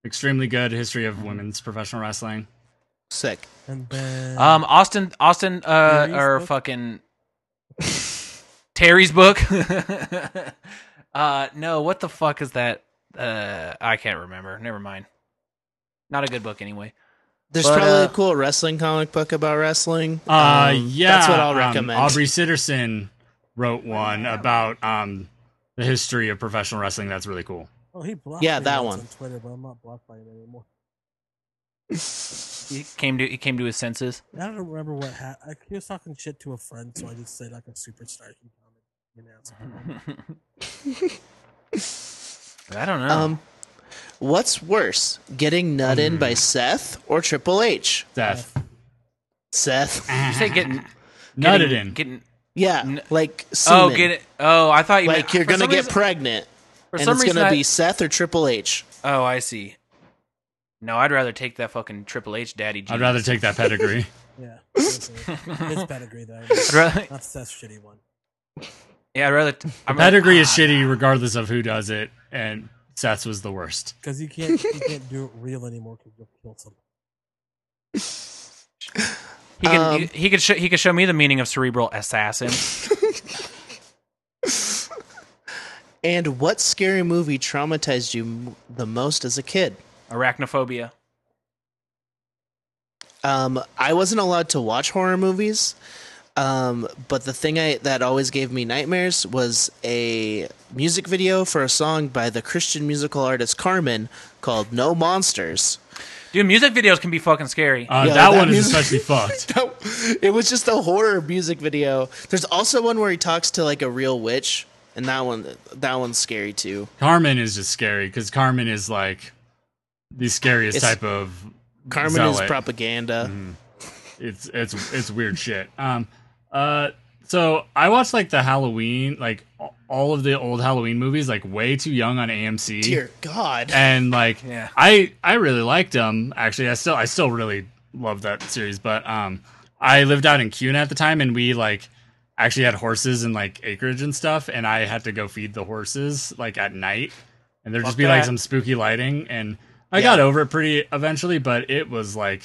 D: extremely good. History
A: Mm-hmm.
D: of women's professional wrestling.
B: Sick.
A: And then
C: Um, Austin, Austin, uh,
A: Terry's
C: or
A: book?
C: fucking Terry's book. [LAUGHS] uh, no, what the fuck is that? Uh, I can't remember. Never mind. Not a good book anyway.
B: There's
C: But,
B: probably
C: uh,
B: a cool wrestling comic book about wrestling.
D: Uh,
B: Um,
D: yeah,
B: that's what I'll
D: um,
B: recommend.
D: Aubrey Sitterson wrote one about um the history of professional wrestling. That's really cool.
A: oh, he blocked.
B: yeah,
A: me
B: that
A: once
B: one.
A: on Twitter, but I'm not blocked by him anymore.
C: He came to he came to his senses.
A: I don't remember what ha- I, he was talking shit to a friend, so I just said like a superstar. He commented, you know, so-
C: I don't know.
B: Um, what's worse, getting nut in
C: Hmm.
B: by Seth or Triple H?
D: Seth
B: Seth.
C: you
B: [LAUGHS]
C: say getting
D: nutted
C: getting-
D: in.
C: getting.
B: Yeah,
C: Ah. N-
B: like
C: Oh,
B: semen.
C: get it. Oh, I thought you
B: Like
C: meant,
B: you're
C: for
B: gonna
C: some
B: get
C: reason-
B: pregnant,
C: for
B: and
C: some
B: it's gonna
C: reason I-
B: be Seth or Triple H.
C: Oh, I see. No, I'd rather take that fucking Triple H daddy.
D: I'd
C: gene.
D: rather take
C: [LAUGHS]
D: that pedigree. [LAUGHS]
A: yeah. His pedigree though,
C: I'd rather-
A: not Seth's shitty one.
C: [LAUGHS] yeah, I'd rather. T- I'm like,
D: pedigree is
C: ah,
D: shitty regardless of who does it, and Seth's was the worst.
A: Because you can't you can't do it real anymore because you'll kill someone.
C: He can
B: Um,
C: he, he could show he could show me the meaning of cerebral assassin.
B: And what scary movie traumatized you m- the most as a kid?
C: Arachnophobia.
B: Um, I wasn't allowed to watch horror movies, um, but the thing I, that always gave me nightmares was a music video for a song by the Christian musical artist Carmen called "No [LAUGHS] Monsters."
C: Dude, music videos can be fucking scary.
D: Uh,
B: Yeah,
D: that,
B: that
D: one is
B: means- [LAUGHS]
D: especially fucked.
B: No, Oh, it was just a horror music video. There's also one where he talks to like a real witch, and that one that one's scary too.
D: Carmen is just scary because Carmen is like the scariest
B: It's-
D: type of
B: Carmen is
D: zealot.
B: propaganda.
D: Mm-hmm. it's it's it's weird shit. Um, uh, so I watched like the Halloween, like a- all of the old Halloween movies, like way too young on AMC,
B: Dear God.
D: and like
C: Yeah.
D: I I really liked them. Actually, I still I still really love that series. But um, I lived out in Cuna at the time, and we like actually had horses and like acreage and stuff, and I had to go feed the horses like at night, and there'd just
C: Fuck
D: be like
C: that.
D: some spooky lighting, and I
B: Yeah.
D: got over it pretty eventually, but it was like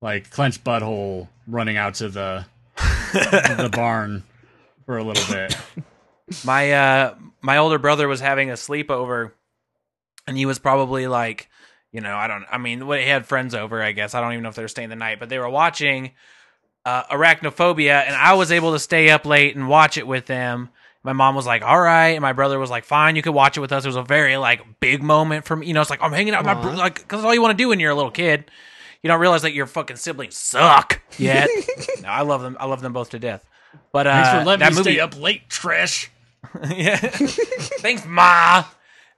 D: like clenched butthole running out to the
C: [LAUGHS]
D: the barn for a little bit.
C: My uh my older brother was having a sleepover and he was probably like, you know, I don't I mean, what he had friends over, I guess. I don't even know if they were staying the night, but they were watching uh Arachnophobia and I was able to stay up late and watch it with them. My mom was like, "All right," and my brother was like, "Fine, you could watch it with us." It was a very like big moment from you know. It's like I'm hanging out, with my bro- like because all you want to do when you're a little kid, you don't realize that your fucking siblings suck
D: [LAUGHS]
C: yet. no, I love them. I love them both to death. But uh,
D: Thanks for letting
C: that
D: me
C: movie,
D: stay up late, Trish.
C: yeah. Thanks, Ma.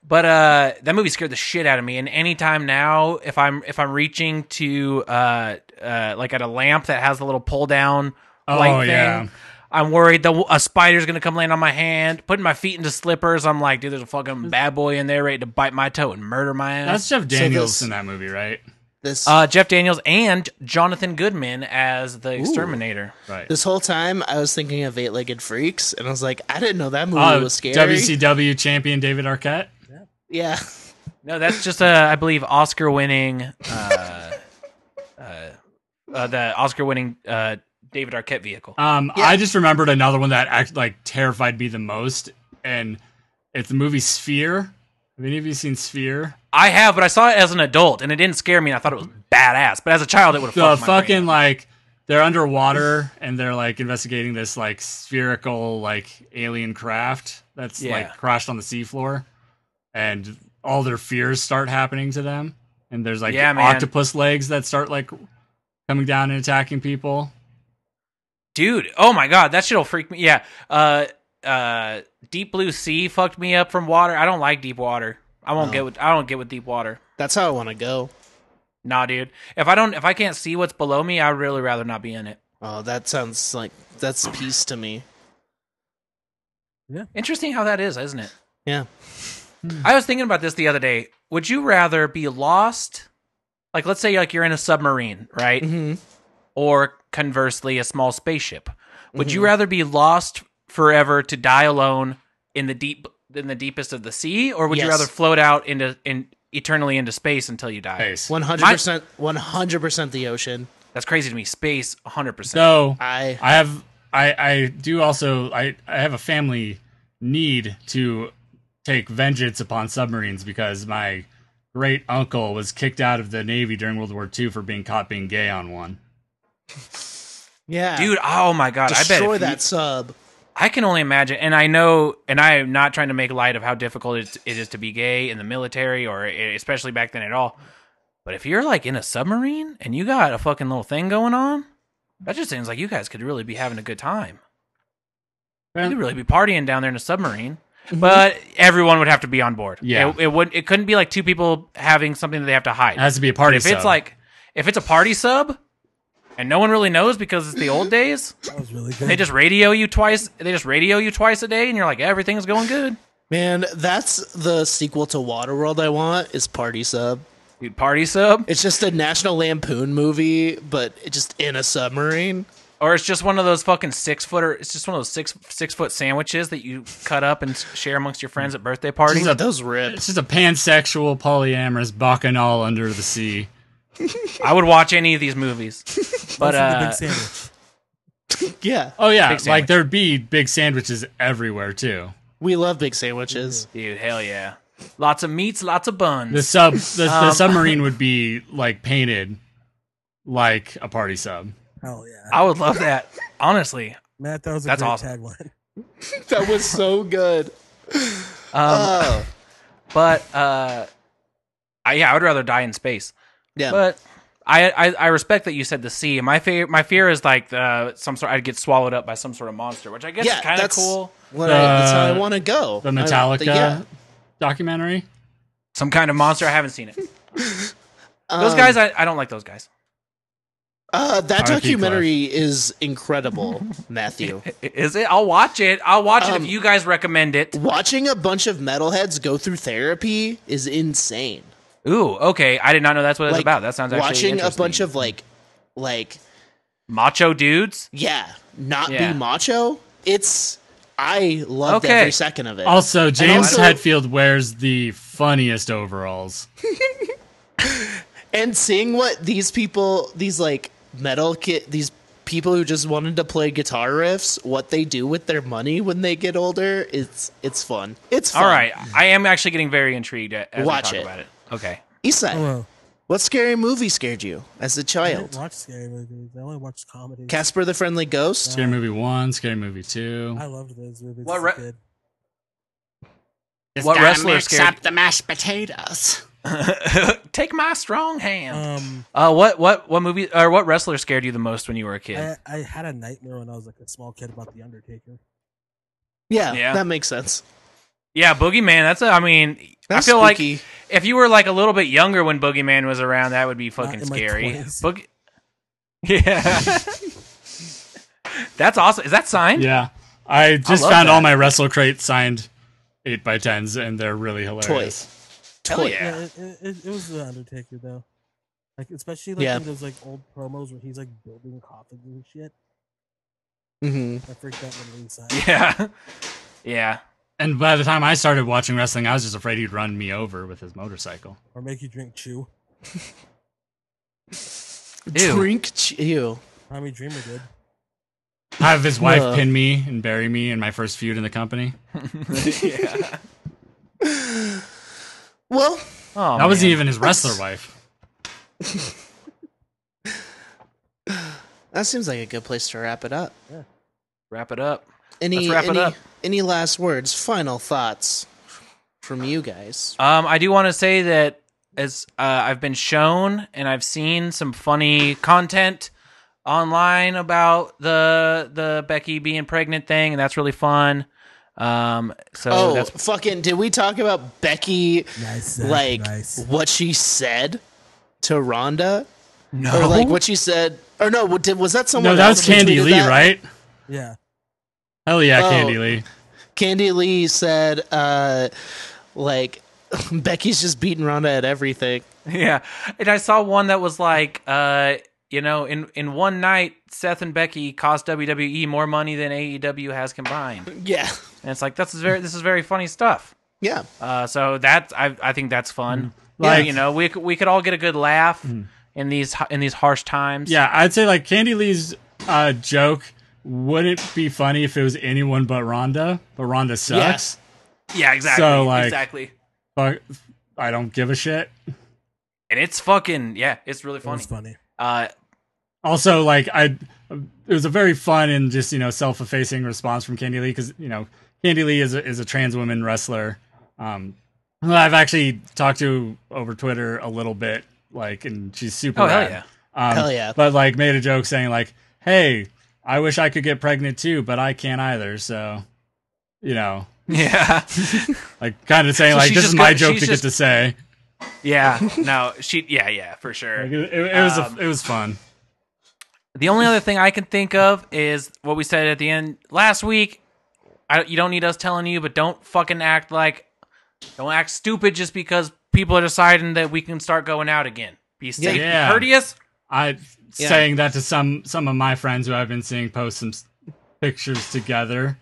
C: But uh, that movie scared the shit out of me. And anytime now, if I'm if I'm reaching to uh, uh, like at a lamp that has the little pull down
D: Oh,
C: light thing,
D: yeah.
C: I'm worried that a spider's gonna come land on my hand. Putting my feet into slippers, I'm like, dude, there's a fucking bad boy in there ready to bite my toe and murder my
D: That's
C: ass.
D: Jeff Daniels
B: this-
D: in that movie, right?
B: This
C: uh, Jeff Daniels and Jonathan Goodman as the exterminator.
D: Right.
B: this whole time I was thinking of Eight Legged Freaks, and I was like, I didn't know that movie
D: Oh,
B: was scary.
D: WCW champion David Arquette.
B: [LAUGHS] yeah,
C: No, that's just uh, I believe Oscar-winning, uh, uh, uh, the Oscar-winning uh, David Arquette vehicle.
D: Um,
B: Yeah.
D: I just remembered another one that act, like terrified me the most, and it's the movie Sphere. Have any of you seen Sphere?
C: I have, but I saw it as an adult, and it didn't scare me. and I thought it was badass, but as a child, it would have
D: The
C: fucked my
D: fucking
C: brain.
D: like they're underwater and they're like investigating this like spherical like alien craft that's
C: Yeah.
D: like crashed on the seafloor, and all their fears start happening to them. And there's like
C: Yeah, man.
D: octopus legs that start like coming down and attacking people.
C: dude. Oh my god, that shit'll freak me. Yeah, uh, uh, Deep Blue Sea fucked me up from water. I don't like deep water. I won't get with. I don't get with deep water.
B: that's how I want to go.
C: Nah, dude. If I don't, if I can't see what's below me, I'd really rather not be in it.
B: Oh, that sounds like that's peace to me.
C: Interesting how that is, isn't it? Hmm.
B: Yeah.
C: I was thinking about this the other day. Would you rather be lost, like let's say like you're in a submarine, right?
B: Mhm.
C: Or conversely, a small spaceship. Would
B: Mm-hmm.
C: you rather be lost forever to die alone in the deep in the deepest of the sea, or would you
B: Yes.
C: rather float out into in eternally into space until you die?
D: Nice.
B: One hundred percent, one hundred percent the ocean.
C: That's crazy to me. Space, hundred percent.
D: So
B: I
D: I have I I do also I I have a family need to take vengeance upon submarines because my great uncle was kicked out of the navy during World War II for being caught being gay on one.
B: yeah,
C: Dude, oh my god! I bet
B: destroy
C: if
B: that sub.
C: I can only imagine, and I know, and I am not trying to make light of how difficult it it is to be gay in the military, or e, especially back then at all. But if you're like in a submarine and you got a fucking little thing going on, that just seems like you guys could really be having a good time.
D: Yeah.
C: You'd really be partying down there in a submarine, but everyone would have to be on board.
D: Mhm. Yeah.
C: it, it would. It couldn't be like two people having something that they have to hide.
D: It has to be a party.
C: if it's
D: sub.
C: like, if it's a party sub, and no one really knows because it's the old days.
A: That was really
C: They [LAUGHS]
A: good.
C: just radio you twice. They just radio you twice a day, and you're like, everything's going good,
B: Man, that's the sequel to Waterworld I want is Party Sub.
C: dude. Party sub,
B: It's just a National Lampoon movie, but it just in a submarine.
C: or it's just one of those fucking six footer. It's just one of those six six foot sandwiches that you cut up and s- share amongst your friends at birthday parties.
D: Just a-
B: Those rips.
D: [LAUGHS] it's just a pansexual polyamorous bacchanal under the sea.
C: I would watch any of these movies, but
A: the
C: uh,
A: big sandwich.
B: Yeah,
D: Oh yeah,
C: Big sandwich.
D: like there'd be big sandwiches everywhere too.
B: we love big sandwiches.
C: dude, hell yeah, lots of meats, lots of buns.
D: The sub the,
C: Um, [LAUGHS]
D: the submarine would be like painted like a party sub.
A: Hell yeah,
C: I would love that, honestly.
A: Matt. That was a
C: That's
A: great
C: awesome.
A: tagline.
B: That was so good.
C: Um,
B: Oh,
C: but uh, I, yeah, I would rather die in space.
B: yeah.
C: But I, I I respect that you said the sea. My fear my fear is like uh, some sort. I'd get swallowed up by some sort of monster, which I guess
B: yeah,
C: is kind of
B: that's
C: cool.
B: What I, that's how I
D: The-
B: want to go.
D: Uh,
C: Uh,
D: The
B: I-
D: Metallica
B: yeah.
D: documentary.
C: Some kind of monster. I haven't seen it. Those
B: Um,
C: guys, I, I don't like those guys.
B: Uh, that
D: R.I.P.
B: documentary is incredible,
C: [LAUGHS]
B: Matthew.
C: I- Is it? I'll watch it. I'll watch it
B: Um,
C: if you guys recommend it.
B: Watching a bunch of metalheads go through therapy is insane.
C: Ooh, okay. I did not know that's what it's
B: like
C: about. That sounds actually
B: watching a
C: interesting.
B: bunch of like, like
C: macho dudes.
B: yeah, not
C: Yeah.
B: be macho. It's I loved
C: Okay.
B: every second of it.
D: Also, James
B: also-
D: Hetfield wears the funniest overalls.
B: and seeing what these people these like metal kit these people who just wanted to play guitar riffs what they do with their money when they get older it's it's fun it's fun.
C: All right, I am actually getting very intrigued a- as
B: Watch
C: we talk
B: it.
C: about it. Okay.
B: Isai,
A: Hello.
B: what scary movie scared you as
A: Oh, I
B: a
A: didn't
B: child
A: watch scary movies. I only watched comedies.
B: casper the friendly ghost
D: Scary Movie 1, Scary Movie 2.
A: I loved those movies.
C: What
A: as a
C: re-
A: kid.
C: What wrestler scared?
D: the mashed potatoes.
C: [LAUGHS] Take my strong hand.
A: Um,
C: Uh, what what what movie or what wrestler scared you the most when you were a kid?
A: I, I had a nightmare when I was like a small kid about the Undertaker.
B: Yeah,
C: Yeah.
B: that makes sense.
C: yeah, Boogeyman. That's a, I mean,
B: That's
C: I feel like
B: spooky.
C: if you were like a little bit younger when Boogeyman was around, that would be fucking
A: in my
C: scary.
A: 20s.
C: Boogie- yeah. [LAUGHS] That's awesome. Is that signed?
D: Yeah. I just
C: love
D: found all
C: that.
D: my Wrestle Crate signed 8 by 10s and they're really hilarious.
B: toys.
C: Hell
B: Toy.
C: yeah.
A: it, it, it, it was the Undertaker though. Like especially like
B: Yeah.
A: in those like old promos where he's like building coffins and shit.
B: hmm
A: I freaked out when Lee signed.
C: Yeah. Yeah.
D: And by the time I started watching wrestling, I was just afraid he'd run me over with his motorcycle.
A: Or make you drink chew.
C: Ew.
B: Drink chew.
A: Tommy Dreamer did.
D: Have his wife
B: No.
D: pin me and bury me in my first feud in the company.
C: yeah.
B: Well,
C: Oh,
D: that wasn't
C: man.
D: even his wrestler wife.
B: that seems like a good place to wrap it up.
C: Wrap it up.
B: Any
C: Let's wrap it
B: any,
C: up.
B: any last words, final thoughts from you guys?
C: Um, I do want to say that as uh, I've been shown and I've seen some funny content online about the the Becky being pregnant thing, and that's really fun. Um, so
B: Oh,
C: that's [LAUGHS]
B: fucking did we talk about Becky
A: Nice.
B: like what she said to Rhonda?
C: no,
B: Or like what she said or no, what did, was that someone
D: No, that
B: else
D: was
B: who
D: Candy
B: tweeted
D: Lee,
B: that?
D: right?
A: Yeah.
D: Hell yeah,
B: Oh.
D: Candy Lee.
B: Candy Lee said uh like [LAUGHS] Becky's just beating Rhonda at everything.
C: yeah. And I saw one that was like, uh, you know, in in one night, Seth and Becky cost WWE more money than AEW has combined,
B: Yeah.
C: and it's like that's very this is very funny stuff.
B: Yeah.
C: Uh, so that I I think that's fun.
D: Mm. Like- Mm.
C: Like you know, we c- we could all get a good laugh in these h- in these harsh times.
D: Yeah, I'd say like Candy Lee's uh, joke wouldn't be funny if it was anyone but Rhonda, but Rhonda sucks.
C: yeah, exactly,
D: So, like-
C: exactly.
D: Fuck, I don't give a shit.
C: And it's fucking yeah, it's really
A: It
C: funny.
A: was funny.
C: Uh,
D: also like I, it was a very fun and just you know self-effacing response from Candy Lee because you know Candy Lee is a, is a trans woman wrestler. Um, who I've actually talked to over Twitter a little bit, like, and she's super.
C: Oh, hell
D: rad.
C: yeah.
D: Um,
B: Hell yeah.
D: But like, made a joke saying like, "Hey, I wish I could get pregnant too, but I can't either." So, you know,
C: yeah, [LAUGHS]
D: like, kind of saying
C: So
D: like,
C: she's
D: "This
C: just
D: is my
C: go-
D: joke to
C: she's
D: get
C: just-
D: to say."
C: yeah. No, she yeah yeah for
D: Like,
C: sure.
D: it, it- it was
C: Um,
D: a, it was fun.
C: The only other thing I can think of is what we said at the end last week. I, you don't need us telling you, but don't fucking act like don't act stupid just because people are deciding that we can start going out again. Be safe,
D: Yeah.
C: be courteous,
D: I
B: Yeah.
D: saying that to some some of my friends who I've been seeing post some s- pictures together.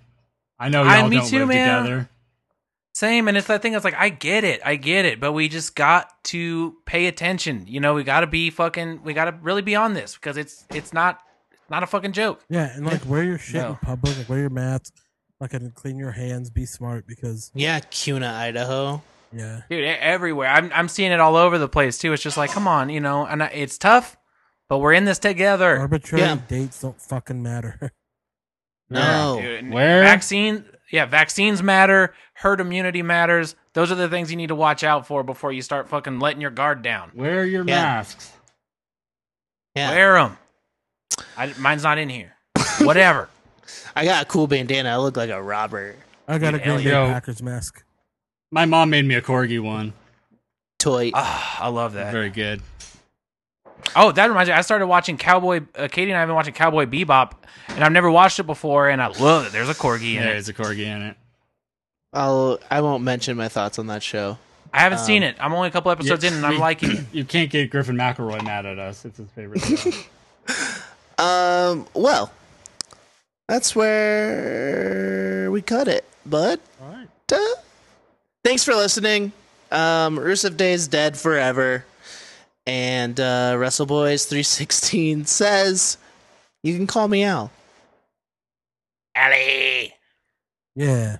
D: I know
C: I-
D: y'all
C: me
D: don't
C: too,
D: live
C: man.
D: together.
C: Same, and it's that thing. It's like I get it, I get it, but we just got to pay attention. You know, we got to be fucking. We got to really be on this because it's it's not it's not a fucking joke.
A: Yeah, and like wear your shit in
C: No.
A: public, like wear your mask, like and clean your hands, be smart because
B: Yeah, Cuna, Idaho.
A: yeah.
C: dude. e- Everywhere, I'm I'm seeing it all over the place too. It's just like, come on, you know. And I, it's tough, but we're in this together.
A: Arbitrary
B: Yeah.
A: dates don't fucking matter. [LAUGHS]
B: No.
C: Dude, and
D: Where-
C: vaccine? Yeah, vaccines matter. Herd immunity matters. Those are the things you need to watch out for before you start fucking letting your guard down.
D: Wear your
B: Yeah.
D: masks.
B: Yeah.
C: Wear them. I, mine's not in here. Whatever.
B: I got a cool bandana. I look like a robber.
A: I got a
C: Hell
A: Green Bay
D: yeah.
A: Packers mask.
D: My mom made me a corgi one.
B: Toy.
C: Ah, I love that.
D: Very good.
C: Oh, that reminds me. I started watching Cowboy. Uh, Katie and I have been watching Cowboy Bebop, and I've never watched it before. And I love it. There's a corgi in
D: There
C: it.
D: is a corgi in it.
B: I'll I won't mention my thoughts on that show.
C: I haven't seen it. I'm only a couple episodes in, and I'm
D: we-
C: liking it.
D: You can't get Griffin McElroy mad at us. It's his
C: [LAUGHS]
D: favorite. show.
B: Um, well, that's where we cut it, but thanks for listening. Um, Rusev Day is dead forever, and uh, Wrestle Boys 316 says you can call me Al.
C: Allie.
A: Yeah.